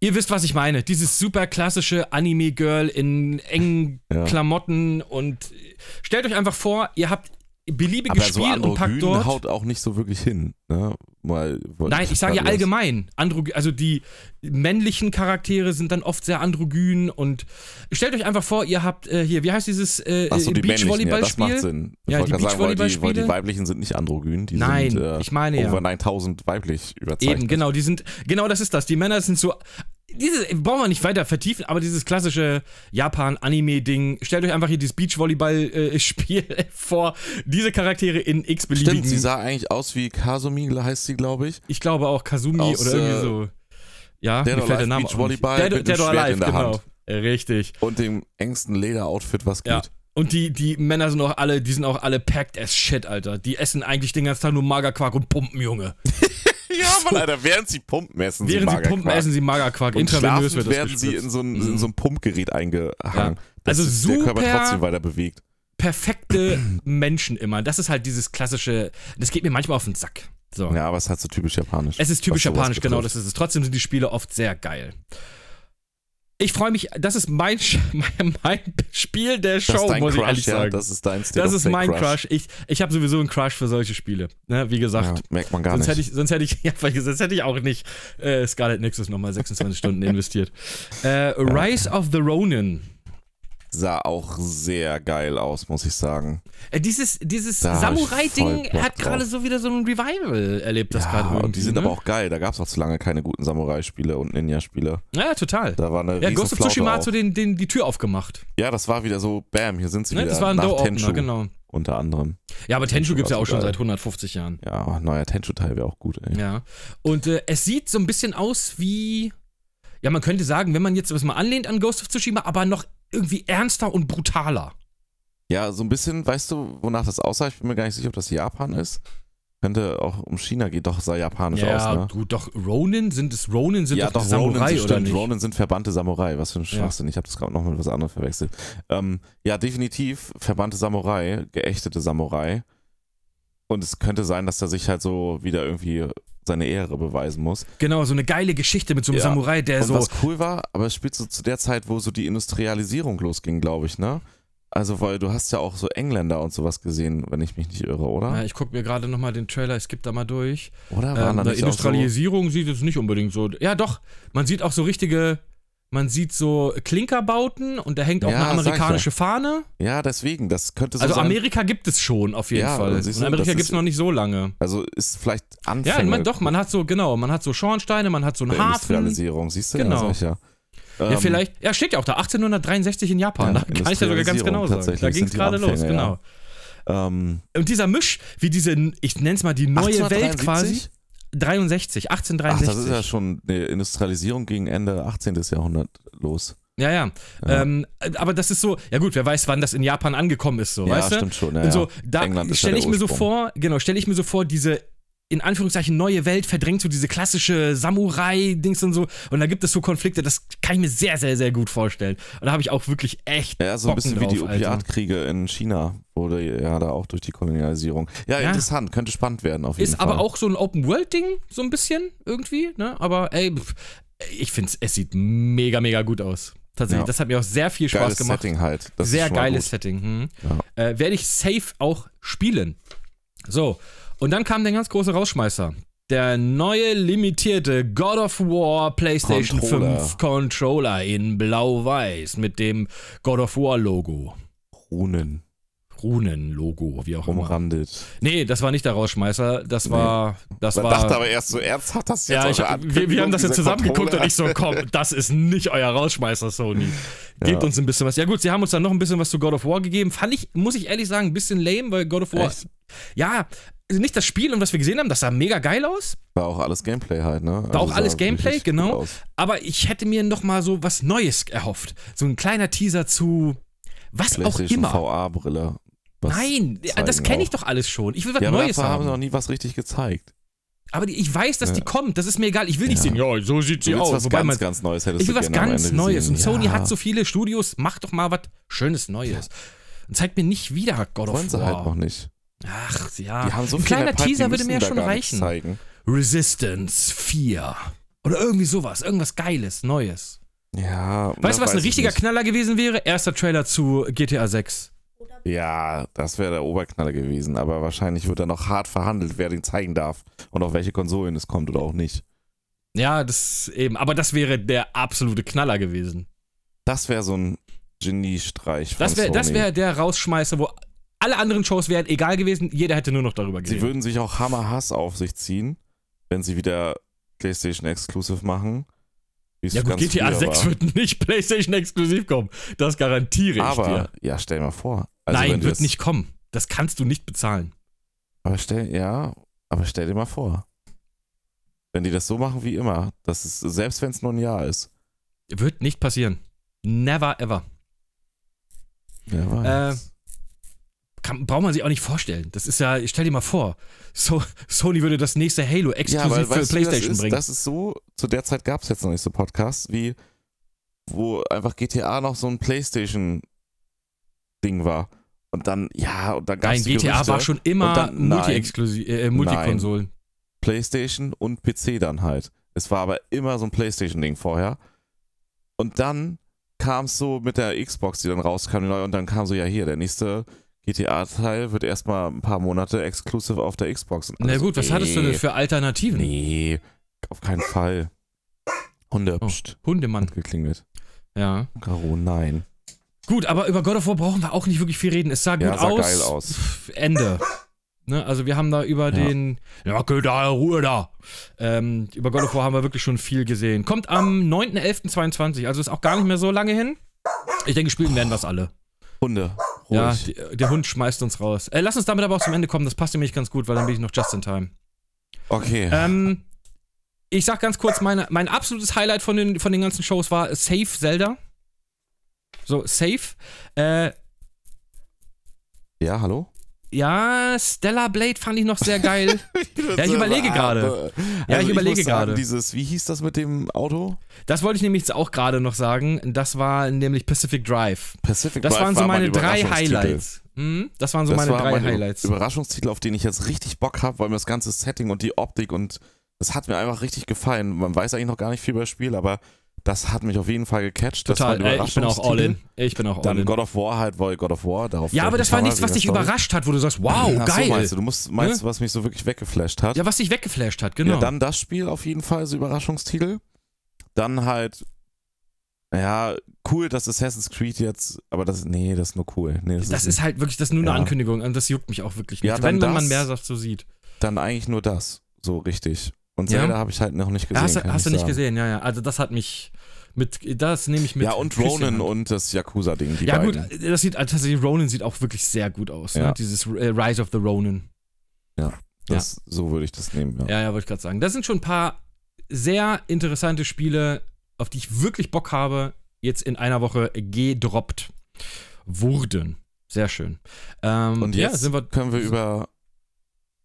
Speaker 2: Ihr wisst, was ich meine. Dieses super klassische Anime-Girl in engen
Speaker 1: Ja.
Speaker 2: Klamotten und äh, stellt euch einfach vor, ihr habt beliebiges
Speaker 1: Aber so
Speaker 2: Spiel und packt
Speaker 1: androgyn
Speaker 2: dort.
Speaker 1: haut auch nicht so wirklich hin. Ne? Weil, weil
Speaker 2: Nein, ich sage ja
Speaker 1: weil das-
Speaker 2: allgemein. Androgy also die männlichen Charaktere sind dann oft sehr androgyn und stellt euch einfach vor, ihr habt äh, hier, wie heißt dieses äh,
Speaker 1: Achso, die männlichen, ja, das
Speaker 2: Beachvolleyballspiel?
Speaker 1: macht Sinn. Ich
Speaker 2: Ja,
Speaker 1: wollte
Speaker 2: die
Speaker 1: gerade sagen, weil die, weil die
Speaker 2: Beachvolleyballspiele.
Speaker 1: weiblichen sind nicht androgyn, die
Speaker 2: Nein,
Speaker 1: sind äh,
Speaker 2: ich meine ja.
Speaker 1: over 9000 weiblich überzeichnet.
Speaker 2: Eben, genau, die sind, genau das ist das. Die Männer sind so. Dieses, brauchen wir nicht weiter vertiefen, aber dieses klassische Japan-Anime-Ding, stellt euch einfach hier dieses Beachvolleyball-Spiel vor. Diese Charaktere in
Speaker 1: Stimmt, sie
Speaker 2: x-beliebigen.
Speaker 1: sah eigentlich aus wie Kasumi, heißt sie, glaube ich.
Speaker 2: Ich glaube auch Kazumi
Speaker 1: Aus,
Speaker 2: oder irgendwie
Speaker 1: äh,
Speaker 2: so. Ja,
Speaker 1: Dead or Alive
Speaker 2: Name auch nicht.
Speaker 1: Beachvolleyball
Speaker 2: Dead,
Speaker 1: mit
Speaker 2: Dead
Speaker 1: dem
Speaker 2: or
Speaker 1: Schwert
Speaker 2: Alive,
Speaker 1: in der
Speaker 2: genau.
Speaker 1: Hand.
Speaker 2: Richtig.
Speaker 1: Und dem engsten Lederoutfit, was
Speaker 2: Ja.
Speaker 1: geht.
Speaker 2: Und die, die Männer sind auch alle, die sind auch alle packed as shit, Alter. Die essen eigentlich den ganzen Tag nur Magerquark und pumpen, Junge.
Speaker 1: Ja, Mann, Alter, während sie pumpen, essen sie
Speaker 2: Während sie
Speaker 1: Magerquark.
Speaker 2: pumpen, essen sie Magerquark.
Speaker 1: Und
Speaker 2: Intravenös
Speaker 1: schlafend
Speaker 2: wird das
Speaker 1: werden sie
Speaker 2: gespritzt.
Speaker 1: in so, ein, in so ein Pumpgerät eingehangen.
Speaker 2: Ja.
Speaker 1: dass
Speaker 2: Also
Speaker 1: sich der Körper
Speaker 2: super-
Speaker 1: trotzdem weiter bewegt.
Speaker 2: perfekte Menschen immer. Das ist halt dieses klassische, das geht mir manchmal auf den Sack. So.
Speaker 1: Ja, aber es ist halt so typisch japanisch.
Speaker 2: Es ist typisch
Speaker 1: was sowas
Speaker 2: japanisch, genau,
Speaker 1: betrifft.
Speaker 2: das ist es. Trotzdem sind die Spiele oft sehr geil. Ich freue mich, das ist mein, Sch- mein, mein Spiel der
Speaker 1: Das ist
Speaker 2: Show,
Speaker 1: dein
Speaker 2: muss ich
Speaker 1: Crush,
Speaker 2: ehrlich
Speaker 1: ja,
Speaker 2: sagen. Das,
Speaker 1: das ist dein State of
Speaker 2: ist
Speaker 1: Play
Speaker 2: mein Crush. Ich, ich habe sowieso einen Crush für solche Spiele. Ne, wie
Speaker 1: Ja,
Speaker 2: gesagt,
Speaker 1: merkt man gar
Speaker 2: sonst
Speaker 1: nicht.
Speaker 2: hätte ich, sonst hätte ich, ja, weil sonst hätte ich auch nicht äh, Scarlet Nexus nochmal 26 Stunden investiert. Äh, Rise of the Ronin.
Speaker 1: sah auch sehr geil aus, muss ich sagen.
Speaker 2: Äh, Dieses, dieses
Speaker 1: Da hab ich voll
Speaker 2: Samurai-Ding
Speaker 1: Bock
Speaker 2: hat gerade
Speaker 1: drauf.
Speaker 2: so wieder so ein Revival erlebt, das gerade
Speaker 1: und
Speaker 2: irgendwie.
Speaker 1: die sind
Speaker 2: ne?
Speaker 1: aber auch geil. Da gab es auch zu lange keine guten Samurai-Spiele und Ninja-Spiele.
Speaker 2: Ja, total.
Speaker 1: Da war eine
Speaker 2: Ja,
Speaker 1: ja,
Speaker 2: Ghost of Tsushima hat
Speaker 1: auch.
Speaker 2: so den, den, die Tür aufgemacht.
Speaker 1: Ja, das war wieder so, bam, hier sind sie
Speaker 2: Ne?
Speaker 1: wieder.
Speaker 2: Das war ein
Speaker 1: nach
Speaker 2: Door-Opener,
Speaker 1: Tenchu
Speaker 2: genau.
Speaker 1: unter anderem.
Speaker 2: Ja, aber Tenchu
Speaker 1: Tenchu
Speaker 2: gibt es ja
Speaker 1: war
Speaker 2: auch
Speaker 1: so
Speaker 2: schon
Speaker 1: geil.
Speaker 2: seit 150 Jahren.
Speaker 1: Ja, oh, neuer Tenchu-Teil wäre auch gut, ey.
Speaker 2: Ja. Und äh, es sieht so ein bisschen aus wie. Ja, man könnte sagen, wenn man jetzt was mal anlehnt an Ghost of Tsushima, aber noch irgendwie ernster und brutaler.
Speaker 1: Ja, so ein bisschen, weißt du, wonach das aussah? Ich bin mir gar nicht sicher, ob das Japan ist. Könnte auch um China gehen, doch sah japanisch
Speaker 2: ja,
Speaker 1: aus, ne?
Speaker 2: gut, doch Ronin sind es Ronin sind
Speaker 1: ja,
Speaker 2: doch,
Speaker 1: doch,
Speaker 2: die
Speaker 1: Ronin
Speaker 2: Samurai
Speaker 1: sind,
Speaker 2: oder
Speaker 1: stimmt,
Speaker 2: nicht?
Speaker 1: Ronin sind verbannte Samurai. Was für ein Schwachsinn. Ich habe das gerade noch mit was anderem verwechselt. Ähm, ja, definitiv verbannte Samurai, geächtete Samurai. Und es könnte sein, dass er sich halt so wieder irgendwie seine Ehre beweisen muss.
Speaker 2: Genau, so eine geile Geschichte mit so einem
Speaker 1: Ja.
Speaker 2: Samurai, der
Speaker 1: Und
Speaker 2: Äh, so
Speaker 1: was cool war, aber es spielt so zu der Zeit, wo so die Industrialisierung losging, glaube ich, ne? Also, weil du hast ja auch so Engländer und sowas gesehen, wenn ich mich nicht irre,
Speaker 2: Ja,
Speaker 1: oder?
Speaker 2: ich gucke mir gerade nochmal den Trailer, ich skipp da mal durch.
Speaker 1: Oder waren
Speaker 2: Ähm,
Speaker 1: da nicht
Speaker 2: bei
Speaker 1: auch so,
Speaker 2: Industrialisierung sieht es nicht unbedingt so. Ja, doch, man sieht auch so richtige, man sieht so Klinkerbauten und da hängt auch
Speaker 1: Ja, sag
Speaker 2: eine
Speaker 1: ich ja.
Speaker 2: amerikanische Fahne.
Speaker 1: Ja, deswegen, das könnte so
Speaker 2: Also
Speaker 1: sein.
Speaker 2: Amerika gibt es schon auf jeden
Speaker 1: Ja,
Speaker 2: Fall.
Speaker 1: siehst du,
Speaker 2: Und Amerika
Speaker 1: das
Speaker 2: gibt es
Speaker 1: ist-
Speaker 2: noch nicht so lange.
Speaker 1: also ist vielleicht
Speaker 2: Ja,
Speaker 1: Anfänge
Speaker 2: ich mein, doch, man hat so, genau, man hat so Schornsteine, man hat so einen
Speaker 1: der
Speaker 2: Hafen.
Speaker 1: Industrialisierung, siehst du?
Speaker 2: Genau.
Speaker 1: Ja, Ähm, sicher.
Speaker 2: Ja, vielleicht, ja, steht ja auch da, 1863 in Japan,
Speaker 1: Ja,
Speaker 2: da kann ich ja sogar ganz genau sagen.
Speaker 1: tatsächlich,
Speaker 2: Da
Speaker 1: das
Speaker 2: ging es
Speaker 1: sind die
Speaker 2: gerade los,
Speaker 1: Anfänge, ja.
Speaker 2: genau.
Speaker 1: Ähm,
Speaker 2: Und dieser Misch, wie diese, ich nenne es mal die neue Welt
Speaker 1: 1873?
Speaker 2: quasi. 63,
Speaker 1: Ach,
Speaker 2: 1863.
Speaker 1: das ist ja schon eine Industrialisierung gegen Ende 18. Jahrhundert los.
Speaker 2: Ja, ja.
Speaker 1: Ja.
Speaker 2: Ähm, aber das ist so, ja gut, wer weiß, wann das in Japan angekommen ist, so,
Speaker 1: ja,
Speaker 2: weißt du?
Speaker 1: stimmt schon. Ja,
Speaker 2: Und so,
Speaker 1: ja.
Speaker 2: da
Speaker 1: England ist ja
Speaker 2: stelle
Speaker 1: der
Speaker 2: ich mir so
Speaker 1: Ursprung.
Speaker 2: vor, genau, stelle ich mir so vor, diese in Anführungszeichen neue Welt verdrängt so diese klassische Samurai-Dings und so. Und da gibt es so Konflikte, das kann ich mir sehr, sehr, sehr gut vorstellen. Und da habe ich auch wirklich echt.
Speaker 1: Ja, so ein
Speaker 2: Bocken
Speaker 1: bisschen
Speaker 2: drauf, also.
Speaker 1: wie die
Speaker 2: Alter.
Speaker 1: Opiatkriege in China wurde ja da auch durch die Kolonialisierung. Ja,
Speaker 2: Ja.
Speaker 1: interessant, könnte spannend werden auf jeden
Speaker 2: Ist
Speaker 1: Fall.
Speaker 2: aber auch so ein Open-World-Ding, so ein bisschen irgendwie, ne? Aber ey, pf, ich finde es sieht mega, mega gut aus. Tatsächlich,
Speaker 1: Ja.
Speaker 2: das hat mir auch sehr viel Spaß
Speaker 1: geiles
Speaker 2: gemacht.
Speaker 1: Setting halt. Das ist
Speaker 2: Sehr
Speaker 1: schon mal
Speaker 2: geiles
Speaker 1: gut.
Speaker 2: Setting. Hm. Äh, Werde ich safe auch spielen. So, und dann kam der ganz große Rausschmeißer. Der neue limitierte God of War PlayStation
Speaker 1: Controller.
Speaker 2: 5 Controller in Blau-Weiß mit dem God of War Logo.
Speaker 1: Runen,
Speaker 2: Runen-Logo, wie auch immer.
Speaker 1: umrandet.
Speaker 2: Nee, das war nicht der Rausschmeißer. Das war. Das
Speaker 1: Man
Speaker 2: war
Speaker 1: dachte aber erst so, ernst hat das jetzt
Speaker 2: ja, ich,
Speaker 1: eure
Speaker 2: wir, wir haben das jetzt
Speaker 1: Ankündigung,
Speaker 2: zusammengeguckt
Speaker 1: dieser
Speaker 2: und ich so, komm, das ist nicht euer Rausschmeißer, Sony. Gebt
Speaker 1: Ja.
Speaker 2: uns ein bisschen was. Ja gut, sie haben uns dann noch ein bisschen was zu God of War gegeben. Fand ich, muss ich ehrlich sagen, ein bisschen lame, weil God of War...
Speaker 1: Echt?
Speaker 2: Ja, nicht das Spiel und was wir gesehen haben, das sah mega geil aus.
Speaker 1: War auch alles Gameplay halt, ne?
Speaker 2: War auch
Speaker 1: sah
Speaker 2: alles Gameplay,
Speaker 1: richtig gut
Speaker 2: genau.
Speaker 1: aus.
Speaker 2: Aber ich hätte mir noch mal so was Neues erhofft. So ein kleiner Teaser zu... Was auch
Speaker 1: PlayStation
Speaker 2: immer.
Speaker 1: VR-Brille. was
Speaker 2: Nein, äh,
Speaker 1: zeigen
Speaker 2: das kenne ich
Speaker 1: auch.
Speaker 2: doch alles schon. Ich will was
Speaker 1: Ja, aber
Speaker 2: Neues
Speaker 1: dafür haben
Speaker 2: haben.
Speaker 1: sie noch nie was richtig gezeigt.
Speaker 2: aber die, ich weiß, dass die
Speaker 1: Ja.
Speaker 2: kommt. Das ist mir egal. Ich will nicht
Speaker 1: Ja.
Speaker 2: sehen, ja, so sieht
Speaker 1: Du
Speaker 2: sie
Speaker 1: willst
Speaker 2: aus.
Speaker 1: was
Speaker 2: Wobei man
Speaker 1: ganz, ganz Neues hättest
Speaker 2: Ich will
Speaker 1: du
Speaker 2: was
Speaker 1: gerne am
Speaker 2: ganz
Speaker 1: Ende
Speaker 2: Neues.
Speaker 1: gesehen.
Speaker 2: Und Sony
Speaker 1: ja.
Speaker 2: hat so viele Studios, mach doch mal was Schönes Neues. Und zeigt mir nicht wieder God
Speaker 1: Wollen
Speaker 2: of
Speaker 1: sie halt noch
Speaker 2: War.
Speaker 1: nicht.
Speaker 2: Ach ja.
Speaker 1: Die haben so
Speaker 2: Ah, Ein
Speaker 1: viel
Speaker 2: kleiner
Speaker 1: Hype, die
Speaker 2: Teaser würde
Speaker 1: müssen
Speaker 2: mir ja
Speaker 1: da
Speaker 2: schon
Speaker 1: gar nichts
Speaker 2: reichen.
Speaker 1: Zeigen.
Speaker 2: Resistance 4. Oder irgendwie sowas. Irgendwas Geiles, Neues.
Speaker 1: Ja,
Speaker 2: Weißt du,
Speaker 1: da
Speaker 2: was ein
Speaker 1: weiß ich
Speaker 2: richtiger
Speaker 1: nicht.
Speaker 2: Knaller gewesen wäre? Erster Trailer zu GTA 6.
Speaker 1: Ja, das wäre der Oberknaller gewesen, aber wahrscheinlich wird da noch hart verhandelt, wer den zeigen darf und auf welche Konsolen es kommt oder auch nicht.
Speaker 2: Ja, das eben. Aber das wäre der absolute Knaller gewesen.
Speaker 1: Das wäre so ein Geniestreich. von
Speaker 2: Das wäre das
Speaker 1: Sony.
Speaker 2: wär der Rausschmeißer, wo alle anderen Shows wären egal gewesen. Jeder hätte nur noch darüber
Speaker 1: Sie
Speaker 2: geredet.
Speaker 1: würden sich auch Hammerhass auf sich ziehen, wenn sie wieder PlayStation Exclusive machen. wie es
Speaker 2: Ja gut,
Speaker 1: ganz
Speaker 2: GTA
Speaker 1: früher
Speaker 2: 6
Speaker 1: war.
Speaker 2: wird nicht PlayStation exklusiv kommen. Das garantiere ich dir.
Speaker 1: Aber, ja, stell dir mal vor. Also wenn
Speaker 2: Nein,
Speaker 1: du
Speaker 2: wird
Speaker 1: jetzt-
Speaker 2: nicht kommen. Das kannst du nicht bezahlen.
Speaker 1: Aber stell, ja, aber stell dir mal vor. Wenn die das so machen wie immer, dass es, selbst wenn es nur ein Jahr ist.
Speaker 2: Wird nicht passieren. Never ever.
Speaker 1: Wer
Speaker 2: Äh,
Speaker 1: weiß.
Speaker 2: Kann, braucht man sich auch nicht vorstellen. Das ist ja, stell dir mal vor, so, Sony würde das nächste Halo
Speaker 1: ja, weil,
Speaker 2: exklusiv für
Speaker 1: weißt du, wie
Speaker 2: PlayStation
Speaker 1: das ist,
Speaker 2: bringen.
Speaker 1: Das ist so, zu der Zeit gab es jetzt noch nicht so Podcasts, wie wo einfach GTA noch so ein PlayStation-Ding war. Und dann, ja, und dann gab
Speaker 2: Nein,
Speaker 1: es
Speaker 2: GTA
Speaker 1: Gerüchte,
Speaker 2: war schon immer
Speaker 1: Und dann- nein.
Speaker 2: Multi-Exklusiv, äh, Multikonsolen.
Speaker 1: PlayStation und PC dann halt. Es war aber immer so ein PlayStation-Ding vorher. Und dann kam es so mit der Xbox, die dann rauskam, die neue, und dann kam so, ja hier, der nächste GTA-Teil wird erstmal ein paar Monate exklusiv auf der Xbox. Und
Speaker 2: Na
Speaker 1: alle so,
Speaker 2: gut, was hattest du
Speaker 1: nee,
Speaker 2: denn für Alternativen?
Speaker 1: Nee, auf keinen Fall. Hunde,
Speaker 2: Oh.
Speaker 1: pst,
Speaker 2: Hundemann.
Speaker 1: hat geklingelt.
Speaker 2: Ja.
Speaker 1: Caro, nein.
Speaker 2: Gut, aber über God of War brauchen wir auch nicht wirklich viel reden. Es sah gut
Speaker 1: Ja, sah
Speaker 2: aus.
Speaker 1: geil aus.
Speaker 2: Pff, Ende. Ne, also wir haben da über den. Ja, geht da, Ruhe da. Ähm, über God of War haben wir wirklich schon viel gesehen. Kommt am 9.11.22, also ist auch gar nicht mehr so lange hin. Ich denke, spielen werden das alle.
Speaker 1: Hunde,
Speaker 2: Ja,
Speaker 1: ruhig.
Speaker 2: die, der Hund schmeißt uns raus. Äh, lass uns damit aber auch zum Ende kommen, das passt nämlich ganz gut, weil dann bin ich noch just in time.
Speaker 1: okay.
Speaker 2: Ähm, ich sag ganz kurz, meine, mein absolutes Highlight von den, von den ganzen Shows war Safe Zelda. So, Safe. Äh,
Speaker 1: Ja, hallo?
Speaker 2: Ja, Stellar Blade fand ich noch sehr geil. Ja, ich überlege gerade. Ja, ich
Speaker 1: also
Speaker 2: überlege
Speaker 1: muss sagen,
Speaker 2: gerade.
Speaker 1: Dieses, wie hieß das mit dem Auto?
Speaker 2: das wollte ich nämlich jetzt auch gerade noch sagen. Das war nämlich Pacific Drive.
Speaker 1: Pacific
Speaker 2: Das
Speaker 1: Drive
Speaker 2: waren so
Speaker 1: war mein
Speaker 2: meine drei
Speaker 1: Überraschungstitel.
Speaker 2: Highlights. Hm? Das waren so
Speaker 1: Das
Speaker 2: meine
Speaker 1: war
Speaker 2: drei
Speaker 1: mein Ü-
Speaker 2: Highlights.
Speaker 1: Überraschungstitel, auf den ich jetzt richtig Bock habe, weil mir das ganze Setting und die Optik und das hat mir einfach richtig gefallen. Man weiß eigentlich noch gar nicht viel über das Spiel, aber das hat mich auf jeden Fall gecatcht. Das war
Speaker 2: Total.
Speaker 1: ein
Speaker 2: Äh, ich bin auch all in.
Speaker 1: Überraschungstitel.
Speaker 2: Ich bin auch all
Speaker 1: Dann
Speaker 2: in.
Speaker 1: God of War halt, weil God of War darauf.
Speaker 2: Ja, aber
Speaker 1: folgt
Speaker 2: das
Speaker 1: die
Speaker 2: war
Speaker 1: Kamera
Speaker 2: nichts, was
Speaker 1: wieder,
Speaker 2: dich
Speaker 1: sorry.
Speaker 2: überrascht hat, wo du sagst, wow,
Speaker 1: Ach So
Speaker 2: geil. Ne?
Speaker 1: meinst du, du musst, meinst du, was mich so wirklich weggeflasht hat?
Speaker 2: ja, was dich weggeflasht hat, genau.
Speaker 1: Ja, dann das Spiel auf jeden Fall, so Überraschungstitel. Dann halt, ja, cool, dass Assassin's Creed jetzt, aber das, nee, das ist nur cool. Nee, das,
Speaker 2: das
Speaker 1: ist
Speaker 2: ist halt wirklich, das ist nur eine
Speaker 1: Ja.
Speaker 2: Ankündigung und das juckt mich auch wirklich nicht,
Speaker 1: Ja,
Speaker 2: wenn
Speaker 1: dann das.
Speaker 2: man mehr dazu sieht.
Speaker 1: dann eigentlich nur das, so richtig. Und
Speaker 2: Ja.
Speaker 1: Zelda habe ich halt noch nicht gesehen.
Speaker 2: Ja, hast du,
Speaker 1: kann
Speaker 2: hast du
Speaker 1: ich
Speaker 2: nicht
Speaker 1: sagen.
Speaker 2: gesehen, ja, ja. Also das hat mich mit, das nehme ich mit.
Speaker 1: Ja, und
Speaker 2: Küsschen
Speaker 1: Ronin
Speaker 2: an.
Speaker 1: und das Yakuza-Ding, die
Speaker 2: Ja gut,
Speaker 1: beiden.
Speaker 2: das sieht, also tatsächlich Ronin sieht auch wirklich sehr gut aus, ne?
Speaker 1: Ja.
Speaker 2: dieses äh, Rise of the Ronin.
Speaker 1: Das, So würde ich das nehmen, ja.
Speaker 2: Ja, ja, wollte ich gerade sagen. Das sind schon ein paar sehr interessante Spiele, auf die ich wirklich Bock habe, jetzt in einer Woche gedroppt wurden. Sehr schön. Ähm,
Speaker 1: Und jetzt
Speaker 2: ja, sind wir,
Speaker 1: können wir über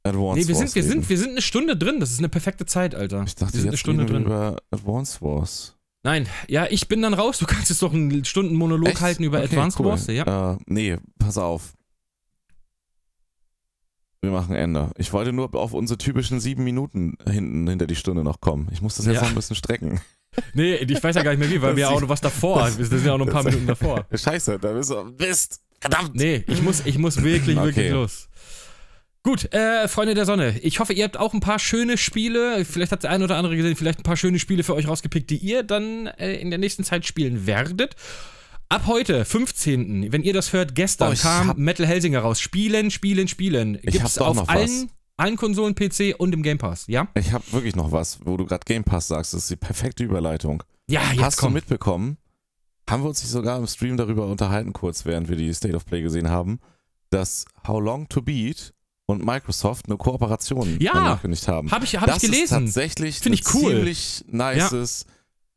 Speaker 1: Advance
Speaker 2: nee, wir
Speaker 1: Wars
Speaker 2: sind, wir,
Speaker 1: reden.
Speaker 2: sind, wir sind eine Stunde drin. Das ist eine perfekte Zeit, Alter.
Speaker 1: ich dachte,
Speaker 2: wir
Speaker 1: jetzt
Speaker 2: sind eine Stunde
Speaker 1: reden wir
Speaker 2: drin.
Speaker 1: über Advance Wars.
Speaker 2: Nein, ja, ich bin dann raus. Du kannst jetzt doch einen Stundenmonolog
Speaker 1: Echt?
Speaker 2: halten über
Speaker 1: Okay,
Speaker 2: Advanced
Speaker 1: cool.
Speaker 2: Wars. Ja.
Speaker 1: Äh, nee, pass auf. Wir machen Ende. Ich wollte nur auf unsere typischen sieben Minuten hinten hinter die Stunde noch kommen. Ich muss das jetzt
Speaker 2: Ja.
Speaker 1: noch ein bisschen strecken.
Speaker 2: Nee, ich weiß ja gar nicht mehr wie, weil
Speaker 1: Das
Speaker 2: wir ja auch
Speaker 1: sieht-
Speaker 2: noch was davor haben. Wir sind ja auch noch ein paar
Speaker 1: das-
Speaker 2: Minuten davor.
Speaker 1: Scheiße, da bist du. Mist! Verdammt!
Speaker 2: Nee, ich muss, ich muss wirklich,
Speaker 1: Okay.
Speaker 2: wirklich los. Gut, äh, Freunde der Sonne, ich hoffe, ihr habt auch ein paar schöne Spiele. Vielleicht hat der eine oder andere gesehen, vielleicht ein paar schöne Spiele für euch rausgepickt, die ihr dann äh, in der nächsten Zeit spielen werdet. Ab heute, 15., wenn ihr das hört, gestern
Speaker 1: Oh, ich
Speaker 2: kam
Speaker 1: hab-
Speaker 2: Metal Helsinger raus. Spielen, spielen, spielen.
Speaker 1: Ich
Speaker 2: Gibt's
Speaker 1: hab doch
Speaker 2: auf
Speaker 1: noch was.
Speaker 2: allen, allen Konsolen, PC und im Game Pass, ja?
Speaker 1: Ich habe wirklich noch was, wo du gerade Game Pass sagst. Das ist die perfekte Überleitung.
Speaker 2: Ja, jetzt
Speaker 1: Hast
Speaker 2: komm.
Speaker 1: du mitbekommen? Haben wir uns nicht sogar im Stream darüber unterhalten, kurz während wir die State of Play gesehen haben, dass How Long to Beat und Microsoft eine Kooperation
Speaker 2: Ja.
Speaker 1: angekündigt haben.
Speaker 2: Hab ich, hab
Speaker 1: das
Speaker 2: ich gelesen.
Speaker 1: ist tatsächlich
Speaker 2: Find ich
Speaker 1: ein
Speaker 2: cool.
Speaker 1: ziemlich nices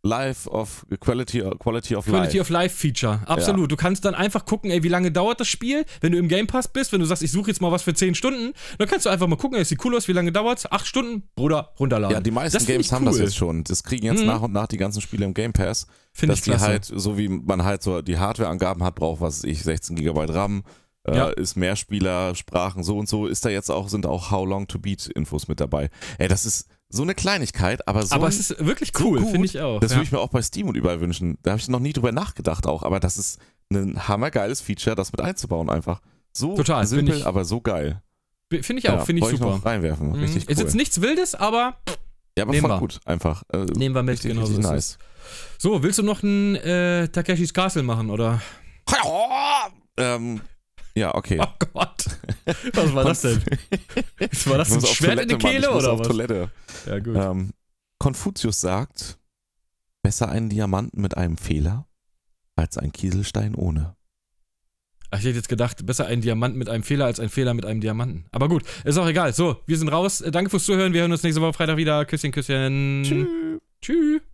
Speaker 1: Life of Quality, Quality of
Speaker 2: Quality
Speaker 1: Life.
Speaker 2: of Life Feature, absolut. Du kannst dann einfach gucken, ey, wie lange dauert das Spiel, wenn du im Game Pass bist, wenn du sagst, ich suche jetzt mal was für 10 Stunden, dann kannst du einfach mal gucken, ey, sieht cool aus, wie lange dauert's? 8 Stunden, Bruder, runterladen.
Speaker 1: ja, die meisten
Speaker 2: Das find
Speaker 1: Games
Speaker 2: ich
Speaker 1: haben das
Speaker 2: cool.
Speaker 1: jetzt schon. Das kriegen jetzt
Speaker 2: Mhm.
Speaker 1: nach und nach die ganzen Spiele im Game Pass,
Speaker 2: Finde
Speaker 1: dass
Speaker 2: ich
Speaker 1: die
Speaker 2: klasse.
Speaker 1: halt, so wie man halt so die Hardwareangaben hat, braucht, was weiß ich, 16 GB RAM, äh,
Speaker 2: Ja.
Speaker 1: ist Mehrspieler, Sprachen, so und so, ist da jetzt auch, sind auch How Long to Beat Infos mit dabei. Ey, das ist so eine Kleinigkeit, aber so
Speaker 2: Aber
Speaker 1: ein
Speaker 2: es ist wirklich
Speaker 1: so
Speaker 2: cool,
Speaker 1: gut,
Speaker 2: finde ich auch.
Speaker 1: Das
Speaker 2: ja.
Speaker 1: würde ich mir auch bei Steam und überall wünschen. Da habe ich noch nie drüber nachgedacht auch, aber das ist ein hammergeiles Feature, das mit einzubauen einfach. So
Speaker 2: Total, bin
Speaker 1: simpel,
Speaker 2: ich-
Speaker 1: aber so geil.
Speaker 2: finde ich auch,
Speaker 1: Ja,
Speaker 2: finde ich
Speaker 1: wollte
Speaker 2: super.
Speaker 1: noch reinwerfen,
Speaker 2: Mhm.
Speaker 1: richtig cool.
Speaker 2: Ist jetzt nichts Wildes, aber
Speaker 1: ja, aber
Speaker 2: Nehmen wir.
Speaker 1: voll gut, einfach. Äh,
Speaker 2: nehmen wir mit,
Speaker 1: richtig,
Speaker 2: genau so
Speaker 1: richtig
Speaker 2: ist
Speaker 1: nice.
Speaker 2: es. So, willst du noch ein äh, Takeshis Castle machen, oder?
Speaker 1: Ähm, ja, okay.
Speaker 2: Oh Gott. Was war das denn? War das
Speaker 1: Ich
Speaker 2: ein
Speaker 1: muss auf
Speaker 2: Schwert in
Speaker 1: Toilette,
Speaker 2: die
Speaker 1: Mann, ich
Speaker 2: Kehle
Speaker 1: muss
Speaker 2: oder
Speaker 1: auf
Speaker 2: was?
Speaker 1: Toilette.
Speaker 2: Ja, gut.
Speaker 1: Ähm, Konfuzius sagt, besser einen Diamanten mit einem Fehler, als ein Kieselstein ohne.
Speaker 2: Ach, ich hätte jetzt gedacht, besser ein Diamant mit einem Fehler als ein Fehler mit einem Diamanten. Aber gut, ist auch egal. So, wir sind raus. Äh, Danke fürs Zuhören. Wir hören uns nächste Woche Freitag wieder. Küsschen, Küsschen.
Speaker 1: Tschüss.
Speaker 2: Tschüss.